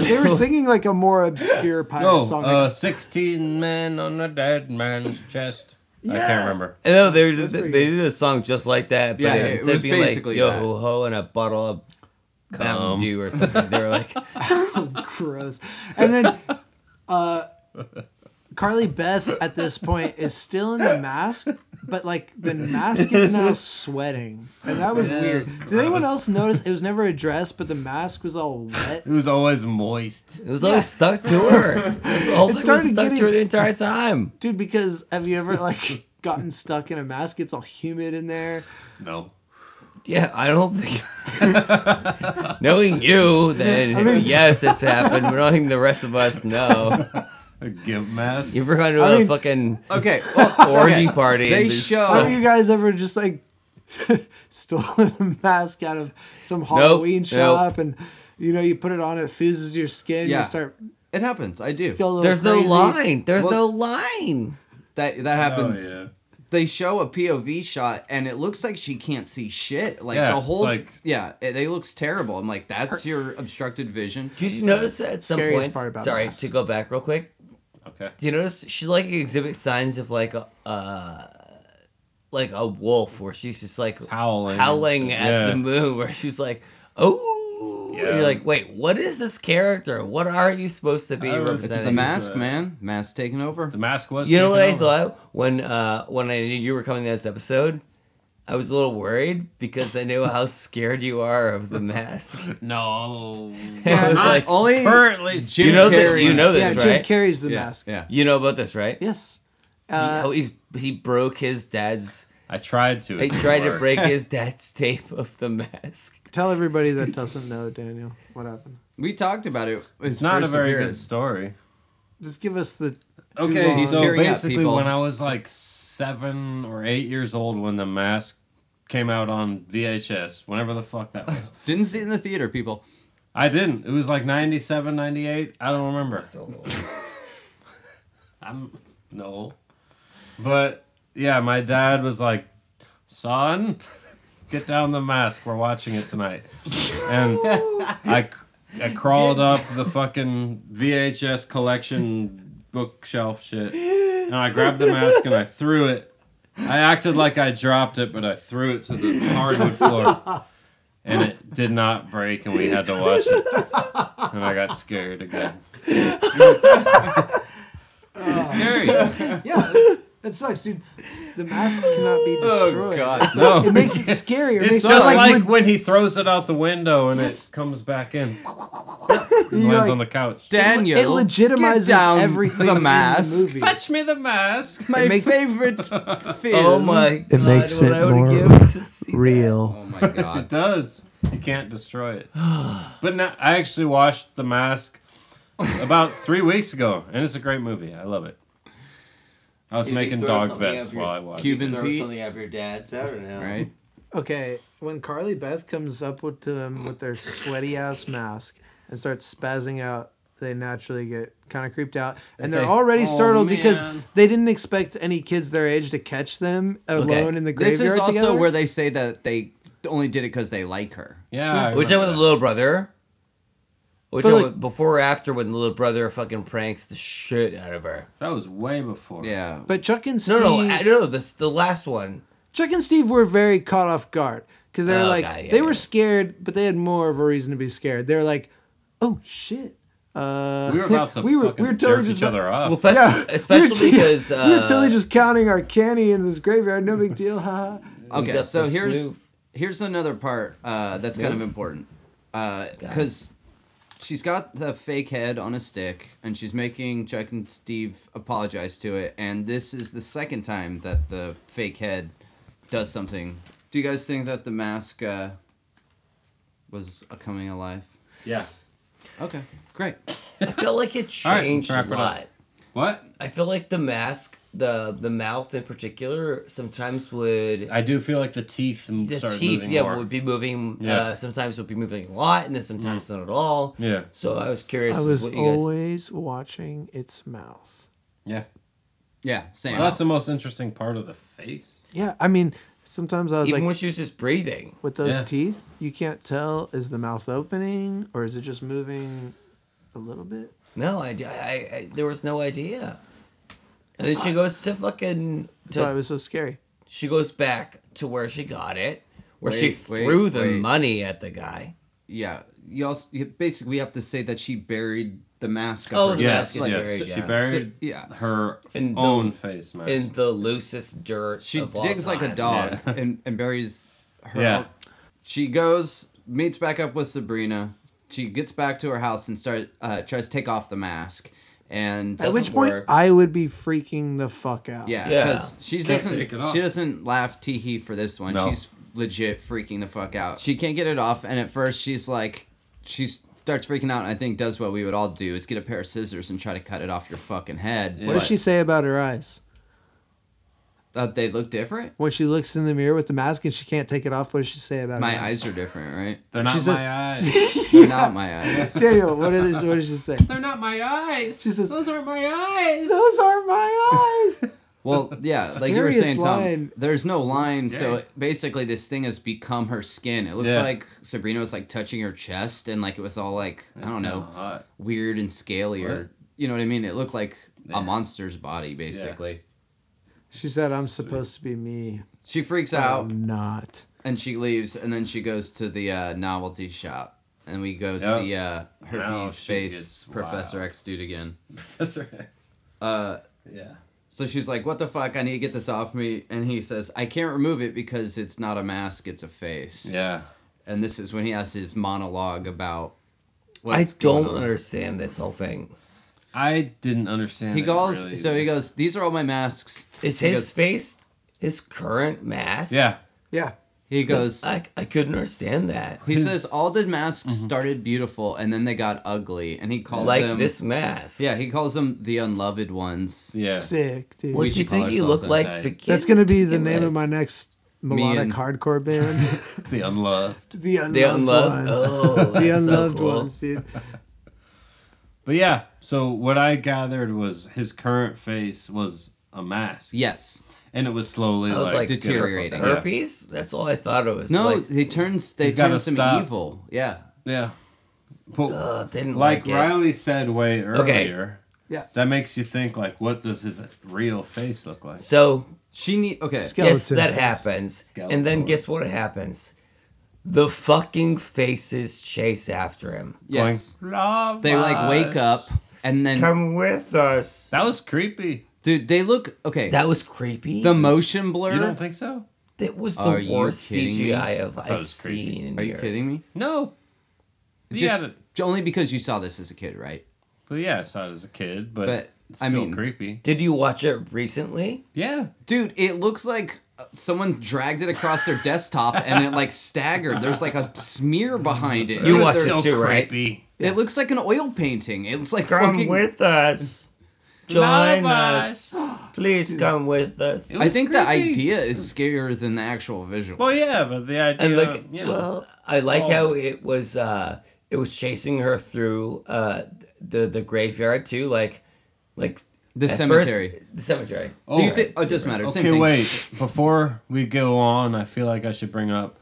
Speaker 3: they were singing like a more obscure pirate
Speaker 4: No,
Speaker 3: song.
Speaker 4: uh, 16 men on a dead man's chest. I
Speaker 3: Yeah.
Speaker 4: can't remember.
Speaker 2: I know they were-
Speaker 3: pretty
Speaker 2: they did a song just like that, but
Speaker 1: Yeah, it
Speaker 2: instead
Speaker 1: was
Speaker 2: of being like
Speaker 1: basically
Speaker 2: yo
Speaker 1: that.
Speaker 2: ho ho and a bottle of Mountain
Speaker 4: Cum.
Speaker 2: Dew or something, they were like,
Speaker 3: gross. And then uh Carly Beth at this point is still in the mask, but like the mask is now sweating. And that was weird. Did anyone else notice it was never addressed, but the mask was all wet?
Speaker 4: It was always moist.
Speaker 2: it was always stuck to her. The whole thing
Speaker 3: It
Speaker 2: was
Speaker 3: started
Speaker 2: stuck to her
Speaker 3: getting-
Speaker 2: the entire time.
Speaker 3: Dude, because have you ever like gotten stuck in a mask? It's all humid in there.
Speaker 4: No.
Speaker 2: Yeah, I don't think. knowing you, then yes, it's happened. But knowing the rest of us, no.
Speaker 4: A give mask.
Speaker 2: You ever gone to
Speaker 3: I
Speaker 2: a
Speaker 3: mean-
Speaker 2: fucking
Speaker 1: Okay. Well,
Speaker 2: orgy
Speaker 1: okay.
Speaker 2: party?
Speaker 1: They
Speaker 2: and just-
Speaker 1: show.
Speaker 3: Have you guys ever just like stolen a mask out of some Halloween
Speaker 2: nope.
Speaker 3: shop and you know you put it on, it fuses to your skin,
Speaker 1: Yeah.
Speaker 3: you start
Speaker 1: It happens. I do.
Speaker 3: go a little
Speaker 2: There's no
Speaker 3: crazy.
Speaker 2: line. There's
Speaker 1: Well-
Speaker 2: no line.
Speaker 1: That that
Speaker 4: Oh,
Speaker 1: happens.
Speaker 4: yeah.
Speaker 1: They show a POV shot, and it looks like she can't see shit. Like
Speaker 4: Yeah,
Speaker 1: the
Speaker 4: it's
Speaker 1: whole.
Speaker 4: like-
Speaker 1: yeah, it, they looks terrible. I'm like, that's your obstructed vision.
Speaker 2: Did you notice that at some
Speaker 3: Scariest
Speaker 2: point?
Speaker 3: part about
Speaker 2: Sorry
Speaker 3: masks.
Speaker 2: to go back real quick.
Speaker 4: Okay.
Speaker 2: Do you notice she like exhibits signs of like a uh, like a wolf where she's just like
Speaker 4: Howling.
Speaker 2: howling at
Speaker 4: Yeah.
Speaker 2: the moon where she's like, oh,
Speaker 4: Yeah.
Speaker 2: And you're like, wait, what is this character? What are you supposed to be
Speaker 4: I was- It's the
Speaker 2: representing?
Speaker 4: I
Speaker 1: the
Speaker 4: think
Speaker 1: mask,
Speaker 4: that-
Speaker 1: man. Mask taking over.
Speaker 4: The mask was.
Speaker 2: You know what I
Speaker 4: taken over.
Speaker 2: thought when uh, when I knew you were coming to this episode, I was a little worried because I knew how scared you are of the mask.
Speaker 4: No.
Speaker 2: I was
Speaker 1: Not
Speaker 2: like,
Speaker 1: only
Speaker 4: Currently,
Speaker 1: Jim
Speaker 2: You know that-
Speaker 1: Carrey.
Speaker 2: you know that-
Speaker 3: yeah,
Speaker 2: That's
Speaker 3: Jim
Speaker 2: right.
Speaker 3: carries the
Speaker 1: Yeah,
Speaker 3: mask.
Speaker 1: yeah.
Speaker 2: you know about this, right?
Speaker 3: Yes.
Speaker 2: he,
Speaker 3: Uh,
Speaker 2: how he's he broke his dad's.
Speaker 4: I tried to.
Speaker 2: He
Speaker 4: It
Speaker 2: tried
Speaker 4: didn't
Speaker 2: to
Speaker 4: work.
Speaker 2: break his dad's tape of the mask.
Speaker 3: tell everybody that doesn't know, Daniel, what happened.
Speaker 1: We talked about it.
Speaker 4: It's not a very good story.
Speaker 3: Just give us the. too
Speaker 4: Okay,
Speaker 3: long-
Speaker 1: he's
Speaker 4: so
Speaker 1: tearing up
Speaker 4: basically,
Speaker 1: people.
Speaker 4: when I was like seven or eight years old, when the mask came out on VHS, whenever the fuck that was,
Speaker 1: Didn't see it in the theater, people.
Speaker 4: I didn't. It was like 97, 98. I don't remember. I'm no, but yeah, my dad was like, "Son, get down the mask. We're watching it tonight," and I. I crawled up the fucking VHS collection bookshelf shit, and I grabbed the mask and I threw it. I acted like I dropped it, but I threw it to the hardwood floor, and it did not break, and we had to watch it. And I got scared again.
Speaker 1: Scary.
Speaker 4: Oh.
Speaker 3: Yeah, that's, that sucks, dude. The mask cannot be destroyed.
Speaker 1: God.
Speaker 4: No,
Speaker 3: It makes it scarier. It
Speaker 4: It's
Speaker 3: makes it
Speaker 4: just like,
Speaker 3: when-
Speaker 4: when he throws it out the window and it comes back in. and
Speaker 3: You're
Speaker 4: lands
Speaker 3: like,
Speaker 4: on the couch.
Speaker 1: Daniel.
Speaker 3: it legitimizes
Speaker 1: get down
Speaker 3: everything
Speaker 1: The mask.
Speaker 3: in the movie.
Speaker 4: Fetch me the mask.
Speaker 1: My
Speaker 3: make-
Speaker 1: favorite film.
Speaker 2: Oh my god!
Speaker 3: makes
Speaker 2: what
Speaker 3: it
Speaker 2: I would
Speaker 3: more
Speaker 2: give to see that.
Speaker 3: Real.
Speaker 1: Oh my god.
Speaker 4: It does. You can't destroy it. but now I actually watched The Mask about three weeks ago, and it's a great movie. I love it. I was
Speaker 2: You
Speaker 4: making
Speaker 2: throw
Speaker 4: dog
Speaker 2: something
Speaker 4: vests
Speaker 2: up your-
Speaker 4: while I watched.
Speaker 1: Cuban-
Speaker 4: it.
Speaker 1: Throw something
Speaker 2: out of your dad's out now.
Speaker 1: Right?
Speaker 3: Okay, when Carly Beth comes up with to them with their sweaty ass mask and starts spazzing out, they naturally get kind of creeped out, and they're
Speaker 2: say,
Speaker 3: already
Speaker 4: "Oh,
Speaker 3: startled because
Speaker 4: man."
Speaker 3: they didn't expect any kids their age to catch them alone in the
Speaker 1: This
Speaker 3: graveyard
Speaker 1: is also
Speaker 3: together.
Speaker 1: where they say that they only did it because they like her.
Speaker 4: Yeah.
Speaker 2: Which
Speaker 4: I
Speaker 2: one with
Speaker 4: remember
Speaker 2: the
Speaker 4: that.
Speaker 2: little brother? Which
Speaker 3: But,
Speaker 2: one
Speaker 3: like-
Speaker 2: with- before or after when the little brother fucking pranks the shit out of her?
Speaker 4: That was way before.
Speaker 1: Yeah.
Speaker 3: but Chuck and Steve,
Speaker 2: No, no, I, no, this the last one.
Speaker 3: Chuck and Steve were very caught off guard because they're
Speaker 2: Oh,
Speaker 3: like
Speaker 2: God, yeah,
Speaker 3: they were
Speaker 2: yeah.
Speaker 3: scared, but they had more of a reason to be scared. They're like, oh shit. Uh,
Speaker 4: We were about to
Speaker 3: we were,
Speaker 4: fucking
Speaker 3: we were totally
Speaker 4: jerk
Speaker 3: just
Speaker 4: each other off.
Speaker 2: Well, especially, especially
Speaker 3: we were,
Speaker 2: because uh,
Speaker 3: we were totally just counting our candy in this graveyard. No big deal. haha.
Speaker 1: Okay,
Speaker 2: got
Speaker 1: so
Speaker 2: the
Speaker 1: here's
Speaker 2: snoof.
Speaker 1: here's another part uh, that's kind of important because she's got the fake head on a stick and she's making Chuck and Steve apologize to it, and this is the second time that the fake head does something. Do you guys think that the mask uh, was uh, coming alive?
Speaker 4: Yeah.
Speaker 1: Okay, great.
Speaker 2: I feel like it
Speaker 4: All right,
Speaker 2: changed
Speaker 4: wrap it
Speaker 2: a
Speaker 4: up.
Speaker 2: lot.
Speaker 4: What?
Speaker 2: I feel like the mask, the the mouth in particular, sometimes would
Speaker 4: I do feel like the teeth m-
Speaker 2: the
Speaker 4: started
Speaker 2: teeth,
Speaker 4: moving
Speaker 2: yeah,
Speaker 4: more.
Speaker 2: would be moving.
Speaker 4: Yeah.
Speaker 2: Uh, sometimes would be moving a lot, and then sometimes not at all.
Speaker 4: Yeah.
Speaker 2: So I was curious.
Speaker 3: I
Speaker 2: as
Speaker 3: was
Speaker 2: what you guys-
Speaker 3: always watching its mouth.
Speaker 4: Yeah.
Speaker 1: Yeah, same.
Speaker 4: Well, that's the most interesting part of the face.
Speaker 3: Yeah, I mean, sometimes I was
Speaker 2: even
Speaker 3: like,
Speaker 2: when she was just breathing.
Speaker 3: with those
Speaker 4: Yeah.
Speaker 3: teeth, you can't tell is the mouth opening or is it just moving a little bit?
Speaker 2: No, I, I, I there was no idea. And then she goes to fucking.
Speaker 3: That's why it
Speaker 2: To,
Speaker 3: was so scary.
Speaker 2: she goes back to where she got it, where she
Speaker 1: Wait, wait,
Speaker 2: threw the
Speaker 1: wait.
Speaker 2: money at the guy.
Speaker 1: yeah, you also you basically have to say that she buried the mask. Up
Speaker 2: Oh,
Speaker 1: her
Speaker 2: the
Speaker 1: sleeve.
Speaker 2: mask
Speaker 4: Yes,
Speaker 2: is
Speaker 1: Like,
Speaker 2: buried,
Speaker 4: yes. She
Speaker 2: yeah.
Speaker 4: buried
Speaker 1: So- yeah.
Speaker 4: her
Speaker 2: In the-
Speaker 4: own face mask.
Speaker 2: in the loosest dirt.
Speaker 1: She
Speaker 2: of all
Speaker 1: digs like a
Speaker 2: time.
Speaker 1: dog
Speaker 4: Yeah.
Speaker 1: and, and buries her.
Speaker 4: Yeah.
Speaker 1: She goes, meets back up with Sabrina. She gets back to her house and start uh, tries to take off the mask. And
Speaker 3: At which
Speaker 1: doesn't
Speaker 3: point,
Speaker 1: work.
Speaker 3: I would be freaking the fuck out.
Speaker 1: yeah,
Speaker 2: Yeah.
Speaker 1: because she
Speaker 4: Can't
Speaker 1: doesn't
Speaker 4: take it off.
Speaker 1: she doesn't laugh tee hee for this one.
Speaker 4: No.
Speaker 1: She's legit freaking the fuck out. She can't get it off, and at first she's like, she starts freaking out. And I think does what we would all do is get a pair of scissors and try to cut it off your fucking head.
Speaker 4: Yeah.
Speaker 3: What does she say about her eyes?
Speaker 1: Uh, they look different.
Speaker 3: When she looks in the mirror with the mask and she can't take it off, what does she say about
Speaker 1: My
Speaker 3: her
Speaker 1: eyes are different, right?
Speaker 4: They're not
Speaker 3: she
Speaker 4: my
Speaker 3: says-
Speaker 4: eyes.
Speaker 1: They're not my eyes.
Speaker 3: Daniel, what, is, what does she say?
Speaker 4: They're not my eyes.
Speaker 3: She says-
Speaker 4: those aren't my eyes.
Speaker 3: Those aren't my eyes.
Speaker 1: Well, yeah, like you were
Speaker 3: Scariest
Speaker 1: saying, Tom,
Speaker 3: line.
Speaker 1: there's no line, so
Speaker 4: Yeah.
Speaker 1: basically this thing has become her skin. It looks
Speaker 4: Yeah.
Speaker 1: like Sabrina was like touching her chest, and like it was all like I don't know,
Speaker 4: Hot.
Speaker 1: weird and scaly, or
Speaker 4: What?
Speaker 1: you know what I mean. It looked like
Speaker 4: Yeah.
Speaker 1: a monster's body, basically.
Speaker 3: She said, I'm supposed to be me. Um,
Speaker 1: She freaks out
Speaker 3: I'm not.
Speaker 1: and she leaves, and then she goes to the uh, novelty shop and we go
Speaker 4: Yep.
Speaker 1: see uh,
Speaker 4: Now
Speaker 1: Herpes
Speaker 4: she
Speaker 1: face
Speaker 4: gets
Speaker 1: Professor
Speaker 4: wild.
Speaker 1: X dude again.
Speaker 4: That's right.
Speaker 1: Uh,
Speaker 4: Yeah.
Speaker 1: so she's like, "What the fuck? I need to get this off me." And he says, "I can't remove it because it's not a mask; it's a face."
Speaker 4: Yeah.
Speaker 1: And this is when he has his monologue about.
Speaker 2: I
Speaker 1: what's going
Speaker 2: don't
Speaker 1: on.
Speaker 2: understand this whole thing.
Speaker 4: I didn't understand.
Speaker 1: He
Speaker 4: it
Speaker 1: calls.
Speaker 4: really.
Speaker 1: So he goes, "These are all my masks."
Speaker 2: Is
Speaker 1: He
Speaker 2: his
Speaker 1: goes-
Speaker 2: face his current mask?
Speaker 4: Yeah.
Speaker 3: Yeah.
Speaker 1: He goes.
Speaker 2: I, I couldn't understand that.
Speaker 1: He says all the masks started beautiful and then they got ugly, and he called
Speaker 2: like
Speaker 1: them.
Speaker 2: this mask.
Speaker 1: Yeah, he calls them the unloved ones.
Speaker 4: Yeah.
Speaker 3: Sick, dude.
Speaker 1: We
Speaker 2: What do you
Speaker 1: should call
Speaker 2: think you
Speaker 1: ourselves
Speaker 2: look like?
Speaker 4: that.
Speaker 2: begin-
Speaker 3: That's gonna be the
Speaker 2: begin
Speaker 3: name
Speaker 2: with?
Speaker 3: of my next melodic
Speaker 1: and-
Speaker 3: hardcore band.
Speaker 4: The unloved.
Speaker 3: the unloved,
Speaker 2: The unloved.
Speaker 3: ones.
Speaker 2: Oh,
Speaker 3: the
Speaker 2: that's so
Speaker 3: unloved
Speaker 2: cool.
Speaker 3: ones, dude.
Speaker 4: But yeah. So what I gathered was his current face was a mask.
Speaker 1: Yes.
Speaker 4: And it was slowly
Speaker 2: I was
Speaker 4: like,
Speaker 2: like
Speaker 1: deteriorating.
Speaker 4: Yeah.
Speaker 2: herpes. That's all I thought it was.
Speaker 1: No,
Speaker 2: like,
Speaker 1: he turns. They
Speaker 4: He's gotta
Speaker 1: turn him
Speaker 4: stop.
Speaker 1: evil. Yeah.
Speaker 4: Yeah. But
Speaker 2: uh, didn't
Speaker 4: like
Speaker 2: like, it.
Speaker 4: Riley said way earlier.
Speaker 2: Okay.
Speaker 3: Yeah.
Speaker 4: That makes you think like, what does his real face look like?
Speaker 2: So
Speaker 1: She need. Okay.
Speaker 2: yes,
Speaker 3: Skeleton
Speaker 2: that
Speaker 3: face.
Speaker 2: happens.
Speaker 4: Skeletal.
Speaker 2: And then guess what happens? The fucking faces chase after him.
Speaker 1: Yes.
Speaker 4: Going, Love.
Speaker 1: They like wake
Speaker 4: us."
Speaker 1: up and then
Speaker 2: Come with us.
Speaker 4: That was creepy.
Speaker 1: dude, they look okay.
Speaker 2: That was creepy.
Speaker 1: the motion blur.
Speaker 4: You don't think so?
Speaker 2: that was
Speaker 1: Are
Speaker 2: the
Speaker 1: you
Speaker 2: worst
Speaker 1: kidding me?
Speaker 2: CGI of
Speaker 4: thought it
Speaker 2: I've
Speaker 4: was creepy.
Speaker 2: seen. In
Speaker 1: Are you
Speaker 2: years.
Speaker 1: kidding me?
Speaker 4: No. You
Speaker 1: Just
Speaker 4: haven't-
Speaker 1: only because you saw this as a kid, right?
Speaker 4: Well, yeah, I saw it as a kid, but,
Speaker 1: But,
Speaker 4: it's
Speaker 1: I
Speaker 4: still
Speaker 1: mean-
Speaker 4: creepy.
Speaker 2: Did you watch it recently?
Speaker 4: Yeah.
Speaker 1: Dude, it looks like uh, someone dragged it across their desktop and it like staggered. There's like a smear behind it.
Speaker 2: You
Speaker 1: There's-
Speaker 2: watched it
Speaker 1: there's-
Speaker 2: too, right?
Speaker 4: creepy.
Speaker 1: It looks like an oil painting. It looks like fucking.
Speaker 2: us.
Speaker 4: Join us.
Speaker 2: Please come with us.
Speaker 4: It
Speaker 1: I
Speaker 4: was
Speaker 1: think the
Speaker 4: creepy.
Speaker 1: idea is scarier than the actual visual.
Speaker 4: Well, yeah, but the idea.
Speaker 2: And like,
Speaker 4: you know,
Speaker 2: well, I like
Speaker 1: Oh.
Speaker 4: all
Speaker 2: how
Speaker 4: of
Speaker 2: it was. uh It was chasing her through uh the the graveyard too. Like, like
Speaker 1: the
Speaker 2: at
Speaker 1: cemetery.
Speaker 2: First, the cemetery.
Speaker 1: Do you
Speaker 4: Oh.
Speaker 1: thi- oh, it doesn't matter. Same
Speaker 4: Okay,
Speaker 1: thing.
Speaker 4: wait. Before we go on, I feel like I should bring up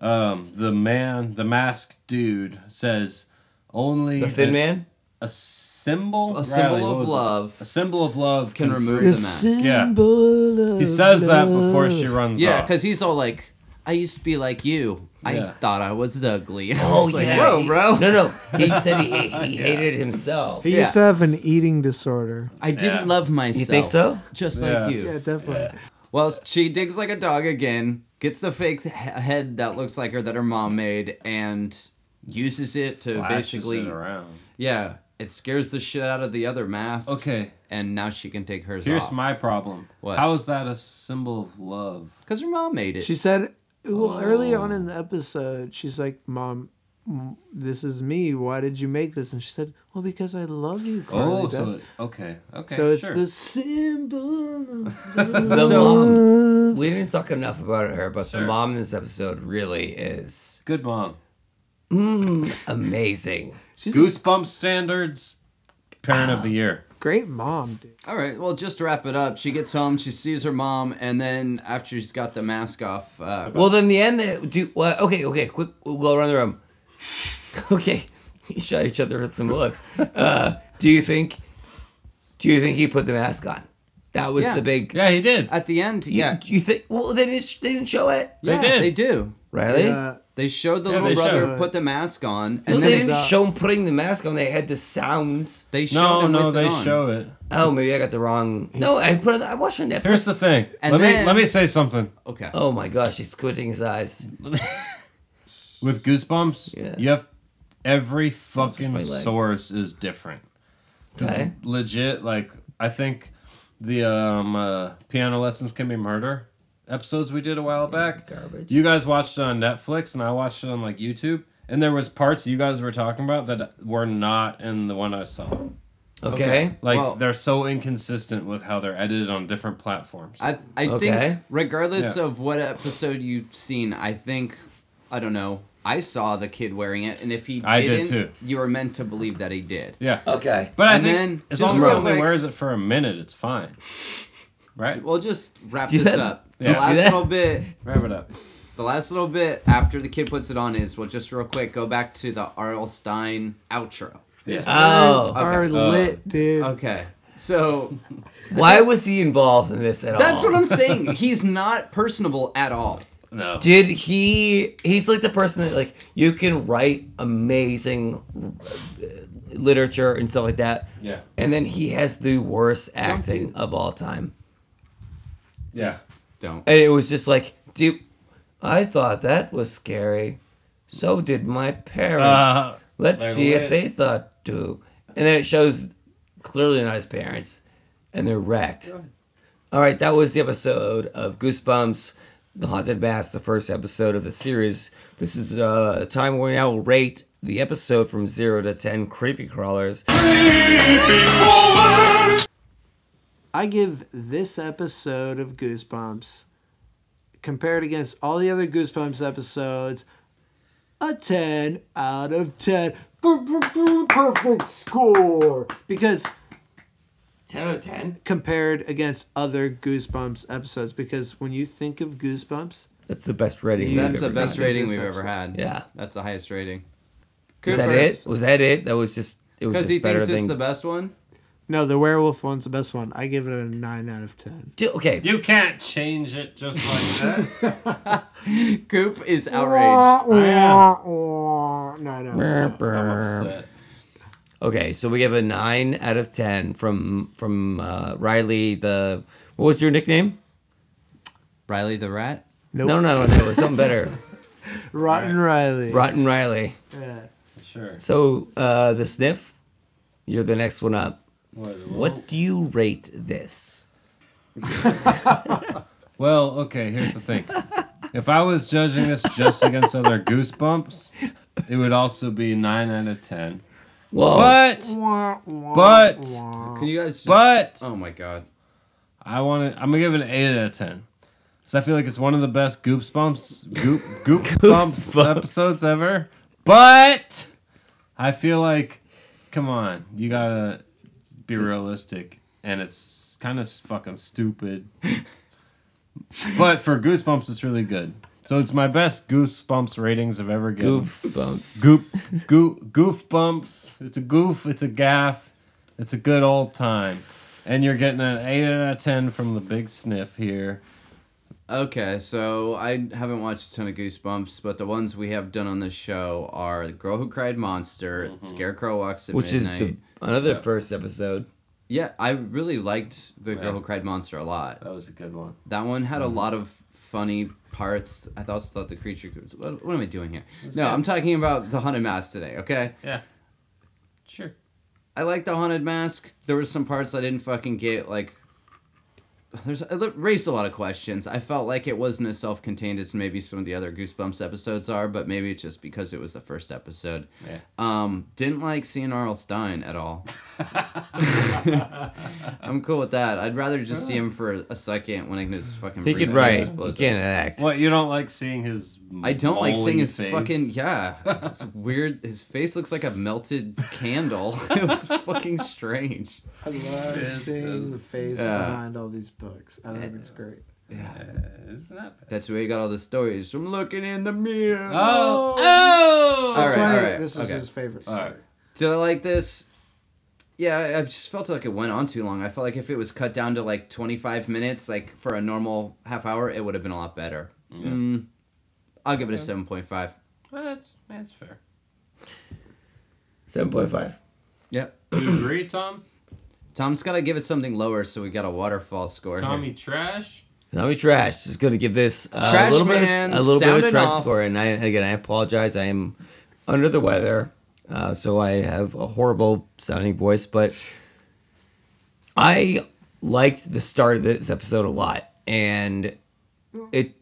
Speaker 4: um, the man, the masked dude says only
Speaker 1: oh,
Speaker 2: The Thin
Speaker 4: a,
Speaker 2: Man.
Speaker 4: a symbol,
Speaker 1: A symbol
Speaker 4: what
Speaker 1: of
Speaker 4: was it?
Speaker 1: love
Speaker 4: a symbol of love
Speaker 1: can remove
Speaker 4: free-
Speaker 1: The
Speaker 3: The
Speaker 1: mask.
Speaker 3: symbol of
Speaker 4: He says that
Speaker 3: love.
Speaker 4: before she runs
Speaker 1: Yeah,
Speaker 4: off.
Speaker 1: because he's all like, I used to be like you.
Speaker 4: Yeah.
Speaker 1: I thought I was ugly. I
Speaker 2: Oh
Speaker 1: was like,
Speaker 2: yeah.
Speaker 1: Whoa,
Speaker 2: he-
Speaker 1: bro.
Speaker 2: No, no. He said he, he hated himself.
Speaker 3: He
Speaker 1: Yeah.
Speaker 3: used to have an eating disorder.
Speaker 1: I didn't
Speaker 4: Yeah.
Speaker 1: love myself.
Speaker 2: You think so?
Speaker 1: Just
Speaker 4: Yeah.
Speaker 1: like you.
Speaker 3: Yeah, definitely.
Speaker 1: Well, she digs like a dog again, gets the fake he- head that looks like her that her mom made, and uses it to
Speaker 4: Flashes
Speaker 1: basically.
Speaker 4: it around.
Speaker 1: Yeah, it scares the shit out of the other masks.
Speaker 4: Okay.
Speaker 1: And now she can take hers
Speaker 4: Here's
Speaker 1: off.
Speaker 4: my problem.
Speaker 1: What?
Speaker 4: How is that a symbol of love?
Speaker 1: Because her mom made it.
Speaker 3: She said, well, early on
Speaker 4: Oh.
Speaker 3: in the episode, she's like, Mom, m- this is me. Why did you make this? And she said, Well, because I love you, Carly.
Speaker 4: Oh,
Speaker 3: Beth." so,
Speaker 4: so it, okay, okay,
Speaker 3: it's
Speaker 4: sure.
Speaker 3: the symbol of
Speaker 2: The mom.
Speaker 3: love.
Speaker 2: We didn't talk enough about her, but
Speaker 4: Sure.
Speaker 2: the mom in this episode really is
Speaker 4: good mom.
Speaker 2: mm, amazing.
Speaker 3: She's a
Speaker 4: Goosebumps standards, parent of the year.
Speaker 1: Ah.
Speaker 3: great mom, dude.
Speaker 1: All right. Well, just to wrap it up, she gets home, she sees her mom, and then after she's got the mask off, uh,
Speaker 2: Well, then the end. They do what? Okay, okay. Quick, we'll go around the room. Okay, he shot each other with some looks. Uh, do you think? Do you think he put the mask on? That was
Speaker 1: Yeah.
Speaker 2: the big.
Speaker 4: Yeah, he did.
Speaker 1: at the end, yeah,
Speaker 2: You, you think? Well, they didn't. They didn't show it.
Speaker 1: yeah,
Speaker 4: did.
Speaker 1: They do.
Speaker 2: Really?
Speaker 3: Uh,
Speaker 1: They showed the
Speaker 4: Yeah,
Speaker 1: little
Speaker 4: they
Speaker 1: brother
Speaker 3: showed.
Speaker 1: put the mask on,
Speaker 2: no,
Speaker 1: and
Speaker 2: they
Speaker 1: then
Speaker 2: didn't
Speaker 3: uh,
Speaker 2: show him putting the mask on. They had the sounds.
Speaker 1: they showed
Speaker 4: no,
Speaker 1: him
Speaker 4: no,
Speaker 1: with
Speaker 4: they
Speaker 1: it on.
Speaker 4: show it.
Speaker 2: Oh, maybe I got the wrong. No, I put. It, I watched on Netflix.
Speaker 4: Here's the thing.
Speaker 1: And
Speaker 4: let
Speaker 1: then-
Speaker 4: me let me say something.
Speaker 1: Okay.
Speaker 2: Oh my gosh, he's squinting his eyes.
Speaker 4: With Goosebumps,
Speaker 2: Yeah.
Speaker 4: you have every
Speaker 2: my
Speaker 4: fucking
Speaker 2: leg.
Speaker 4: source is different. 'Cause
Speaker 2: Okay.
Speaker 4: Legit, like I think the um uh, piano lessons can be murder episodes we did a while back.
Speaker 2: Garbage.
Speaker 4: You guys watched it on Netflix, and I watched it on like YouTube. And there was parts you guys were talking about that were not in the one I saw.
Speaker 2: Okay.
Speaker 4: Like
Speaker 1: Well-
Speaker 4: they're so inconsistent with how they're edited on different platforms.
Speaker 1: I I
Speaker 2: Okay.
Speaker 1: think regardless
Speaker 4: Yeah.
Speaker 1: of what episode you've seen, I think I don't know. I saw the kid wearing it, and if he
Speaker 4: I did
Speaker 1: didn't,
Speaker 4: too.
Speaker 1: you were meant to believe that he did.
Speaker 4: yeah.
Speaker 2: Okay.
Speaker 4: But I
Speaker 1: And
Speaker 4: think
Speaker 1: then-
Speaker 4: as
Speaker 1: just
Speaker 4: long as
Speaker 1: real
Speaker 4: somebody
Speaker 1: quick-
Speaker 4: wears it for a minute, it's fine. Right?
Speaker 1: Well, just wrap
Speaker 2: See
Speaker 1: this
Speaker 2: that?
Speaker 1: up. The
Speaker 4: Yeah. See
Speaker 1: last
Speaker 2: that?
Speaker 1: little bit,
Speaker 4: Wrap it up.
Speaker 1: the last little bit after the kid puts it on is well, just real quick, go back to the Arl Stein outro.
Speaker 3: Birds
Speaker 2: Oh,
Speaker 3: are
Speaker 1: okay.
Speaker 3: lit, dude.
Speaker 1: Okay, so
Speaker 2: why was he involved in this at all?
Speaker 1: that's what I'm saying. He's not personable at all.
Speaker 4: No.
Speaker 2: Did he? He's like the person that like you can write amazing uh, literature and stuff like that,
Speaker 4: yeah.
Speaker 2: and then he has the worst acting of all time.
Speaker 4: Yeah.
Speaker 1: Don't.
Speaker 2: And it was just like, dude, I thought that was scary. So did my parents.
Speaker 4: Uh,
Speaker 2: Let's
Speaker 4: like
Speaker 2: see if
Speaker 4: what?
Speaker 2: they thought too. And then it shows clearly not his parents, and they're wrecked. All right, that was the episode of Goosebumps, The Haunted Mask, the first episode of the series. This is uh, a time where we now rate the episode from zero to ten creepy crawlers.
Speaker 3: I give this episode of Goosebumps, compared against all the other Goosebumps episodes, a 10 out of 10. Perfect score. Because
Speaker 2: Ten out of ten.
Speaker 3: compared against other Goosebumps episodes, because when you think of Goosebumps,
Speaker 2: That's the best rating. we've
Speaker 1: That's the
Speaker 2: ever
Speaker 1: best
Speaker 2: gotten.
Speaker 1: rating
Speaker 3: This
Speaker 1: we've ever had.
Speaker 2: Yeah.
Speaker 1: That's the highest rating.
Speaker 2: Is that it? Was that it? That was just. It was
Speaker 1: Because
Speaker 2: just
Speaker 1: he
Speaker 2: better
Speaker 1: thinks
Speaker 2: than
Speaker 1: it's the best one.
Speaker 3: no, the werewolf one's the best one. I give it a 9 out of 10.
Speaker 2: Do- okay.
Speaker 4: You can't change it just like that.
Speaker 1: Coop is outraged.
Speaker 4: I am.
Speaker 3: No, no.
Speaker 4: I'm upset.
Speaker 2: Okay, so we have a nine out of ten from from uh, Riley. The what was your nickname?
Speaker 1: Riley the Rat.
Speaker 3: Nope.
Speaker 2: No, no, no, it was something better.
Speaker 3: Rotten Riley.
Speaker 2: Rotten Riley.
Speaker 3: Yeah.
Speaker 4: Sure.
Speaker 2: So uh, the sniff, you're the next one up.
Speaker 4: What?
Speaker 2: What do you rate this?
Speaker 4: Well, okay, here's the thing. if I was judging this just against other goosebumps, it would also be 9 out of 10. Oh.
Speaker 2: Well,
Speaker 4: But, but,
Speaker 1: Can you guys? Just...
Speaker 4: but,
Speaker 1: Oh my God.
Speaker 4: I want to, I'm going to give it an 8 out of 10. Because I feel like it's one of the best goosebumps, goop, goosebumps
Speaker 2: Goosebumps.
Speaker 4: episodes ever. But, I feel like, come on, you got to be realistic. And it's kind of fucking stupid. but for Goosebumps, it's really good. So it's my best Goosebumps ratings I've ever given.
Speaker 2: goosebumps.
Speaker 4: Goop, goof, goof bumps. It's a goof. It's a gaff. It's a good old time. And you're getting an eight out of ten from the big sniff here.
Speaker 1: Okay, so I haven't watched a ton of Goosebumps, but the ones we have done on this show are The Girl Who Cried Monster, Scarecrow Walks at
Speaker 2: Which is
Speaker 1: Midnight.
Speaker 2: the, another first episode.
Speaker 1: Yeah, I really liked The Girl Who Cried Monster a lot.
Speaker 4: That was a good one.
Speaker 1: That one had
Speaker 2: Mm-hmm.
Speaker 1: a lot of funny parts. I also thought the creature. could- What, what am I doing here? No, I'm talking about the haunted mask today. Okay,
Speaker 4: Yeah. Sure.
Speaker 1: I like the haunted mask. There was some parts I didn't fucking get. Like, there's it li- raised a lot of questions. I felt like it wasn't as self-contained as maybe some of the other Goosebumps episodes are, but maybe it's just because it was the first episode.
Speaker 4: Yeah.
Speaker 1: Um, didn't like seeing Arl Stein at all. I'm cool with that. I'd rather just see him for a second when I can just fucking.
Speaker 2: He
Speaker 1: breathe
Speaker 2: could
Speaker 1: and
Speaker 2: write. He
Speaker 1: explode.
Speaker 2: can't act.
Speaker 4: What you don't like seeing his?
Speaker 1: I don't like
Speaker 4: moly
Speaker 1: seeing his
Speaker 4: face?
Speaker 1: fucking yeah. It's weird. His face looks like a melted candle. it looks fucking strange.
Speaker 3: I love seeing the face
Speaker 1: Yeah.
Speaker 3: behind all these books. I think it's great.
Speaker 4: Uh, Isn't that bad?
Speaker 1: That's where you got all the stories from looking in the mirror.
Speaker 4: Oh.
Speaker 1: all right,
Speaker 3: That's why
Speaker 1: all right.
Speaker 3: this is
Speaker 1: okay.
Speaker 3: his favorite
Speaker 4: All
Speaker 3: story.
Speaker 4: right.
Speaker 1: Did I like this? Yeah, I- I just felt like it went on too long. I felt like if it was cut down to like 25 minutes, like for a normal half hour, it would have been a lot better. Mm, I'll give it a 7.5.
Speaker 4: Well, that's that's fair.
Speaker 2: Seven point five.
Speaker 1: Yep.
Speaker 4: You agree, Tom?
Speaker 1: Tom's got to give it something lower, so we got a waterfall score. here.
Speaker 4: Tommy trash.
Speaker 2: Tommy Trash is going to give this uh,
Speaker 1: Trash
Speaker 2: a little
Speaker 1: man
Speaker 2: bit, a little bit
Speaker 1: sounding
Speaker 2: of trash
Speaker 1: off.
Speaker 2: score. And I, again, I apologize. I am under the weather, uh, so I have a horrible sounding voice. But I liked the start of this episode a lot, and it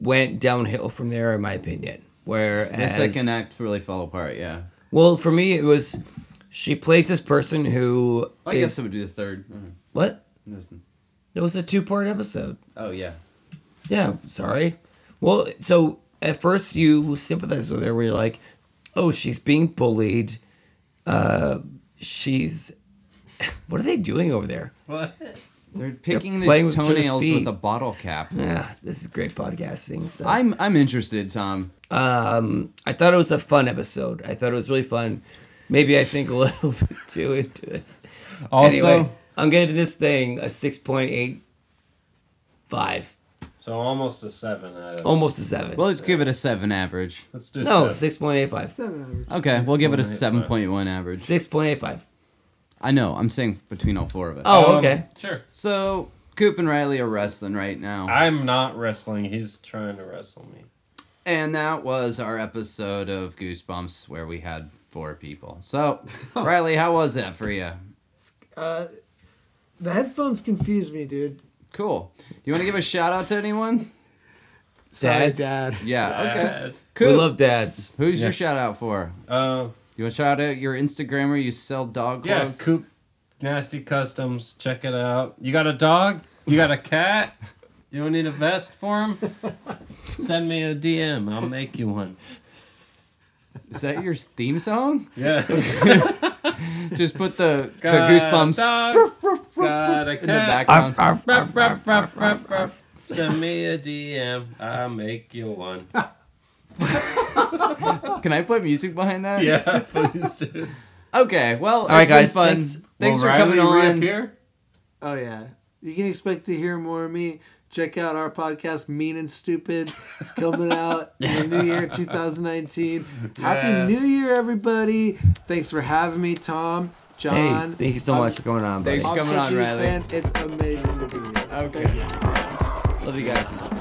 Speaker 2: went downhill from there, in my opinion.
Speaker 1: The
Speaker 2: Whereas
Speaker 1: second act really fell apart, yeah.
Speaker 2: well, for me, it was she plays this person who
Speaker 1: I
Speaker 2: is-
Speaker 1: guess it would be the third. Mm,
Speaker 2: what?
Speaker 1: listen.
Speaker 2: It was a two-part episode.
Speaker 1: Oh, yeah.
Speaker 2: Yeah, sorry. Well, so at first you sympathize with her where you're like, oh, she's being bullied. Uh, she's. What are they doing over there?
Speaker 4: What?
Speaker 1: They're picking
Speaker 2: playing
Speaker 1: these
Speaker 2: with Judas
Speaker 1: toenails
Speaker 2: feet.
Speaker 1: with a bottle cap.
Speaker 2: Ah, this is great podcasting. So.
Speaker 1: I'm I'm interested, Tom.
Speaker 2: um, I thought it was a fun episode. I thought it was really fun. Maybe I think a little bit too into this.
Speaker 4: Also,
Speaker 2: anyway, I'm giving this thing a 6.85.
Speaker 4: So almost a seven
Speaker 1: Oh,
Speaker 4: out of.
Speaker 2: Almost a seven.
Speaker 1: Well, let's give it a seven average.
Speaker 4: Let's do
Speaker 2: no,
Speaker 4: seven.
Speaker 2: six point eight five.
Speaker 3: Seven hours.
Speaker 1: Okay, we'll give it a
Speaker 4: 6.85.
Speaker 1: seven point one average.
Speaker 2: Six point eight five.
Speaker 1: I know. I'm saying between all four of us.
Speaker 2: Oh,
Speaker 4: Um,
Speaker 2: okay.
Speaker 4: Sure.
Speaker 1: So Coop and Riley are wrestling right now.
Speaker 4: I'm not wrestling. He's trying to wrestle me.
Speaker 1: And that was our episode of Goosebumps where we had four people. So, Riley, how was that for you?
Speaker 3: Uh, the headphones confused me, dude.
Speaker 1: Cool. You want to give a shout out to anyone?
Speaker 3: Sorry,
Speaker 2: Dads.
Speaker 3: Dad.
Speaker 1: Yeah. Okay.
Speaker 4: Dad.
Speaker 1: Cool.
Speaker 2: We love dads.
Speaker 1: Who's
Speaker 4: Yeah.
Speaker 1: your shout out for?
Speaker 4: Uh,
Speaker 1: You want to shout out your Instagram where you sell dog
Speaker 4: yeah,
Speaker 1: clothes?
Speaker 4: Coop Nasty Customs. Check it out. You got a dog? You got a cat? You don't need a vest for him? Send me a DM. I'll make you one.
Speaker 1: Is that your theme song?
Speaker 4: Yeah.
Speaker 1: Just put the, the
Speaker 4: Got
Speaker 1: goosebumps
Speaker 4: a dog. Got a
Speaker 1: in the
Speaker 4: cat.
Speaker 1: background.
Speaker 4: Ruff, ruff, ruff, ruff, ruff. Send me a DM. I'll make you one.
Speaker 1: Can I put music behind that?
Speaker 4: Yeah, please do.
Speaker 1: Okay. Well, all
Speaker 2: right,
Speaker 1: right, guys.
Speaker 2: guys,
Speaker 1: Fun.
Speaker 2: thanks.
Speaker 1: Thanks, for coming on.
Speaker 4: Reappear?
Speaker 3: Oh yeah. You can expect to hear more of me. Check out our podcast, Mean and Stupid. It's coming out in the new year 2019.
Speaker 4: Yeah.
Speaker 3: Happy New Year, everybody. Thanks for having me, Tom,
Speaker 2: Hey,
Speaker 3: John.
Speaker 2: thank you so
Speaker 3: I'm-
Speaker 2: much for coming on, buddy.
Speaker 1: Thanks.
Speaker 3: I'm
Speaker 1: Coming
Speaker 3: such
Speaker 1: on,
Speaker 3: a Hughes
Speaker 1: Riley.
Speaker 3: fan. It's amazing to be here.
Speaker 1: Okay.
Speaker 3: Thank you.
Speaker 2: Love you guys.